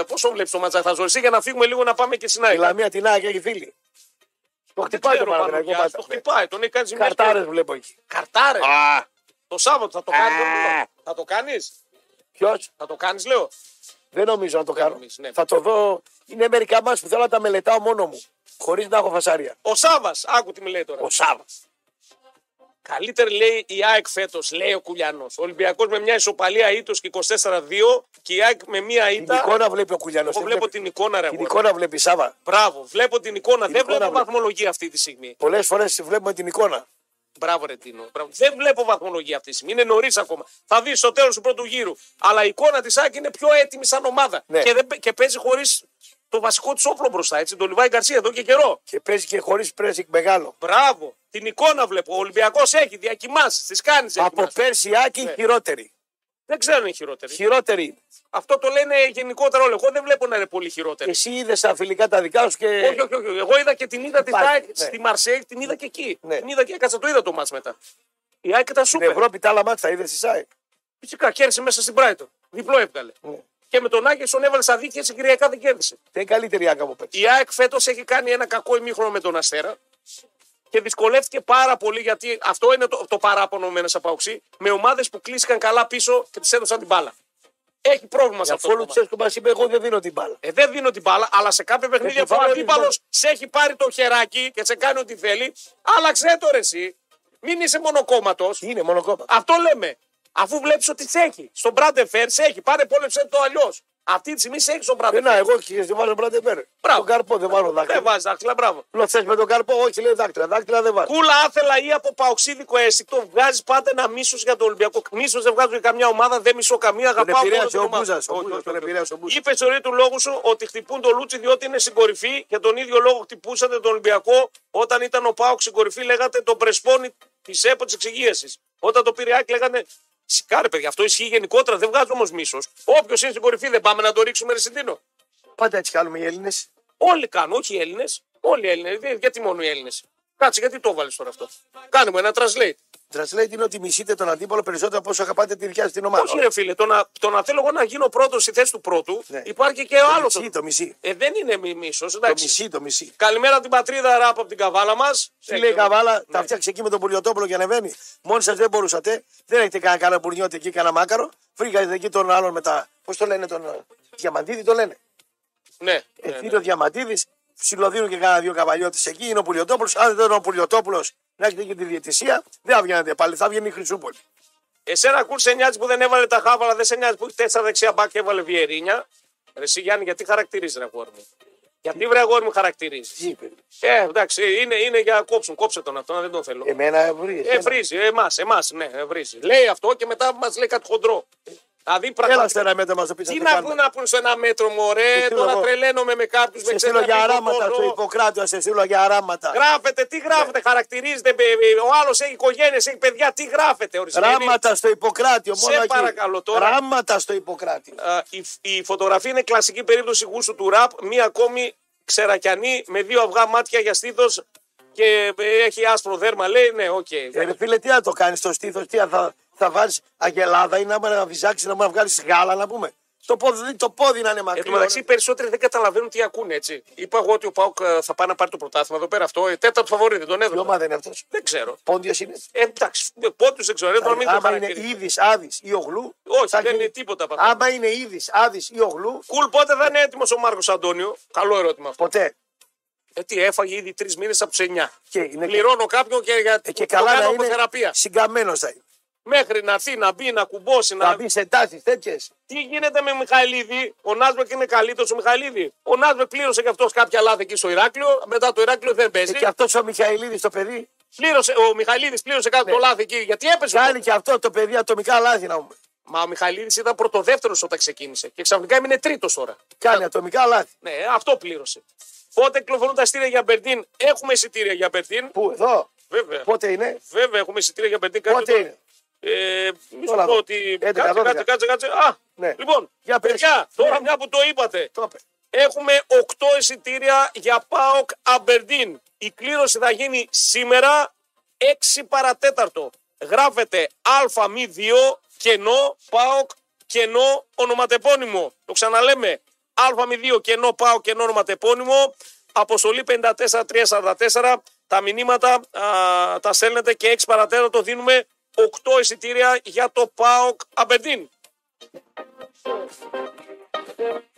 A: Πώ το βλέπεις το ματσάκι, θα ζωριστεί για να φύγουμε λίγο να πάμε και στην
B: Η
A: ΑΕΚ.
B: Λαμία την Άγια έχει φίλη. Το
A: Δεν
B: χτυπάει το
A: ξέρω,
B: Παναγενικό
A: Παναγιάς, Το
B: μάτι.
A: χτυπάει, τον έχει κάνει ζημιά.
B: Καρτάρε Ε, βλέπω εκεί.
A: Καρτάρες.
B: Α,
A: Το Σάββατο θα το κάνεις.
B: Α.
A: Θα το κάνεις.
B: ποιος
A: Θα το κάνεις, λέω.
B: δεν νομίζω να το κάνω.
A: νομίζω, ναι.
B: Θα το δω. Είναι μερικά μα που θέλω να τα μελετάω μόνο μου. Χωρίς να έχω φασάρια.
A: Ο Σάβα, άκου τι μου λέει τώρα.
B: Ο Σάβα.
A: Καλύτερη λέει η ΑΕΚ φέτος, λέει ο Κουλιανός. Ο Ολυμπιακός με μια ισοπαλία ήττο και 24-2 και η ΑΕΚ με μια
B: Την
A: ήττα.
B: εικόνα βλέπει ο Κουλιανός.
A: Εγώ βλέπω την εικόνα, ρε.
B: Την
A: αγόρι.
B: εικόνα βλέπει, Σάβα.
A: Μπράβο, βλέπω την εικόνα. δεν
B: εικόνα
A: βλέπω
B: βλέπω.
A: βαθμολογία αυτή τη στιγμή.
B: Πολλές φορές βλέπουμε την εικόνα.
A: Μπράβο, ρε Τίνο. Μπράβο. Δεν βλέπω βαθμολογία αυτή τη στιγμή. Είναι νωρίς ακόμα. Θα δεις στο τέλος του πρώτου γύρου. Αλλά η εικόνα της ΑΕΚ είναι πιο έτοιμη σαν ομάδα.
B: Ναι.
A: Και, δεν, παι- και παίζει χωρίς το βασικό της όπλο μπροστά. Έτσι, τον Λιβάη Γκαρσία εδώ και καιρό.
B: Και παίζει και χωρίς πρέσικ μεγάλο.
A: Μπράβο. Την εικόνα βλέπω. Ο Ολυμπιακός έχει διακοιμάσεις. Τις κάνεις.
B: Από πέρσι Άκη
A: Ναι.
B: χειρότερη.
A: Δεν ξέρω αν είναι χειρότερη.
B: Χειρότερη.
A: Αυτό το λένε γενικότερα όλοι. Εγώ δεν βλέπω να είναι πολύ χειρότερη.
B: Εσύ είδες τα φιλικά τα δικά σου και.
A: Όχι, όχι, όχι. Εγώ είδα και την είδα τη
B: Υπάρχει,
A: ΑΕΚ
B: ναι.
A: στη Μαρσέη, την είδα και εκεί.
B: Ναι.
A: Την είδα και έκατσα, το είδα το μάτς μετά. Η ΑΕΚ ήταν
B: Στην
A: σούπερ.
B: Ευρώπη τα άλλα μάτια είδε εσύ. Σάι.
A: Φυσικά κέρδισε μέσα στην Brighton. Διπλό έβγαλε.
B: Ναι.
A: Και με τον Άγγελσον έβαλε στα δίκαια συγκυριακά δεν κέρδισε.
B: Δεν είναι καλύτερη άκα από πέρσι.
A: Η ΑΕΚ φέτος έχει κάνει ένα κακό ημίχρονο με τον Αστέρα και δυσκολεύτηκε πάρα πολύ γιατί αυτό είναι το, το παράπονο με ένα απαοξή. Με ομάδες που κλείστηκαν καλά πίσω και τις έδωσαν την μπάλα. Έχει πρόβλημα σε αυτό. το
B: Αφού ο
A: κομμάτι.
B: Λουτσέσκο μας είπε: Εγώ δεν δίνω την μπάλα.
A: Ε, δεν δίνω την μπάλα, αλλά σε κάποια παιχνίδια
B: Ε,
A: που ο
B: βάλε,
A: αντίπαλο
B: βάλε.
A: σε έχει πάρει το χεράκι και σε κάνει ό,τι θέλει, άλλαξε το ρε εσύ. Μην είσαι μονοκόμματος.
B: Είναι μόνο κόμμα.
A: Αυτό λέμε. Αφού βλέπεις ότι σε έχει. Στον Μπράντεφερ σε έχει. Πάρε πόλεψε το αλλιώς. Αυτή τη στιγμή σε έχει στον
B: Ε, να,
A: Μπράντεφερ.
B: εγώ και δεν βάζω μπραντεμπέρ.
A: Μπράβο. Ε,
B: Τον καρπό δεν βάζω
A: Δεν
B: δάκτυλα.
A: βάζεις δάχτυλα, μπράβο.
B: Λοτσέ με τον καρπό, όχι λέει δάκτυλα. Δάκτυλα δεν βάζω.
A: Κούλα άθελα ή από παοξίδικο αίσθητο βγάζει πάντα ένα μίσος για τον Ολυμπιακό. Μίσος δεν βγάζω για καμιά ομάδα, δεν μισώ καμία. Αγαπάω όλη
B: επηρέασε
A: την
B: ο
A: ομάδα.
B: Μπούζας, ο
A: Όχι,
B: Μπούζας,
A: όχι,
B: τον
A: όχι.
B: επηρέασε ο Μπούζας.
A: Είπες στο ρή του λόγου σου ότι χτυπούν τον Λούτσι διότι είναι στην κορυφή και τον ίδιο λόγο χτυπούσατε τον Ολυμπιακό όταν ήταν ο Πάοξ στην κορυφή. Λέγατε τον Πρεσπόνη της ΕΠΟ τη εξυγίαση. Όταν το πήρε Άκη λέγανε. Σικάρε, παιδιά, αυτό ισχύει γενικότερα. Δεν βγάζω όμως μίσος. Όποιος είναι στην κορυφή δεν πάμε να το ρίξουμε ρεσιντίνο.
B: Πάντα έτσι κάνουμε οι Έλληνες.
A: Όλοι κάνουν, όχι οι Έλληνες. Όλοι οι Έλληνες. Γιατί μόνο οι Έλληνες. Κάτσε, γιατί το βάλεις τώρα αυτό. Κάνουμε ένα translate.
B: Τρασλέιτ είναι ότι μισείτε τον αντίπαλο περισσότερο από όσο αγαπάτε τη δικιά σα την ομάδα.
A: Όχι, ρε φίλε, το να, το να θέλω εγώ να γίνω πρώτος στη θέση του πρώτου
B: Ναι.
A: υπάρχει και ο
B: το
A: άλλος.
B: μισή, το μισή.
A: Ε, δεν είναι μίσος,
B: Το
A: εντάξει.
B: μισή, το μισή.
A: Καλημέρα την πατρίδα ράπ από την καβάλα μας.
B: Τι λέει η
A: ναι.
B: Καβάλα, τα φτιάξει εκεί με τον Πουλιοτόπουλο και ανεβαίνει. Μόνοι σας δεν μπορούσατε. Δεν έχετε κανένα καραμπουρνιώτη εκεί, κανένα μάκαρο. Βρήκατε εκεί τον άλλον μετά. Πώς το λένε τον. ε, Διαμαντίδη το λένε.
A: Ναι, ναι, ναι.
B: Εθνίδη Ε, ο Διαμαντίδη, ψιλοδίνουν και κάνα δύο καβαλιώτες εκεί. Είναι ο Πουλιοτόπουλος. Αν δεν ήταν ο Πουλιοτόπουλος να έχετε και τη διαιτησία, δεν θα βγαίνετε πάλι. Θα βγαίνει η Χρυσούπολη.
A: Εσένα κουρ σε νοιάζει που δεν έβαλε τα χάβαλα, δεν σε νοιάζει που έχει τέσσερα δεξιά μπακ και έβαλε βιερίνια. Ρε εσύ Γιάννη, γιατί χαρακτηρίζεις ρε αγόρι μου. Γιατί βρε αγόρι μου χαρακτηρίζεις.
B: Τι είπε.
A: Ε, εντάξει, είναι, είναι για κόψουν. Κόψε τον αυτόν, δεν τον θέλω.
B: Εμένα βρει.
A: Ε, βρίζει, εμάς, εμάς, ναι, ε, βρίζει. Λέει αυτό και μετά μας λέει κάτι χοντρό. Δηλαδή πραγματικά.
B: Έλα στερα μέτρα μα το πίτσα.
A: Τι να πούνε να πούνε σε ένα μέτρο, μωρέ.
B: στείλω
A: Τώρα
B: εγώ.
A: τρελαίνομαι με κάποιους.
B: Σε στείλω για αράματα Ναι. στο Ιπποκράτο, σε στείλω για αράματα.
A: Γράφετε, τι γράφετε, χαρακτηρίζετε. μπε- μπε- Ο άλλος έχει οικογένειες, έχει παιδιά, τι γράφετε. Ορισμένοι.
B: Ράματα στο Ιπποκράτιο,
A: Σε
B: μόνο εκεί.
A: παρακαλώ τώρα.
B: Ράματα στο Ιπποκράτιο.
A: Α, η, η φωτογραφία είναι κλασική περίπτωση γούστου του ραπ. Μία ακόμη ξερακιανή με δύο αυγά μάτια για στήθος και ε, έχει άσπρο δέρμα. Λέει, ναι, οκ.
B: Ε, ρε φίλε, τι να το κάνεις στο στήθος, τι να- θα, θα βάλεις αγελάδα ή να μπορεί να βυζάξεις, να μπορεί να βγάλεις γάλα να πούμε. Το πόδι, το πόδι να είναι
A: Εν τω
B: μακρύ.
A: μεταξύ, οι περισσότεροι δεν καταλαβαίνουν τι ακούνε, έτσι. Είπα εγώ ότι ο Πάουκ ε, θα πάει να πάρει το πρωτάθλημα εδώ πέρα αυτό. Ε, τέταρτο φαβορή, δεν τον
B: Η
A: έδωσα.
B: ομάδα είναι αυτός.
A: Δεν ξέρω.
B: Πόντιος είναι.
A: Ε, εντάξει, πόντους δεν ξέρω. Ε, Τώρα μην το
B: Άμα είναι
A: χαρακτηρίζω.
B: είδης, άδης ή ογλού.
A: Όχι,
B: θα
A: δεν
B: γίνει.
A: είναι τίποτα από αυτά.
B: Άμα είναι είδης, άδης ή ογλού,
A: Κουλ, πότε θα είναι έτοιμος ο Μάρκος Αντώνιο. Καλό ερώτημα αυτό.
B: ποτέ.
A: Ε, τι έφαγε ήδη τρεις μήνες από τους εννιά.
B: Ε, Και, είναι,
A: Πληρώνω κάποιον και για
B: ε, και
A: το
B: καλά να
A: κάνω
B: είναι
A: θεραπεία.
B: συγκαμμένος θα είναι.
A: Μέχρι να έρθει, να μπει, να κουμπώσει, να.
B: Θα μπει σε Ε, τάσεις τέτοιες.
A: Τι γίνεται με Μιχαηλίδη. Ο Νάσμπεκ είναι καλύτερος ο Μιχαηλίδη. Ο Νάσμπεκ πλήρωσε και αυτός κάποια λάθη εκεί στο Ηράκλειο. Μετά το Ηράκλειο δεν παίζει.
B: Ε, Και αυτός ο Μιχαηλίδης το παιδί
A: Πλήρωσε, ο Μιχαηλίδης πλήρωσε κάτι το λάθη εκεί. Γιατί έπεσε.
B: κάνει και αυτό το παιδί ατομικά λάθη να μου.
A: Μα ο Μιχαηλίδης ήταν πρωτοδεύτερος όταν ξεκίνησε. Και ξαφνικά έμεινε τρίτος τώρα.
B: Κάνει ατομικά λάθη.
A: Ναι, αυτό πλήρωσε. Πότε κυκλοφορούν τα στήρια για Μπερντίν, έχουμε εισιτήρια για Μπερντίν.
B: Πού, εδώ.
A: Βέβαια.
B: Πότε είναι.
A: Βέβαια, έχουμε εισιτήρια για Μπερντίν.
B: Πότε
A: το-
B: είναι?
A: Ε, μη σου
B: Τώρα
A: πω
B: δω.
A: ότι.
B: 11,
A: Κάτσε,
B: 12.
A: κάτσε, κάτσε, κάτσε. Α,
B: Ναι.
A: λοιπόν,
B: Για πες.
A: παιδιά, τώρα
B: Ναι.
A: μια που το είπατε,
B: Το είπε.
A: έχουμε 8 εισιτήρια για ΠΑΟΚ Αμπερντίν. Η κλήρωση θα γίνει σήμερα 6 παρατέταρτο. Γράφεται ΑΜ2 κενό ΠΑΟΚ κενό ονοματεπώνυμο. Το ξαναλέμε. ΑΜ2 κενό ΠΑΟΚ κενό ονοματεπώνυμο. Αποστολή 54344. Τα μηνύματα α, τα στέλνετε και 6 παρατέταρτο δίνουμε 8 εισιτήρια για το ΠΑΟΚ Αμπερντίν.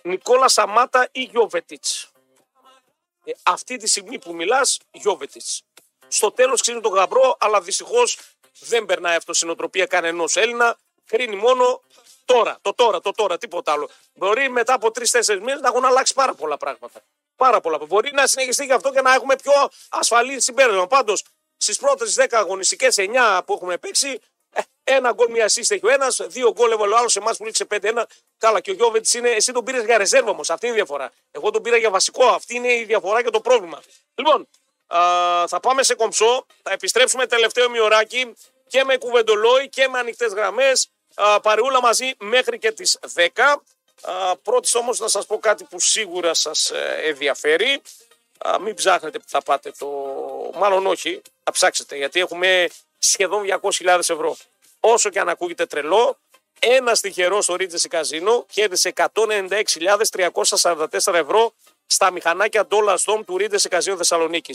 A: Νικόλα Σαμάτα ή Γιώβετιτ. Ε, αυτή τη στιγμή που μιλάς, Γιώβετιτ. Στο τέλος ξύνει τον γαμπρό, αλλά δυστυχώς δεν περνάει αυτό συνοτροπία κανενός Έλληνα. Κρίνει μόνο τώρα, το τώρα, το τώρα, τίποτα άλλο. Μπορεί μετά από τρει-τέσσερι μήνες να έχουν αλλάξει πάρα πολλά πράγματα. Πάρα πολλά. Μπορεί να συνεχιστεί γι' αυτό και να έχουμε πιο ασφαλή συμπέρασμα. Πάντως, στις πρώτες 10 αγωνιστικέ 9 που έχουμε παίξει, ε, ένα γκολ, μία assist έχει ο ένας, δύο γκολ έβαλε ο άλλος. Εμάς που λήξε 5-1. Καλά, και ο Γιώβετ είναι. Εσύ τον πήρες για ρεζέρβα όμως. Αυτή είναι η διαφορά. Εγώ τον πήρα για βασικό. Αυτή είναι η διαφορά και το πρόβλημα. Λοιπόν, α, θα πάμε σε κομψό. Θα επιστρέψουμε τελευταίο μειωράκι και με κουβεντολόι και με ανοιχτές γραμμές. Παρεούλα μαζί μέχρι και τις 10. Πρώτης όμως να σας πω κάτι που σίγουρα σας ενδιαφέρει. Α, μην ψάχνετε που θα πάτε το. Μάλλον όχι. Θα ψάξετε γιατί έχουμε σχεδόν 200.000 ευρώ. Όσο και αν ακούγεται τρελό, ένα τυχερό στο Ρίτζεση Καζίνο κέρδισε 196.344 ευρώ στα μηχανάκια Dollar Storm του Ρίτζεση Καζίνο Θεσσαλονίκη.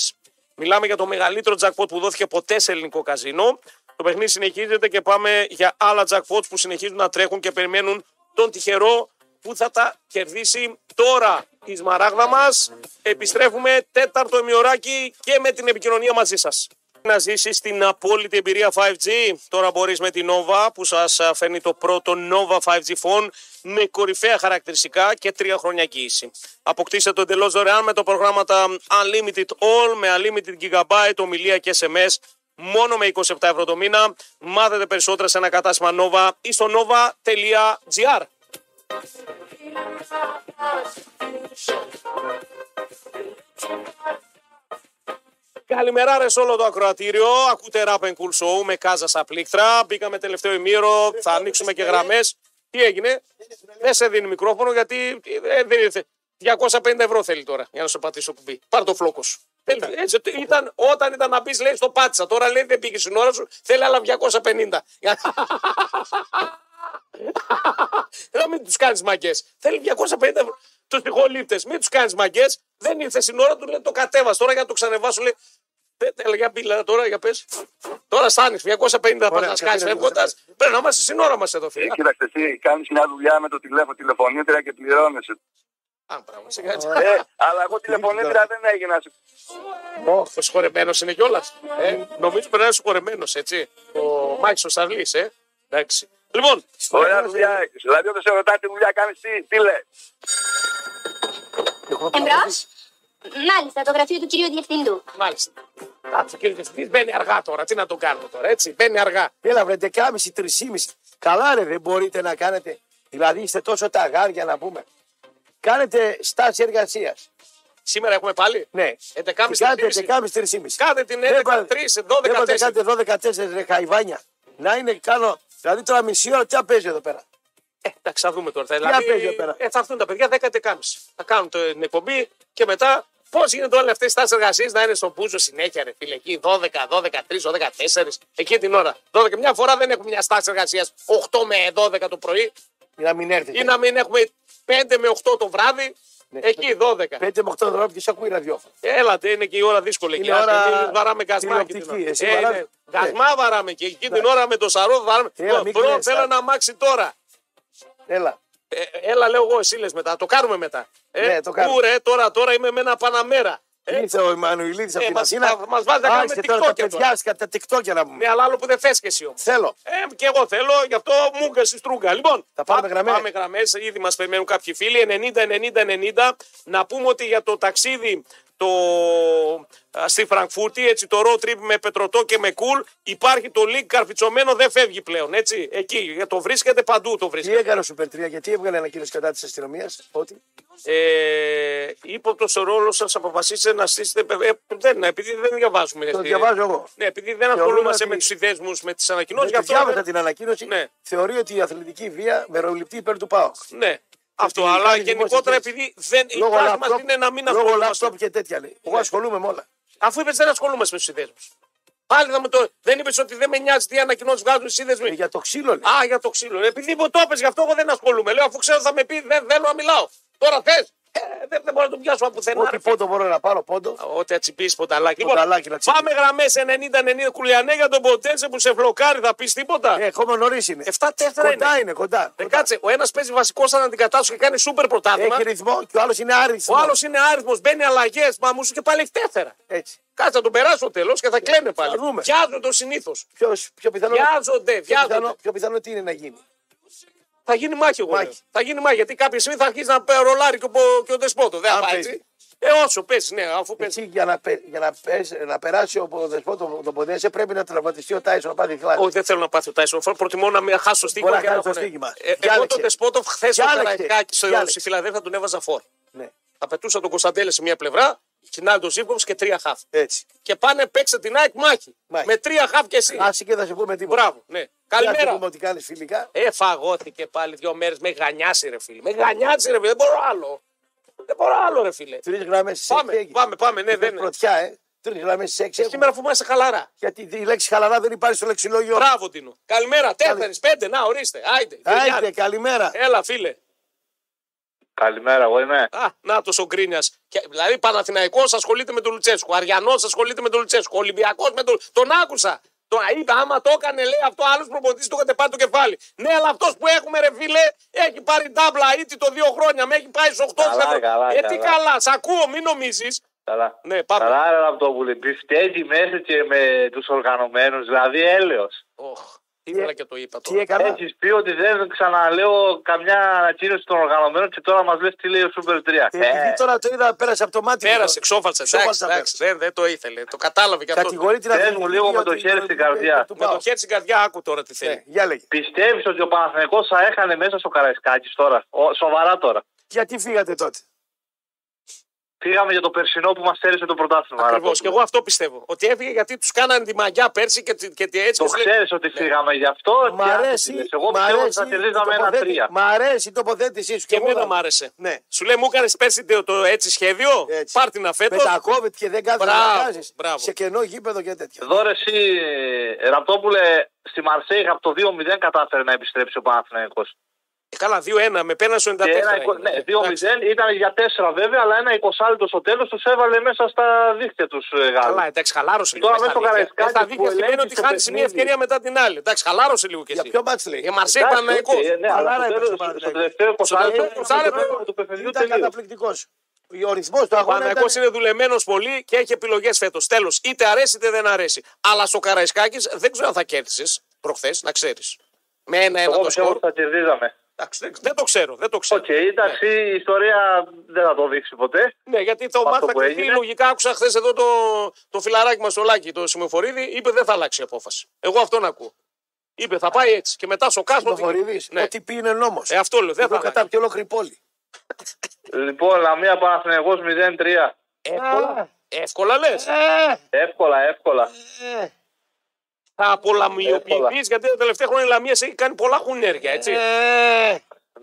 A: Μιλάμε για το μεγαλύτερο jackpot που δόθηκε ποτέ σε ελληνικό καζίνο. Το παιχνίδι συνεχίζεται και πάμε για άλλα jackpots που συνεχίζουν να τρέχουν και περιμένουν τον τυχερό που θα τα κερδίσει τώρα η Σμαράγδα μας. Επιστρέφουμε τέταρτο ημιωράκι και με την επικοινωνία μαζί σας. Να ζήσεις την απόλυτη εμπειρία 5G. Τώρα μπορείς με την Nova που σας φέρνει το πρώτο Nova 5G phone με κορυφαία χαρακτηριστικά και τρία χρόνια εγγύηση. Αποκτήστε το εντελώς δωρεάν με τα προγράμματα Unlimited All με Unlimited Gigabyte, ομιλία και SMS μόνο με 27 ευρώ το μήνα. Μάθετε περισσότερα σε ένα κατάστημα Nova ή στο nova.gr. Καλημέρα ρε σε όλο το ακροατήριο. Ακούτε Rap and Cool Show με κάζα στα πλήκτρα. Μπήκαμε τελευταίο ημίρο, θα ανοίξουμε και γραμμές. Τι έγινε, δεν σε δίνει μικρόφωνο γιατί ε, δεν ήρθε. 250 ευρώ θέλει τώρα για να σου πατήσω κουμπί. Πάρ το φλόκος σου. Θέλει, Ε, Έτσι, ήταν, όταν ήταν να μπεις, λέει στο πάτησα. Τώρα λέει δεν πήγες στην ώρα σου, θέλει άλλα 250. Για- να Ε, μην τους κάνεις μαγκέ. Θέλει 250 ευρώ. Τους πηγολήπτε, μην τους κάνεις μαγκέ. Δεν ήρθε στην ώρα του, λέει το κατέβα. Τώρα για να το ξανεβάσω, λέει. «Τε- τε- Για πίλα τώρα, για πες. Τώρα σάνει 250
B: Ωραία,
A: πα κάνει
B: καθίστε,
A: φεύγοντας. Πρέπει να είμαστε στην ώρα μας εδώ,
C: Ε,
A: φίλε.
C: κοίταξε, εσύ κάνεις μια δουλειά με το τηλέφωνο, τηλεφωνήτρια και πληρώνεσαι.
A: Α, πράγμα, σιγά, έτσι.
C: Ε, αλλά εγώ τηλεφωνήτρια δεν έγινα.
A: Ο συγχωρεμένο είναι κιόλας. Ε, νομίζω πρέπει να είναι συγχωρεμένο, έτσι. Ο Μάκης ο Σαρλής, ε. Εντάξει. Λοιπόν,
C: Ωραία δουλειά έχεις. Δηλαδή όταν σε ρωτάει τι δουλειά κάνεις, τι, τι λέει.
D: Εμπρό. Μάλιστα, το γραφείο του κυρίου Διευθυντού.
A: μάλιστα. Κάτσε, κύριε Διευθυντή, μπαίνει αργά τώρα. Τι να τον κάνουμε τώρα, έτσι. Μπαίνει αργά.
B: Έλα βρε 10,5, 3,5. Καλά ρε δεν μπορείτε να κάνετε. Δηλαδή είστε τόσο ταγάρια να πούμε. Κάνετε στάση εργασίας.
A: Σήμερα έχουμε πάλι.
B: Ναι.
A: 11.30,
B: Και κάνετε
A: 3,5.
B: 11,5, 3,5.
A: Ε, Κάντε την
B: Δεν
A: 11, 3,
B: πάτε- Δεν πάτε
A: 12, 4.
B: κάνετε 12-14 ρε χαϊβάνια. Να είναι κάνω. Δηλαδή τώρα μισή ώρα τι θα παίζει εδώ πέρα.
A: Ε, εντάξει, θα δούμε τώρα. Θα,
B: παίζει εδώ πέρα.
A: ε, θα έρθουν τα παιδιά 10-11.30. Θα κάνουν το- την εκπομπή και μετά πώς γίνονται όλες αυτές τι τάσεις εργασίας να είναι στον Πούζο συνέχεια, ρε φίλε. Εκεί 12, 12, 3, 12, 4. Εκεί την ώρα. 12. Μια φορά δεν έχουμε μια στάση εργασίας 8 με 12 το πρωί
B: Για να μην έρθετε.
A: ή να μην έχουμε 5 με 8 το βράδυ. Εκεί 12.
B: Ναι. Πέντε με 8 δρόμου και σε ακούει ραδιόφωνο.
A: Έλατε, είναι και η ώρα δύσκολη.
B: Είναι
A: Εκεί άστε,
B: ώρα
A: εμείς βαράμε γασμά.
B: τηλεοπτική,
A: εκεί την ώρα.
B: εσύ
A: Ε, είναι.
B: βαράμε.
A: Γασμά βαράμε και εκεί την ώρα με το σαρό βαράμε.
B: Έλα, μην
A: Μπρο,
B: κλαις,
A: θέλω
B: α.
A: να αμάξει τώρα.
B: Έλα.
A: Ε, έλα, λέω εγώ, εσύ λες μετά. Το κάνουμε μετά. Ε,
B: Ναι, το κάνουμε.
A: ου, ρε, τώρα, τώρα είμαι με ένα Παναμέρα. Ε,
B: Ήρθε ο Εμμανουηλίδης από
A: ε,
B: την
A: μας-
B: Αθήνα.
A: θα- μας βάζει να κάνουμε
B: Άρχισε τώρα
A: TikTok
B: τα
A: τώρα.
B: παιδιά σκατά τα TikTok να πούμε.
A: ναι, αλλά άλλο που δεν θες και εσύ όμως.
B: Θέλω.
A: Ε, και εγώ θέλω, γι' αυτό μούγκα στη στρούγκα. Λοιπόν,
B: Θα πάμε
A: πά-
B: γραμμές.
A: Πάμε γραμμές, ήδη μας περιμένουν κάποιοι φίλοι. 90-90-90. Να πούμε ότι για το ταξίδι το, α, στη Φραγκφούρτη, έτσι το road trip με πετρωτό και με κουλ. Υπάρχει το link καρφιτσωμένο, δεν φεύγει πλέον. Έτσι, εκεί ε, το βρίσκεται παντού το
B: Τι
A: βρίσκεται.
B: έκανε ο Σούπερ 3, γιατί έβγαλε ανακοίνωση κατά της αστυνομίας. Ότι.
A: Ε, ύποπτος ο ρόλος σας αποφασίσετε να στήσετε. Ε, δεν, επειδή δεν διαβάζουμε.
B: Το
A: ε,
B: διαβάζω εγώ.
A: Ναι, επειδή δεν
B: Θεωρώ
A: ασχολούμαστε
B: ότι-
A: με τους συνδέσμους, με τις ανακοινώσει,
B: Δεν
A: γι' αυτό.
B: τη διάβασα
A: δεν-
B: την ανακοίνωση.
A: Ναι.
B: Θεωρεί ότι η αθλητική βία μεροληπτεί υπέρ του ΠΑΟΚ.
A: Ναι, αυτό.
B: ότι
A: Αλλά
B: κάνει
A: γενικότερα
B: δημόσια
A: επειδή δεν, η
B: Λόγω
A: τάση μα
B: λαπτόπ,
A: είναι να μην
B: λόγω
A: ασχολούμαστε. Ναι.
B: λαπτόπ και τέτοια λέει. Εγώ ασχολούμαι με όλα.
A: Αφού είπες δεν ασχολούμαστε με τους συνδέσμου. Πάλι θα με το. Δεν είπες ότι δεν με νοιάζει τι ανακοινώσεις βγάζουν οι
B: Ε,
A: σύνδεσμοι.
B: Για το ξύλο λέει.
A: Α, για το ξύλο. Ε, Επειδή μου το είπες, γι' αυτό εγώ δεν ασχολούμαι. Λέω, αφού ξέρω θα με πει, δεν θέλω να μιλάω. Τώρα θες. Ε, δεν, δεν μπορώ να τον πιάσω από πουθενά.
B: Ό,τι
A: ρε,
B: πόντο μπορώ να πάρω πόντο.
A: Ό,τι ατσιπήσει ποταλάκι.
B: Ποταλάκι να
A: Λοιπόν, πάμε
B: τσιπήσει.
A: γραμμέ 90-90 κουλιανέ για τον Ποτένσε που σε φλοκάρει. Θα πεις τίποτα.
B: Ε, Έχουμε νωρίς είναι.
A: 7-4 είναι.
B: Κοντά είναι, κοντά.
A: Ε,
B: κοντά.
A: κάτσε, ο ένας παίζει βασικός σαν αντικατάστατο και κάνει σούπερ πρωτάθλημα.
B: Έχει ρυθμό και ο άλλος είναι άριθμο.
A: Ο άλλος είναι άριθμο, μπαίνει αλλαγές, μα μου σου και πάλι έχει τέσσερα.
B: Έτσι.
A: Κάτσε να τον περάσω τέλο και Ε, θα κλαίνε πάλι.
B: Θα δούμε.
A: Βιάζονται συνήθως.
B: Ποιος, πιο πιθανό,
A: Βιάζονται,
B: πιο πιθανό,
A: βιάζονται.
B: πιο πιθανό τι είναι να γίνει.
A: Θα γίνει μάχη εγώ.
B: Μάχη.
A: λέω. Θα γίνει μάχη γιατί κάποια στιγμή θα αρχίσει να πε- ρολάρει και ο, πο- και ο δεσπότο. Δεν θα
B: Αν
A: πάει
B: παίζει.
A: έτσι. Ε, όσο πέσει, ναι, αφού πέσει.
B: Εσύ για να, πε- για να, πες, να περάσει ο ποδοσφό το, το ποδέσαι πρέπει να τραυματιστεί ο Τάισον να πάρει χλάδι.
A: Όχι, δεν θέλω να πάθει ο Τάισον Φόρτ. Προτιμώ να με χάσω το στίγμα.
B: Μπορεί να
A: και να
B: χάσει το
A: έχω, ναι.
B: στίγμα.
A: Ε, Εγώ
B: Διάλεξε.
A: τον Δεσπότοφ χθες στο
B: Διάλεξε.
A: Καραϊσκάκι στο
B: Διάλεξε.
A: στη Φιλαδέλφια τον έβαζα φόρ.
B: Ναι.
A: Θα πετούσα τον Κωνσταντέλε σε μια πλευρά, κοινάει τον Ζήμποβ και τρία χάφ.
B: Έτσι.
A: Και πάνε παίξε την ΑΕΚ μάχη.
B: Μάχη.
A: Με τρία χάφ και εσύ.
B: Άσε και θα σε πούμε τίποτα.
A: Ε. Μπράβο, ναι.
B: Δεν θα σου
A: Καλημέρα.
B: πούμε ότι κάνεις φιλικά.
A: Ε, φαγώθηκε πάλι δύο μέρες. Με γανιάσει, ρε φίλε. Με γανιάσει, ρε φίλε. Δεν μπορώ άλλο. Δεν μπορώ άλλο, ρε φίλε.
B: Τρεις γραμμές σε
A: Πάμε, πάμε, πάμε. Ναι, δεν
B: Δεν
A: είναι.
B: πρωτιά, ε. Τρεις γραμμές σε έξι. έχουμε.
A: Σήμερα φουμάσαι χαλαρά.
B: Γιατί η λέξη χαλαρά δεν υπάρχει στο λεξιλόγιο.
A: Μπράβο, Τίνο. Καλημέρα. Τέσσερις, πέντε. Να, ορίστε. Άιντε.
B: Άιντε,
A: Γιουργιάδη.
B: καλημέρα.
A: Έλα, φίλε.
C: Καλημέρα, εγώ είμαι.
A: Α, να το ο Γκρίνιας. Δηλαδή, Παναθηναϊκός ασχολείται με τον Λουτσέσκο. Αριανός ασχολείται με τον Λουτσέσκο. Ολυμπιακός με τον. Τον άκουσα. Το είπα, άμα το έκανε, λέει αυτό, άλλος προπονητής του είχατε πάρει το κεφάλι. Ναι, αλλά αυτός που έχουμε, ρε φίλε, έχει πάρει ντάμπλα ήτι το δύο χρόνια. Με έχει πάει στου 8
C: Καλά, καλά,
A: Ε, τι
C: καλά.
A: καλά, σ' ακούω, μην νομίζεις.
C: Καλά.
A: Ναι, πάμε.
C: Καλά, ρε Ραπτόπουλη. Μπιστέκι μέσα και με τους οργανωμένους, δηλαδή έλεος.
A: Οχ, ήθελα και το είπα
B: Τι
A: τώρα.
B: έκανα.
C: Έχεις πει ότι δεν ξαναλέω καμιά ανακοίνωση των οργανωμένων και τώρα μας λες τι λέει ο Ε, Σούπερ 3.
B: Ε, Επειδή τώρα το είδα πέρασε από το μάτι. μου.
A: Ε, Πέρασε, ξόφαλτσα. Εντάξει,
B: Ξόφαλτσα
A: εντάξει, δεν, δεν το ήθελε. Το κατάλαβε και αυτό.
B: Κατηγορεί την
C: Πες μου
B: Αθηνική
C: λίγο με
B: ότι
C: το χέρι
B: είναι
C: στην
B: του-
C: καρδιά.
B: του
A: Με το
B: ΠΑΟΚ.
A: χέρι στην καρδιά, άκου τώρα τι
B: Ναι,
A: θέλει.
B: Για λέγε.
C: Πιστεύεις ότι ο Παναθηναϊκός θα έχανε μέσα στο Καραϊσκάκης τώρα. Ο, σοβαρά τώρα.
B: Γιατί φύγατε τότε.
C: Πήγαμε για το περσινό που μας έρισε το πρωτάθλημα.
A: Ακριβώ.
C: Ραπτόπουλε.
A: Και εγώ αυτό πιστεύω. Ότι έφυγε γιατί τους κάνανε τη μαγιά πέρσι και, τη- και τη- έτσι.
C: Το
A: τους λέει-
C: ξέρεις ότι φύγαμε γι' αυτό.
B: Ναι. Μ'
C: και
B: αρέσει.
C: άσχετες. Εγώ
B: μ'
C: πιστεύω ότι
B: αρέσει
C: θα
B: η
C: κερδίζαμε ένα
B: τοποθέτηση-
C: τρία.
B: Μ' αρέσει η τοποθέτησή σου.
A: Και
B: εγώ
A: εμένα
B: θα-
A: μου άρεσε.
B: Ναι.
A: Σου λέει, μου έκανες πέρσι το, το έτσι σχέδιο.
B: Έτσι.
A: Πάρ' την
B: Με
A: αφέτο.
B: τα COVID και δεν κάθεσαι να
A: Μπράβο,
B: βγάζεις
A: μπράβο.
B: σε κενό γήπεδο και τέτοια.
C: Εδώ ρε εσύ, ε, Ραπτόπουλε, στη Μαρσέιγα από το 2-0 κατάφερε να επιστρέψει ο Παναθηναϊκός.
A: Ε, Καλά, 2-1 με πένασε ο 94.
C: Και ένα, εικο-
A: έγινε.
C: ναι, 2-0
A: Εντάξει.
C: ήταν για 4 βέβαια, αλλά ένα 20 στο τέλος τους έβαλε μέσα στα δίχτυα ε, του Γάλλους.
A: Καλά, εντάξει, χαλάρωσε λίγο.
C: Τώρα
A: μες
C: μέσα
A: στα
C: στο
A: δίχτυα.
C: Καραϊσκάκι
A: Μες στα
C: που
A: δίχτυα σημαίνει
C: ελέγχει
A: ότι
C: το
A: χάνει μια
C: παιχνίδι.
A: ευκαιρία μετά την άλλη. Εντάξει, χαλάρωσε λίγο κι
B: Για
A: εσύ.
B: ποιο μάτς λέει.
A: Ε, Μαρσέη
C: Εντάξει,
A: Παναναϊκό.
C: οκ, ε, ναι, αλλά
B: Καλά,
C: στο
B: ρε,
C: τέλος,
B: ο Παναθηναϊκός.
C: στο τελευταίο
A: Στο τελευταίο
C: 20
A: εικοσάλεπτο
C: του παιχνιδιού
B: Ε, Ήταν
C: τελείωσε.
B: καταπληκτικός. Ο ρυθμός του
A: Ο
B: αγώνα
A: Παναναϊκό
B: ήταν...
A: είναι δουλεμένος πολύ και έχει επιλογές φέτος. Τέλος, είτε αρέσει είτε δεν αρέσει. Αλλά στο Καραϊσκάκης δεν ξέρω αν θα κέρδισες προχθές, να ξέρεις. Με ένα-ένα
C: Εγώ
A: το
C: πιστεύω
A: σκορ.
C: ότι θα κερδίζαμε.
A: Εντάξει, δεν- Δεν το ξέρω. Δεν το ξέρω.
C: Οκ, εντάξει, η ιστορία δεν θα το δείξει ποτέ.
A: Ναι, γιατί το
C: Αυτό
A: μάτς θα
C: που
A: κρυφτεί
C: έγινε.
A: λογικά. Άκουσα χθες εδώ το, το φιλαράκι μας, το Λάκη, το Σιμοφορίδη, είπε δεν θα αλλάξει η απόφαση. Εγώ αυτόν ακούω. Είπε θα πάει έτσι. Και μετά σοκάσμα.
B: Το χορηγείς.
A: Ναι.
B: Ό,τι πει είναι νόμος.
A: Ε, αυτό λέω. Δεν θα
B: Εδώ
A: αλλάξει.
B: κατά πιο ολόκληρη πόλη.
C: Λοιπόν, Λαμία Παναθηναϊκός 0-3.
A: Εύκολα, εύκολα λες. Ε,
C: Εύκολα, εύκολα.
A: Θα απολαμιοποιηθεί γιατί τα τελευταία χρόνια η Λαμίας σε έχει κάνει πολλά χουνέρια. Έτσι.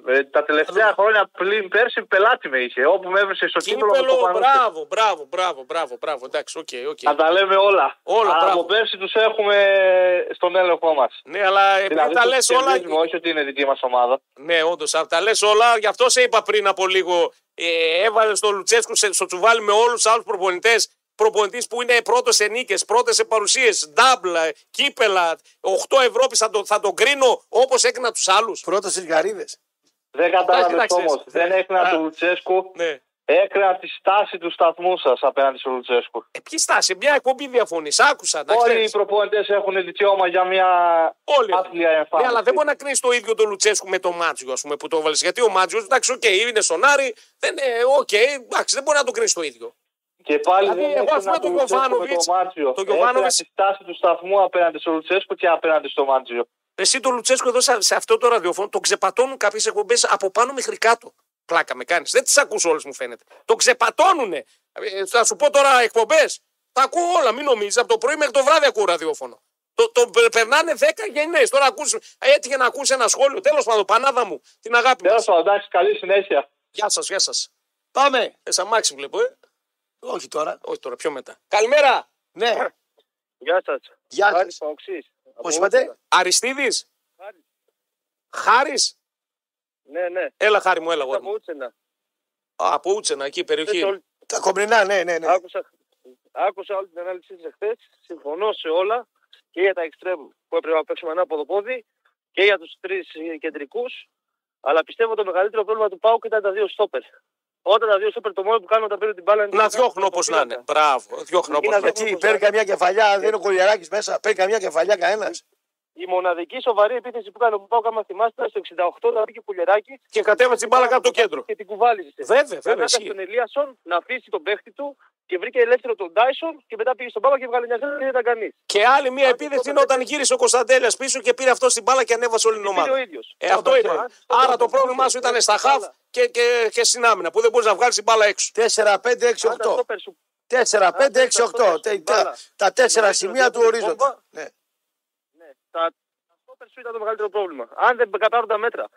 C: Ε, τα τελευταία χρόνια πλην πέρσι πελάτη με είχε. Όπου με έβρισε στο κύπελο με το
A: Κύπελο,
C: Παναθηναϊκό.
A: μπράβο, μπράβο, μπράβο, μπράβο, μπράβο. Εντάξει, οκ, οκ.
C: Να τα λέμε όλα.
A: Όλα,
C: Αλλά
A: μπράβο.
C: από πέρσι τους έχουμε στον έλεγχό μας.
A: Ναι, αλλά επειδή
C: Δηλαδή,
A: τα
C: τους
A: λες όλα.
C: κερδίζουμε, όχι ότι είναι δική μας ομάδα.
A: Ναι, όντως. Τα λες όλα. Γι' αυτό σε είπα πριν από λίγο. Ε, έβαλες στο Λουτσέσκο σε- στο τσουβάλι με όλους τους άλλους προπονητές. Προπονητής που είναι πρώτος σε νίκες, πρώτες σε παρουσίες, ντάμπλα, κύπελα, 8 Ευρώπης. Θα, το, θα τον κρίνω όπως έκανα τους άλλους.
B: Πρώτος στις γαρίδες.
C: Δεν
A: Εντάξει,
C: κατάλαβε
A: εντάξει,
C: όμω.
A: εντάξει.
C: Δεν έκανα
A: Α.
C: του Λουτσέσκου.
A: Ναι.
C: Έκανα τη στάση του σταθμού σας απέναντι στο Λουτσέσκου.
A: Ε, ποιοι στάση, μια εκπομπή διαφωνείς. Άκουσα. να
C: Όλοι
A: ξέρεις.
C: οι προπονητές έχουν δικαίωμα για μια
A: Όλοι.
C: άθλια ε,
A: Ναι,
C: εμφάνιση.
A: αλλά δεν μπορεί να κρίνεις το ίδιο τον Λουτσέσκου με τον Μάτζιο, ας πούμε, που το βάλεις. Γιατί ο Μάτζιος, εντάξει, οκ, είναι σονάρι, δεν, ε, οκ, εντάξει, δεν μπορεί να το κρίνεις το ίδιο.
C: Και πάλι
A: Δηλαδή,
C: δεν
A: εγώ
C: έχει
A: αυτό
C: να
A: τον
C: το Λουτσέσκο με
A: Γιωβάνοβιτς-
C: το Μάτσιο.
A: τον
C: Έπρεπε
A: Γιωβάνοβιτς-
C: στη στάση του σταθμού απέναντι στο Λουτσέσκο και απέναντι στο Μάτσιο.
A: Εσύ τον Λουτσέσκο εδώ σε, σε αυτό το ραδιοφώνο τον ξεπατώνουν κάποιες εκπομπές από πάνω μέχρι κάτω. Πλάκα με κάνεις. Δεν τις ακούς όλες, μου φαίνεται. Τον ξεπατώνουνε. Ε, θα σου πω τώρα εκπομπές. Τα ακούω όλα, μην νομίζεις. Από το πρωί μέχρι το βράδυ ακούω ραδιόφωνο. Το, το πε- περνάνε 10 γενιέ. Τώρα ακούς, έτυχε να ακούσει ένα σχόλιο. Τέλος πάντων, πανάδα μου. Την αγάπη
C: Τέλο
A: μου.
C: πάντων, εντάξει, καλή συνέχεια.
A: Γεια σας, γεια σας.
B: Πάμε.
A: Ε, σαν μάξι βλέπω, ε.
B: Όχι τώρα.
A: Όχι τώρα, πιο μετά. Καλημέρα. Ε.
B: Ναι.
C: Γεια σας.
B: Γεια σας.
C: Παοξής.
B: Πώς είπατε.
A: Αριστίδης.
C: Χάρης.
A: Χάρης.
C: Ναι, ναι.
A: Έλα, χάρη μου, έλα. αγόρι μου.
C: Ούτσενα.
A: Α, από Ούτσενα, εκεί η περιοχή.
B: Τα κομπρινά, ναι, ναι. ναι.
C: Άκουσα, άκουσα όλη την ανάλυση της εχθές. Συμφωνώ σε όλα και για τα εξτρέμ που έπρεπε να παίξουμε ανάποδο πόδι και για τους τρεις κεντρικούς. Αλλά πιστεύω το μεγαλύτερο πρόβλημα του Πάουκ ήταν τα δύο στόπερ. Όταν τα δύο στόπερ το μόνο που κάνουν όταν παίρνουν την μπάλα είναι
A: Να διώχνω όπως να είναι. Μπράβο, διώχνω όπως να είναι.
B: Γιατί παίρνει καμιά κεφαλιά, δεν είναι ο κολιαράκι μέσα. Παίρνει καμιά κεφαλιά κανένας.
C: Η μοναδική σοβαρή επίθεση που έκανε ο Πάουκ, άμα θυμάστε, ήταν στο 68 να πήγε πουλεράκι
A: Και κατέβασε την μπάλα κάτω το κέντρο.
C: και την κουβάλιζε.
A: Βέβαια, βέβαια.
C: Ανάγκασε
A: Ισχύει.
C: τον Ελίασον να αφήσει τον παίχτη του και βρήκε ελεύθερο τον Ντάισον και μετά πήγε στον Πάουκ και βγάλε μια ζέστη και δεν ήταν κανείς.
A: Και άλλη μια
C: Άντε,
A: επίθεση
C: τότε
A: είναι όταν γύρισε ο Κωνσταντέλιας πίσω και πήρε αυτό την μπάλα και ανέβασε όλη την
C: Είναι ο
A: ομάδα.
C: ίδιος.
A: Ε, αυτό
B: Τότε,
A: ήταν.
C: αν
A: Άρα το
C: τότε,
A: πρόβλημά σου
C: τότε,
A: ήταν στα
C: τότε,
A: χαβ
C: μπάλα.
A: και, και, και στην άμυνα που δεν μπορείς να βγάλεις την μπάλα έξω.
B: 4, 5, 6, 8. 4, 5, 6, 8. Τα, τα, τα τέσσερα σημεία του ορίζοντα. Ναι.
C: Τα στόπερ σου ήταν το μεγαλύτερο πρόβλημα. Αν δεν κατάρουν τα μέτρα,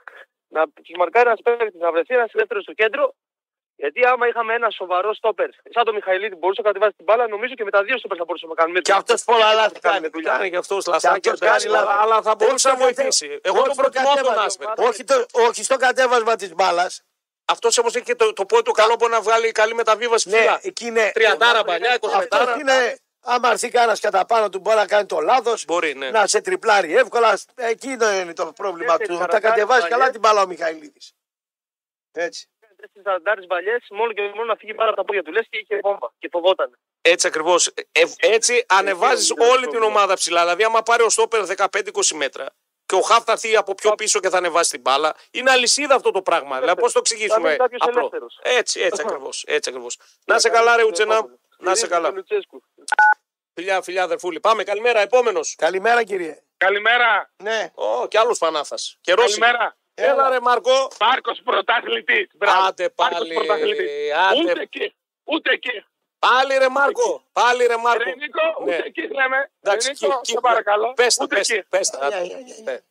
C: να τους μαρκάρει ένας παίκτης, να βρεθεί ένας ελεύθερος στο κέντρο. Γιατί άμα είχαμε ένα σοβαρό στόπερ, σαν τον Μιχαηλίδη, μπορούσε να κατεβάσει την μπάλα, νομίζω και με τα δύο στόπερ θα μπορούσαμε να κάνουμε.
B: Και αυτός πολλά λάθη κάνει.
C: Κάνουμε δουλειά.
A: Κάνει και αυτός λαθάκι,
B: αυτός κάνει
A: αλλά-
B: λάθη.
A: αλλά θα μπορούσε να
B: Όχι,
A: βοηθήσει. Εγώ
B: όχι
A: τον
B: στο
A: προτιμώ τον
B: κατέβασμα.
A: Άσπερ.
B: Όχι, το, όχι στο κατέβασμα της μπάλας.
A: Αυτός όμως έχει και το, το πόδι του καλό που να βγάλει καλή μεταβίβαση
B: Ναι,
A: ψηλά.
B: εκεί είναι.
A: Τριαντάρα παλιά,
B: Αυτό
A: εικοσιπεντάρα.
B: είναι. Άμα έρθει κανένα κατά πάνω του, μπορεί να κάνει το λάθος.
A: Μπορεί, ναι.
B: Να σε τριπλάρει εύκολα. Εκείνο είναι το πρόβλημα
C: Τέσσερις
B: του. Τα
C: χαρακτάρες
B: κατεβάζει καλά
C: παλιές.
B: την μπάλα ο Μιχαηλίδης. Έτσι.
C: Στι αντάρε μπαλιές, μόνο και μόνο να φύγει πάρα από τα πόδια του. Λες και είχε βόμβα και φοβόταν.
A: Έτσι ακριβώς. έτσι ανεβάζει
C: είναι
A: όλη
C: το
A: την
C: πρόβλημα.
A: ομάδα ψηλά. Δηλαδή, άμα πάρει ο στόπερ 15-20 μέτρα και ο Χαφ θα έρθει από πιο πίσω και θα ανεβάσει την μπάλα, είναι αλυσίδα αυτό το πράγμα. Δηλαδή, πώς το
C: Θα
A: εξηγήσουμε
C: μείνει κάποιος
A: απλό.
C: ελεύθερος.
A: Έτσι, έτσι ακριβώς. Έτσι ακριβώς. Να σε καλά, ρε Ούτσενα. Να σε καλά. Φιλιά, φιλιά, αδερφούλη. Πάμε, καλημέρα. Επόμενος.
B: Καλημέρα, κύριε.
E: Καλημέρα.
B: Ναι.
A: Ω, κι άλλος φανάθα. Καιρό.
E: Καλημέρα.
A: Έλα, ρε Μάρκο.
E: Πάρκο πρωταθλητή.
A: Άντε πάλι, άντε.
E: Ούτε εκεί. Ούτε εκεί.
A: Πάλι, ρε Μάρκο. Πάλι, ρε Μάρκο.
E: Ρε Νίκο,
A: Ναι.
E: ούτε εκεί λέμε.
A: Εντάξει,
E: Ρε Νίκο,
A: εκεί,
E: σε
A: εκεί.
E: παρακαλώ.
A: Πες τα,
E: Ούτε
A: πες τα,
E: εκεί.
A: πες τα.
B: Γεια, γεια, γεια, γεια.
A: Ε,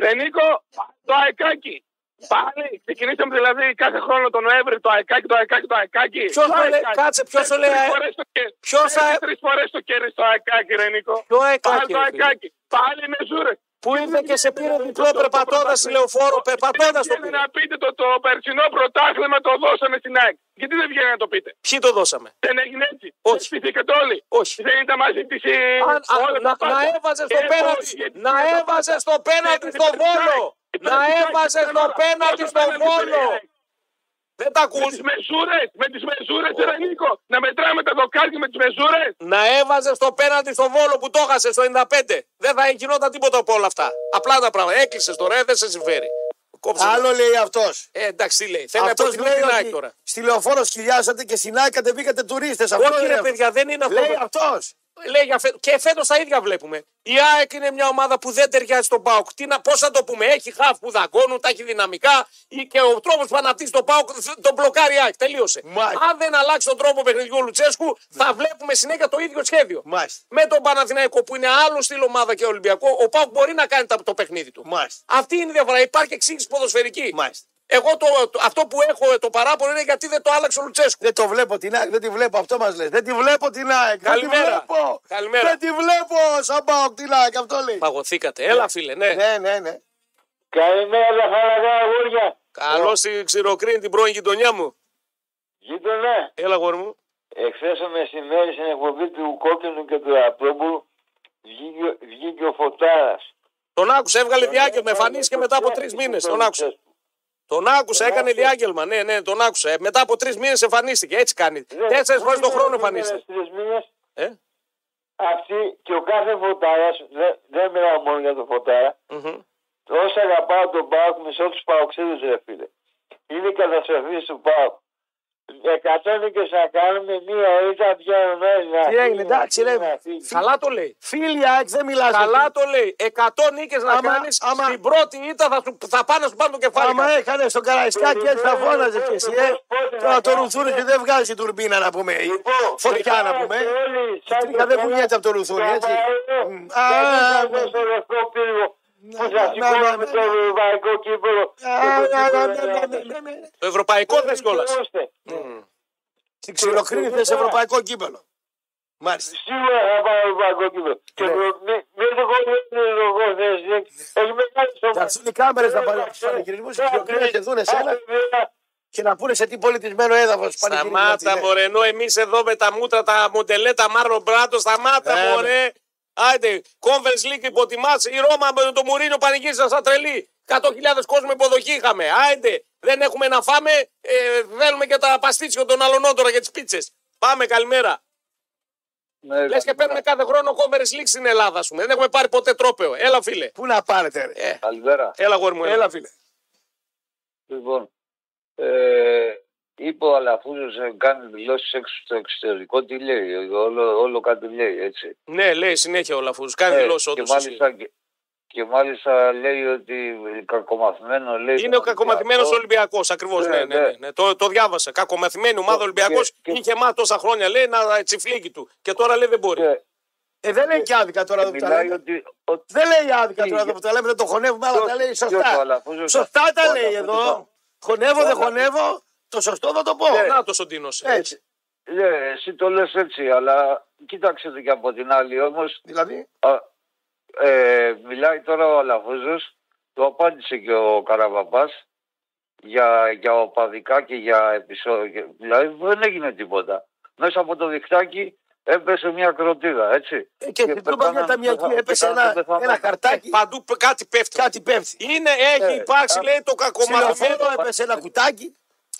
E: Ρε Νίκο, το αεκάκι. Πάλι ξεκινήσαμε δηλαδή κάθε χρόνο τον Νοέμβρη το αεκάκι, το αεκάκι, το αεκάκι.
A: Ποιος
E: Το
A: το λέει,
E: αεκάκι.
A: κάτσε, ποιος το λέει,
E: Τρεις
A: αε-
E: φορές το κέρι.
A: ποιος
E: Έχει
A: αε-
E: Τρεις φορές το κέρι στο αεκάκι, ρε Νίκο.
A: Ε- Ποιο αεκάκι,
E: Πάλι το
A: ρε φίλε.
E: αεκάκι. Πάλι είναι ζούρες.
A: Που ήρθε και σε πήρε διπλό περπατώντα στη λεωφόρο, περπατώντας το
E: Δεν βγαίνει
A: πήρε.
E: να πείτε το, το περσινό πρωτάθλημα το δώσαμε στην ΑΕΚ. Γιατί δεν βγαίνει να το πείτε.
A: Ποιοι το δώσαμε.
E: Δεν έγινε έτσι.
A: Όχι.
E: Δεν στηθήκατε όλοι.
A: Όχι.
E: Δεν ήταν μαζί ε, τη.
A: Αν, αν- να, να έβαζε
E: Ε,
A: το πέναντι, να έβαζε το πέναντι στο βόλο. Να έβαζε το πέναντι στο βόλο. Δεν τα
E: Με
A: ακούς.
E: τι μεζούρε, με τις μεζούρε, ρε Νίκο. Να μετράμε τα δοκάρια με τις μεζούρε.
A: Να έβαζες το πέναντι στο βόλο που το έχασες στο 95. Δεν θα γινόταν τίποτα από όλα αυτά. Απλά τα πράγματα. Έκλεισες τώρα, ε, δεν σε συμφέρει. Κόψε.
B: Άλλο λέει αυτός.
A: Ε, εντάξει, τι λέει. Θέλει να
B: Αυτός
A: υποτιμήσει
B: λέει
A: την ΑΕΚ
B: ότι
A: τώρα.
B: στη λεωφόρο σκυλιάσατε και στην ΑΕΚ κατεβήκατε τουρίστε.
A: Όχι, ρε παιδιά, δεν είναι αυτό.
B: Λέει αυτός.
A: λέει για φέ- Και φέτος τα ίδια βλέπουμε. Η ΑΕΚ είναι μια ομάδα που δεν ταιριάζει στον Πάοκ. Τι να... Πώς θα το πούμε, έχει χαφ που δαγκώνουν, τα έχει δυναμικά ή- και ο τρόπος που αναπτύσσει τον Πάοκ θ- τον μπλοκάρει η ΑΕΚ. Τελείωσε.
B: Μάλιστα.
A: Αν δεν αλλάξει τον τρόπο παιχνιδιού ο Λουτσέσκου, θα βλέπουμε συνέχεια το ίδιο σχέδιο.
B: Μάλιστα.
A: Με τον Παναθηναϊκό που είναι άλλο στυλ ομάδα και Ολυμπιακό, ο Πάοκ μπορεί να κάνει τα- το παιχνίδι του.
B: Μάλιστα.
A: Αυτή είναι η διαφορά. Υπάρχει εξήγηση ποδοσφαιρική.
B: Μάλιστα.
A: Εγώ το, το- αυτό που έχω ε, το παράπονο είναι γιατί δεν το άλλαξε ο Λουτσέσκου.
B: Δεν το βλέπω την ΑΕΚ, δεν τη βλέπω. Αυτό μας λες. Δεν τη βλέπω την ΑΕΚ.
A: Καλημέρα.
B: Δεν τη βλέπω.
A: Καλημέρα.
B: Δεν τη βλέπω. Σαν πάω την ΑΕΚ, αυτό λέει.
A: Παγωθήκατε. Έλα, φίλε, ναι.
B: Ναι, ναι, ναι.
C: Καλημέρα, χαλαρά αγόρια.
A: Καλώ στη ξηροκρίνη την πρώην γειτονιά μου.
C: Γείτονα,
A: Έλα, γόρι μου.
C: Εχθές το μεσημέρι στην εκπομπή του Κόκκινου και του Απρόμπου βγήκε, βγήκε ο Φωτάρας.
A: Τον άκουσα, έβγαλε διάγγελμα. Εμφανίστηκε μετά από τρει μήνες. Τον άκουσα. Τον άκουσα, έκανε διάγγελμα. Ναι, ναι, τον άκουσα. Ε, Μετά από τρεις μήνες εμφανίστηκε. Έτσι κάνει.
C: Ναι,
A: Τέσσερι φορέ τον χρόνο εμφανίστηκε.
C: Τρεις ναι, μήνες
A: Ε?
C: αυτή και ο κάθε Φωτάρας, δεν, δεν μιλάω μόνο για τον Φωτάρα,
A: μχμ.
C: όσο αγαπάω τον Πάοκ, μισό τους Πάοξίδες ρε φίλε. Είναι η καταστροφή του Πάοκ. Δεκατόνικες να κάνουμε μία ήττα πιο μέσα.
B: Τι έγινε, εντάξει, ρε.
A: Καλά το λέει.
B: Φίλια, έτσι δεν μιλάς.
A: Καλά το λέει. 100 νίκες να
B: Άμα-
A: κάνεις.
B: άμα-
A: Την πρώτη ήττα θα, σου- θα πάνε να σου πάρουν το κεφάλι.
B: Άμα έκανε στον Καραϊσκάκη έτσι θα φώναζε και εσύ, ε. Τώρα το ρουθούνι και δεν βγάζει τουρμπίνα να πούμε. ή
A: Λοιπόν,
B: Φωτιά Λοιπόν, να πούμε. Τρίχα δεν βγαίνει από το ρουθούνι, έτσι. Μ, α, ναι, α, α,
C: Στο λευκό πύργο που
B: Να, να,
C: θα σηκώναμε
B: να,
C: το
B: να.
C: ευρωπαϊκό κύπελο.
B: ναι, α, α, α, α, ναι, ναι, ναι.
A: Το ευρωπαϊκό θες κιόλα.
C: Δικαιώστε.
B: Στην ξηροκρίνη θες ευρωπαϊκό κύπελο. Μάλιστα.
C: Σίγουρα θα πάω ευρωπαϊκό
A: Ε,
C: κύπελο. Και
B: Ναι.
C: προ- μη- μη το κόβεις, το κόβεις. Έχει μεγάλη
B: Θα
C: σοβαρή.
B: έρθουν οι κάμερες να πάνε στου πανηγυρισμού και
C: Ναι,
B: να και δουν εσένα και να πούνε σε τι πολιτισμένο έδαφος
A: Σταμάτα,
B: ναι.
A: μωρέ. Ενώ εμείς εδώ με τα μούτρα, τα μοντελέτα, Μάρλο Μπράτο, σταμάτα,
B: Ε,
A: μωρέ. Άιντε, Conference League υποτιμάς. Η Ρώμα με το Μουρίνο πανηγύρισε σαν τρελή. 100.000 κόσμο υποδοχή είχαμε. Άιντε, δεν έχουμε να φάμε. Ε, θέλουμε και τα παστίτσιο των αλωνών τώρα για τις πίτσες. Πάμε, καλημέρα.
F: Ναι,
A: Λες και παίρνουμε κάθε χρόνο Conference League στην Ελλάδα, ας πούμε. Δεν έχουμε πάρει ποτέ τρόπεο. Έλα, φίλε.
B: Πού να πάρετε, ρε.
A: Ε,
C: Καλημέρα.
A: έλα, γόρι μου. Έλα, φίλε.
C: Λοιπόν, ε, είπε ο Αλαφούζος να κάνει δηλώσεις έξω στο εξωτερικό. Τι λέει, όλο, όλο κάτι λέει, έτσι. Ε,
A: Ναι, λέει συνέχεια ο Λαφούζος. Κάνει δηλώσεις
C: και,
A: όντως.
C: μάλιστα, και, και μάλιστα λέει ότι κακομαθημένο λέει.
A: Είναι ο κακομαθημένο
C: Ολυμπιακό.
A: Ολυμπιακός. Ακριβώς, ναι,
C: Ε, Ναι,
A: ναι, ναι,
C: ναι.
A: ναι. Το, το διάβασα. Κακομαθημένη ομάδα
C: Και-
A: Ολυμπιακός.
C: και-
A: Είχε μάθει τόσα χρόνια, λέει, να τσιφλίκι του. Και τώρα λέει δεν μπορεί.
C: Και,
B: Ε, δεν λέει και άδικα τώρα
C: και
B: εδώ που τα λέμε.
C: μιλάει ότι. ότι
B: Δεν λέει άδικα τώρα εδώ που τα λέμε, δεν το χωνεύουμε, αλλά
C: Ποιος-
B: τα λέει
C: ποιος ο
B: σωστά.
C: Αλαφούζος-
B: Σωστά τα
C: ο
B: λέει
C: Αλαφούζος
B: εδώ.
C: το-
B: Χωνεύω,
C: Ο
B: δεν
C: Αλαφούζος.
B: χωνεύω. Το σωστό θα το πω.
A: Ε,
B: Να,
A: Να το σοντίνο.
B: Έτσι.
C: ναι, εσύ το λες έτσι, αλλά κοίταξε το και από την άλλη όμως.
B: Δηλαδή.
C: Α, ε, μιλάει τώρα ο Αλαφούζος, το απάντησε και ο Καραβαμπάς για, για οπαδικά και για επεισόδια. Δηλαδή δεν έγινε τίποτα. Μέσα από το δικτάκι έπεσε μια κροτίδα, έτσι.
B: Ε, Και στην Τούμπα μια
C: πετάνε-
B: ταμιακή
C: πετάνε-
B: έπεσε
C: πετάνε
B: ένα,
C: το πεθαμένο.
B: ένα χαρτάκι,
A: Ε, Παντού π- κάτι πέφτει.
B: κάτι πέφτει.
A: Είναι, έχει
C: Ε,
A: υπάρξει,
C: α,
A: λέει, το κακομαθημένο.
B: Ξυλοφόρο έπεσε
A: Ε,
B: ένα κουτάκι.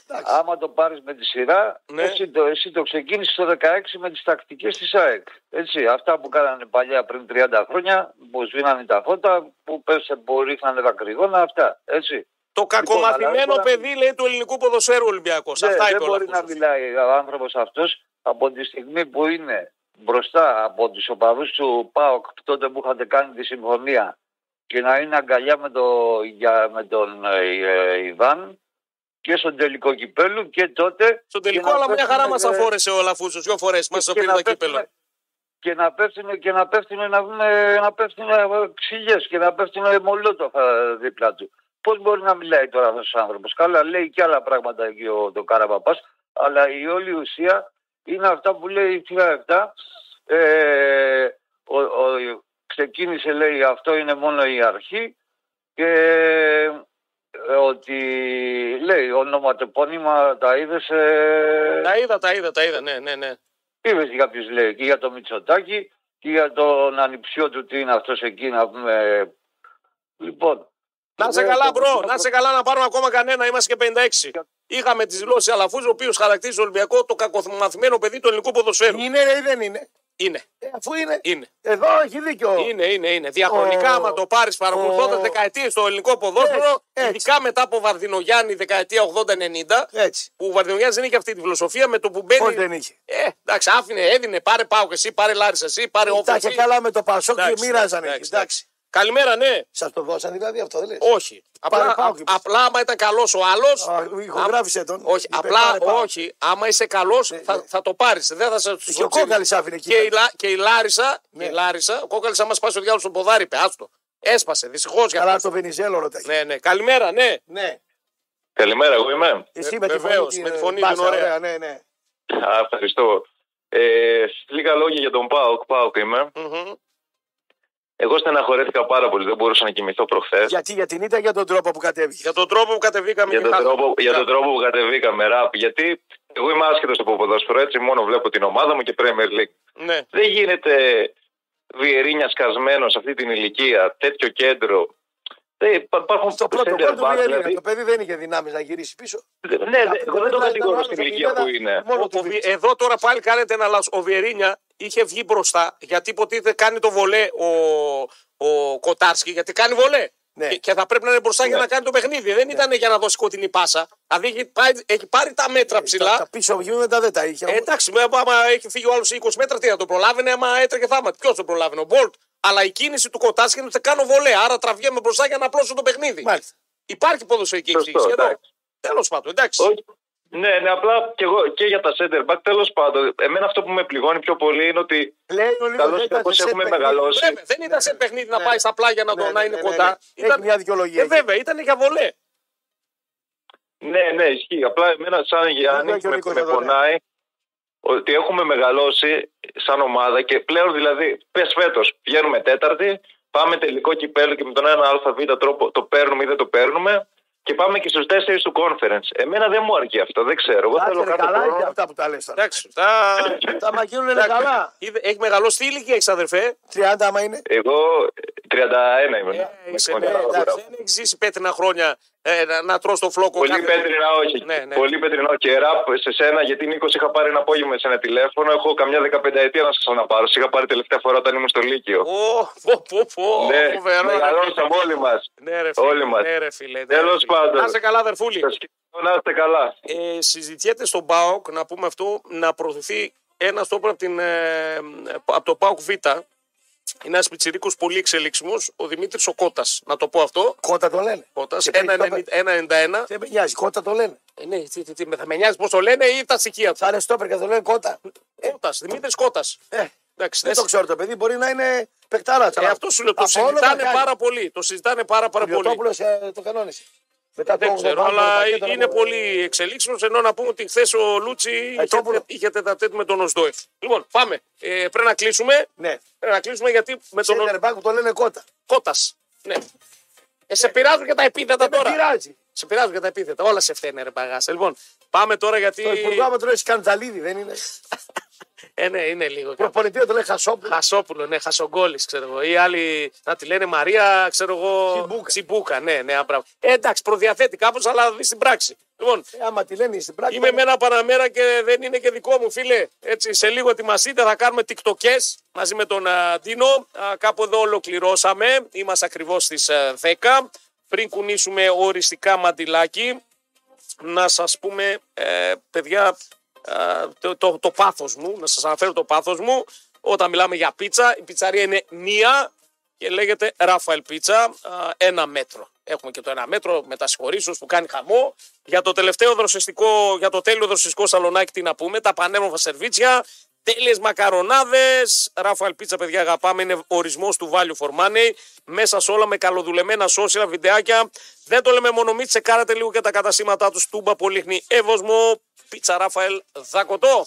B: Εντάξει.
C: Άμα το πάρεις με τη σειρά,
A: Ναι.
C: εσύ, το, εσύ το ξεκίνησες το 16 με τις τακτικές της ΑΕΚ. Έτσι, αυτά που κάνανε παλιά πριν 30 χρόνια, που σβήνανε τα φώτα, που πέσε, που ρίχνανε τα κρυγόνα, αυτά. Έτσι.
A: Το κακομαθημένο
C: Λοιπόν, αλλά δεν
A: παιδί, λέει, του ελληνικού ποδοσφαίρου Ολυμπιακός.
C: Ναι,
A: Αυτά
C: δεν
A: είπε όλα.
C: μπορεί να μιλάει ο άνθρωπος αυτός από τη στιγμή που είναι μπροστά από τους οπαδούς του ΠΑΟΚ τότε που είχατε κάνει τη συμφωνία και να είναι αγκαλιά με, το, για, με τον ε, ε, Ιβάν και στον τελικό κυπέλου και τότε.
A: Στον τελικό,
C: και να
A: αλλά μια χαρά μα
C: πέφτουνε, ε,
A: αφόρεσε ο Λαφούζο. Δύο φορές μας
C: και-
A: το
C: και
A: πήρε
C: να
A: το κύπελο.
C: πέφτουνε- Και να πέφτουνε και να πέφτουνε να βγουνε- να πέφτουνε ε, ξυλιές και να πέφτουνε μολότοφα δίπλα του. Πώς μπορεί να μιλάει τώρα αυτός ο άνθρωπος. Καλά λέει και άλλα πράγματα εκεί ο το Καραπαπάς, αλλά η όλη ουσία είναι αυτά που λέει η θεία αυτά. Ε, ο, ο- ξεκίνησε λέει αυτό είναι μόνο η αρχή και ε, ότι λέει ονοματεπώνυμα τα είδες ε,
A: Τα είδα, τα είδα, τα είδα. Ναι, ναι, ναι.
C: Είπε για ποιους λέει και για το Μητσοτάκι και για τον ανιψιό του τι είναι αυτός εκεί να πούμε. Λοιπόν.
A: Να σε
C: λέει,
A: καλά,
C: το
A: μπρο.
C: Μητσοτάκη-
A: Να σε καλά να πάρουμε ακόμα κανένα. Είμαστε και 56. Είχαμε τις δηλώσεις Αλαφούζο, ο οποίος χαρακτηρίζει το Ολυμπιακό το κακομαθημένο παιδί του ελληνικού ποδοσφαίρου.
B: Είναι ρε ή δεν είναι.
A: Είναι,
B: Ε, αφού είναι.
A: είναι.
B: Εδώ έχει δίκιο.
A: Είναι, είναι, είναι. Διαχρονικά,
B: Ο-
A: άμα το πάρεις παρακολουθώντας
B: ο-
A: δεκαετίες στο ελληνικό ποδόσφαιρο,
B: Έτσι, ε, έτσι.
A: ειδικά μετά από Βαρδινογιάννη δεκαετία 80-90,
B: Έτσι.
A: που ο Βαρδινογιάννης δεν είχε αυτή τη φιλοσοφία με το που μπαίνει.
B: Πώς δεν είχε.
A: Ε, εντάξει, άφηνε, έδινε, πάρε πάω και εσύ, πάρε λάρισα εσύ, πάρε
B: Τα
A: όφη.
B: είχε καλά με το Πασόκ και
A: Εντάξει,
B: μοίραζαν
A: εντάξει,
B: εκεί. Εντάξει.
A: Καλημέρα, ναι.
B: Σας το δώσαν δηλαδή αυτό δεν λες.
A: Όχι. Απλά,
B: Πάρε πάω και πες.
A: απλά άμα ήταν καλός ο άλλος,
B: Α, Ηχογράφησε τον.
A: Όχι,
B: Είπε,
A: απλά
B: πάρε, πάρε.
A: όχι. Άμα είσαι καλός,
B: ναι.
A: θα, θα το πάρεις. Δεν θα σε
B: Και ο Κόκαλης άφηνε εκεί. Ναι.
A: Και, η Λα- και η Λάρισα, και η Λάρισα, ο Κόκαλης, άμα σπάσει ο διάλογο στον ποδάρι, είπε, άστο. Έσπασε, δυστυχώς για
B: Καλά
A: αυτό.
B: στο Βενιζέλο ρωτάει.
A: Ναι, ναι. Καλημέρα, ναι.
B: Ναι.
G: Καλημέρα, εγώ είμαι.
B: Εσύ
A: Ε,
B: με τη φωνή.
A: βεβαίως,
B: την-
A: με τη φωνή
B: μπάσα,
A: την ωραία.
B: ναι, ναι.
G: Α, ευχαριστώ. Ε, λίγα λόγια για τον Πάοκ. Πάοκ είμαι.
A: Μμμ.
G: Εγώ στεναχωρέθηκα πάρα πολύ. Δεν μπορούσα να κοιμηθώ προχθές.
B: Γιατί για την ήττα για τον τρόπο που κατέβηκε.
A: Για τον τρόπο που κατεβήκαμε
G: Για
A: και
G: τον,
A: χάσαμε.
G: τρόπο, για τον
A: Ναι.
G: τρόπο που κατεβήκαμε, ραπ. Γιατί εγώ είμαι άσχετος από ποδόσφαιρο, έτσι μόνο βλέπω την ομάδα μου και Premier League.
A: Ναι.
G: Δεν γίνεται Βιερίνια σκασμένος σε αυτή την ηλικία, τέτοιο κέντρο. Δεν υπά- υπάρχουν
B: Στο πρώτο
G: center
B: γκολ του
G: back,
B: Βιερίνια.
G: δηλαδή.
B: Το παιδί δεν είχε δυνάμεις να γυρίσει πίσω.
G: Ναι, ναι,
B: Τα-
G: εγώ δεν τον
B: τα-
G: κατηγορώ
B: τα-
G: στην
B: τα-
G: ηλικία
B: τα-
G: που είναι.
B: Μόνο
A: Ο-
B: του
A: ο Βι-
B: Βι-
A: Εδώ τώρα πάλι κάνετε ένα λάθος. Ο Βιερίνια είχε βγει μπροστά γιατί υποτίθεται κάνει το βολέ ο, ο Κοτάρσκι, γιατί κάνει βολέ.
B: Ναι.
A: Και, και θα πρέπει να είναι μπροστά για να κάνει το παιχνίδι. Δεν ήταν για να δώσει κόκκινη πάσα. Δηλαδή έχει, πάει- έχει πάρει τα μέτρα
B: Τα,
A: ψηλά.
B: Ε, τα πίσω γήπεδα δεν τα είχε.
A: Ε, εντάξει, με, άμα έχει φύγει ο άλλος 20 μέτρα, τι θα το προλάβαινε, άμα έτρεχε θάμα. Ποιος το προλάβαινε, ο Μπολτ. Αλλά η κίνηση του κοτάσχη είναι ότι κάνω βολέ. Άρα τραβιέμαι μπροστά για να απλώσω το παιχνίδι.
B: Μάλιστα.
A: Υπάρχει ποδοσφαιρική
C: Σωστό,
A: εξήγηση εδώ.
C: εντάξει.
A: Τέλος πάντων, εντάξει.
C: Όχι. Ναι, ναι, απλά και, εγώ, και για τα center back. Τέλος πάντων, εμένα αυτό που με πληγώνει πιο πολύ είναι ότι
B: Λέει ο Λίγο
C: Καλώς
B: δεν
C: και
B: ήταν
C: πώς
B: σε
C: έχουμε
B: παιχνίδι.
C: μεγαλώσει.
A: Βέβαια, δεν ήταν σε παιχνίδι να
B: ναι.
A: πάει στα πλάγια να,
B: Ναι,
A: το,
B: ναι,
A: να
B: ναι,
A: είναι
B: ναι,
A: κοντά.
B: ναι.
A: Ήταν...
B: Έχει μια δικαιολογία.
A: Ε, βέβαια, ήταν για βολέ.
C: Ναι, ναι, ισχύει. Απλά εμένα σαν Γιάννη
B: βέβαια και ο
C: με,
B: Νίκος
C: με
B: εδώ, ναι.
C: πονάει ότι έχουμε μεγαλώσει σαν ομάδα και πλέον δηλαδή πες φέτος πηγαίνουμε τέταρτη, πάμε τελικό κυπέλο και με τον ένα ΑΒ τρόπο το παίρνουμε ή δεν το παίρνουμε και πάμε και στους τέσσερις του conference. Εμένα δεν μου αρκεί αυτό, δεν ξέρω. Εγώ
B: Κάτσε
C: θέλω
B: ρε,
C: κάθε
B: καλά
C: χρόνο-
B: είναι αυτά που τα λες τώρα.
A: Εντάξει, τα...
B: Τα μακίνουν είναι καλά.
A: Είδε- έχει μεγαλώσει τι ηλικία έχεις, αδερφέ.
B: 30 άμα είναι.
C: Εγώ ε, 31 ήμουν.
A: Ε,
C: Με
A: είσαι, ναι,
C: συγχωρείτε,
A: εντάξει,
C: Λαμπρό.
A: δεν έχεις ζήσει πέτρινα χρόνια ε, να, να τρως το φλόκο.
C: Πολύ
A: κάθε-
C: πέτρινα όχι.
A: Ναι, ναι.
C: Πολύ πέτρινα όχι. Ε, Ραπ σε σένα, γιατί Νίκος είχα πάρει ένα απόγευμα σε ένα τηλέφωνο. Έχω καμιά 15 ετία να σας αναπάρω. Σε είχα πάρει τελευταία φορά όταν ήμουν στο Λύκειο.
A: Ω, πω, πω, πω,
C: ναι,
A: φοβερό, ρε.
C: μεγαλώσαμε όλοι μας.
A: Ναι, ρε φίλε.
C: Όλοι μας.
A: Ναι, ρε φίλε. ναι,
C: Τέλος
A: ρε φίλε.
C: πάντων.
A: Να είσαι καλά, αδερφούλη.
C: Να είστε καλά.
A: Ε, συζητιέται στον ΠΑΟΚ, να πούμε αυτό, να προωθηθεί ένα τόπο από, την, ε, από το ΠΑΟΚ Β. Είναι ένας πιτσιρίκος πολύ εξελίξιμος, ο Δημήτρης ο Κώτας. Να το πω αυτό.
B: Κότα το λένε.
A: Κώτας,
B: Και
A: ένα
B: παίζει
A: 90 1,91.
B: Δεν με νοιάζει, κότα το λένε.
A: Ε, ναι, τι, τι, τι, με θα με νοιάζει πώς το λένε ή τα στοιχεία του.
B: Σαν στόπερ και το λένε κότα.
A: Κώτας, Δημήτρης Κώτας.
B: Ε,
A: Εντάξει,
B: δεν
A: δεν
B: το ξέρω το παιδί, μπορεί να είναι παικτάρας.
A: Ε, αυτό σου λέω, το συζητάνε πάρα πολύ. Το συζητάνε πάρα, πάρα
B: πολύ. Ο
A: πολύ.
B: Τόπουλο ε, το κανόνισε. Μετά
A: Δεν
B: το
A: ξέρω,
B: 80,
A: αλλά
B: το πακέτο,
A: είναι
B: το-
A: πολύ εξελίξιμος. Ενώ να πούμε ότι χθες ο Λούτσι είχε,
B: Τόπουλο.
A: είχε τετατέτ με τον Οσδόεφ. Λοιπόν, πάμε. Ε, πρέπει να κλείσουμε.
B: Ναι.
A: Πρέπει να κλείσουμε γιατί με τον
B: Center back που το λένε κότα.
A: Κότα. Ναι. Ε, σε πειράζουν για τα επίθετα
B: ε, Δεν με
A: τώρα.
B: πειράζει.
A: Σε πειράζουν για τα επίθετα. Όλα σε φταίνε, ρε παγάσα. Λοιπόν, πάμε τώρα γιατί.
B: Το υπουργό άμα το λέει Σκανταλίδη δεν είναι.
A: Ε, ναι, είναι λίγο.
B: Προπονητήριο το λέει Χασόπουλο.
A: Χασόπουλο, ναι, Χασογκόλης, ξέρω εγώ. Ή άλλοι να τη λένε Μαρία, ξέρω εγώ.
B: Τσιμπούκα.
A: Τσιμπούκα, ναι, ναι, μπράβο. Ε, εντάξει, προδιαθέτει κάπως, αλλά δει στην πράξη. Λοιπόν,
B: Ε, Άμα τη λένε στην πράξη.
A: Είμαι με ένα παραμέρα και δεν είναι και δικό μου, φίλε. Έτσι, σε λίγο ετοιμαστείτε, θα κάνουμε τικτοκές μαζί με τον α, Ντίνο. Α, κάπου εδώ ολοκληρώσαμε. Είμαστε ακριβώς στις α, 10. Πριν κουνήσουμε οριστικά μαντιλάκι, να σας πούμε, ε, παιδιά, ε, το, το, το πάθος μου, να σας αναφέρω το πάθος μου. Όταν μιλάμε για πίτσα, η πιτσαρία είναι μία και λέγεται Ράφαελ Πίτσα, α, ένα μέτρο. Έχουμε και το ένα μέτρο με τα συγχωρήσεως που κάνει χαμό. Για το τελευταίο δροσιστικό, για το τέλειο δροσιστικό σαλονάκι τι να πούμε, τα πανέμορφα σερβίτσια, τέλειες μακαρονάδες, Ράφαελ Πίτσα παιδιά αγαπάμε, είναι ορισμός του Value for Money, μέσα σε όλα με καλοδουλεμένα social, βιντεάκια, δεν το λέμε μόνο μη τσεκάρατε λίγο και τα καταστήματά τους, Τούμπα, Πολύχνη, Εύωσμο, Πίτσα Ράφαελ, Δακοτό.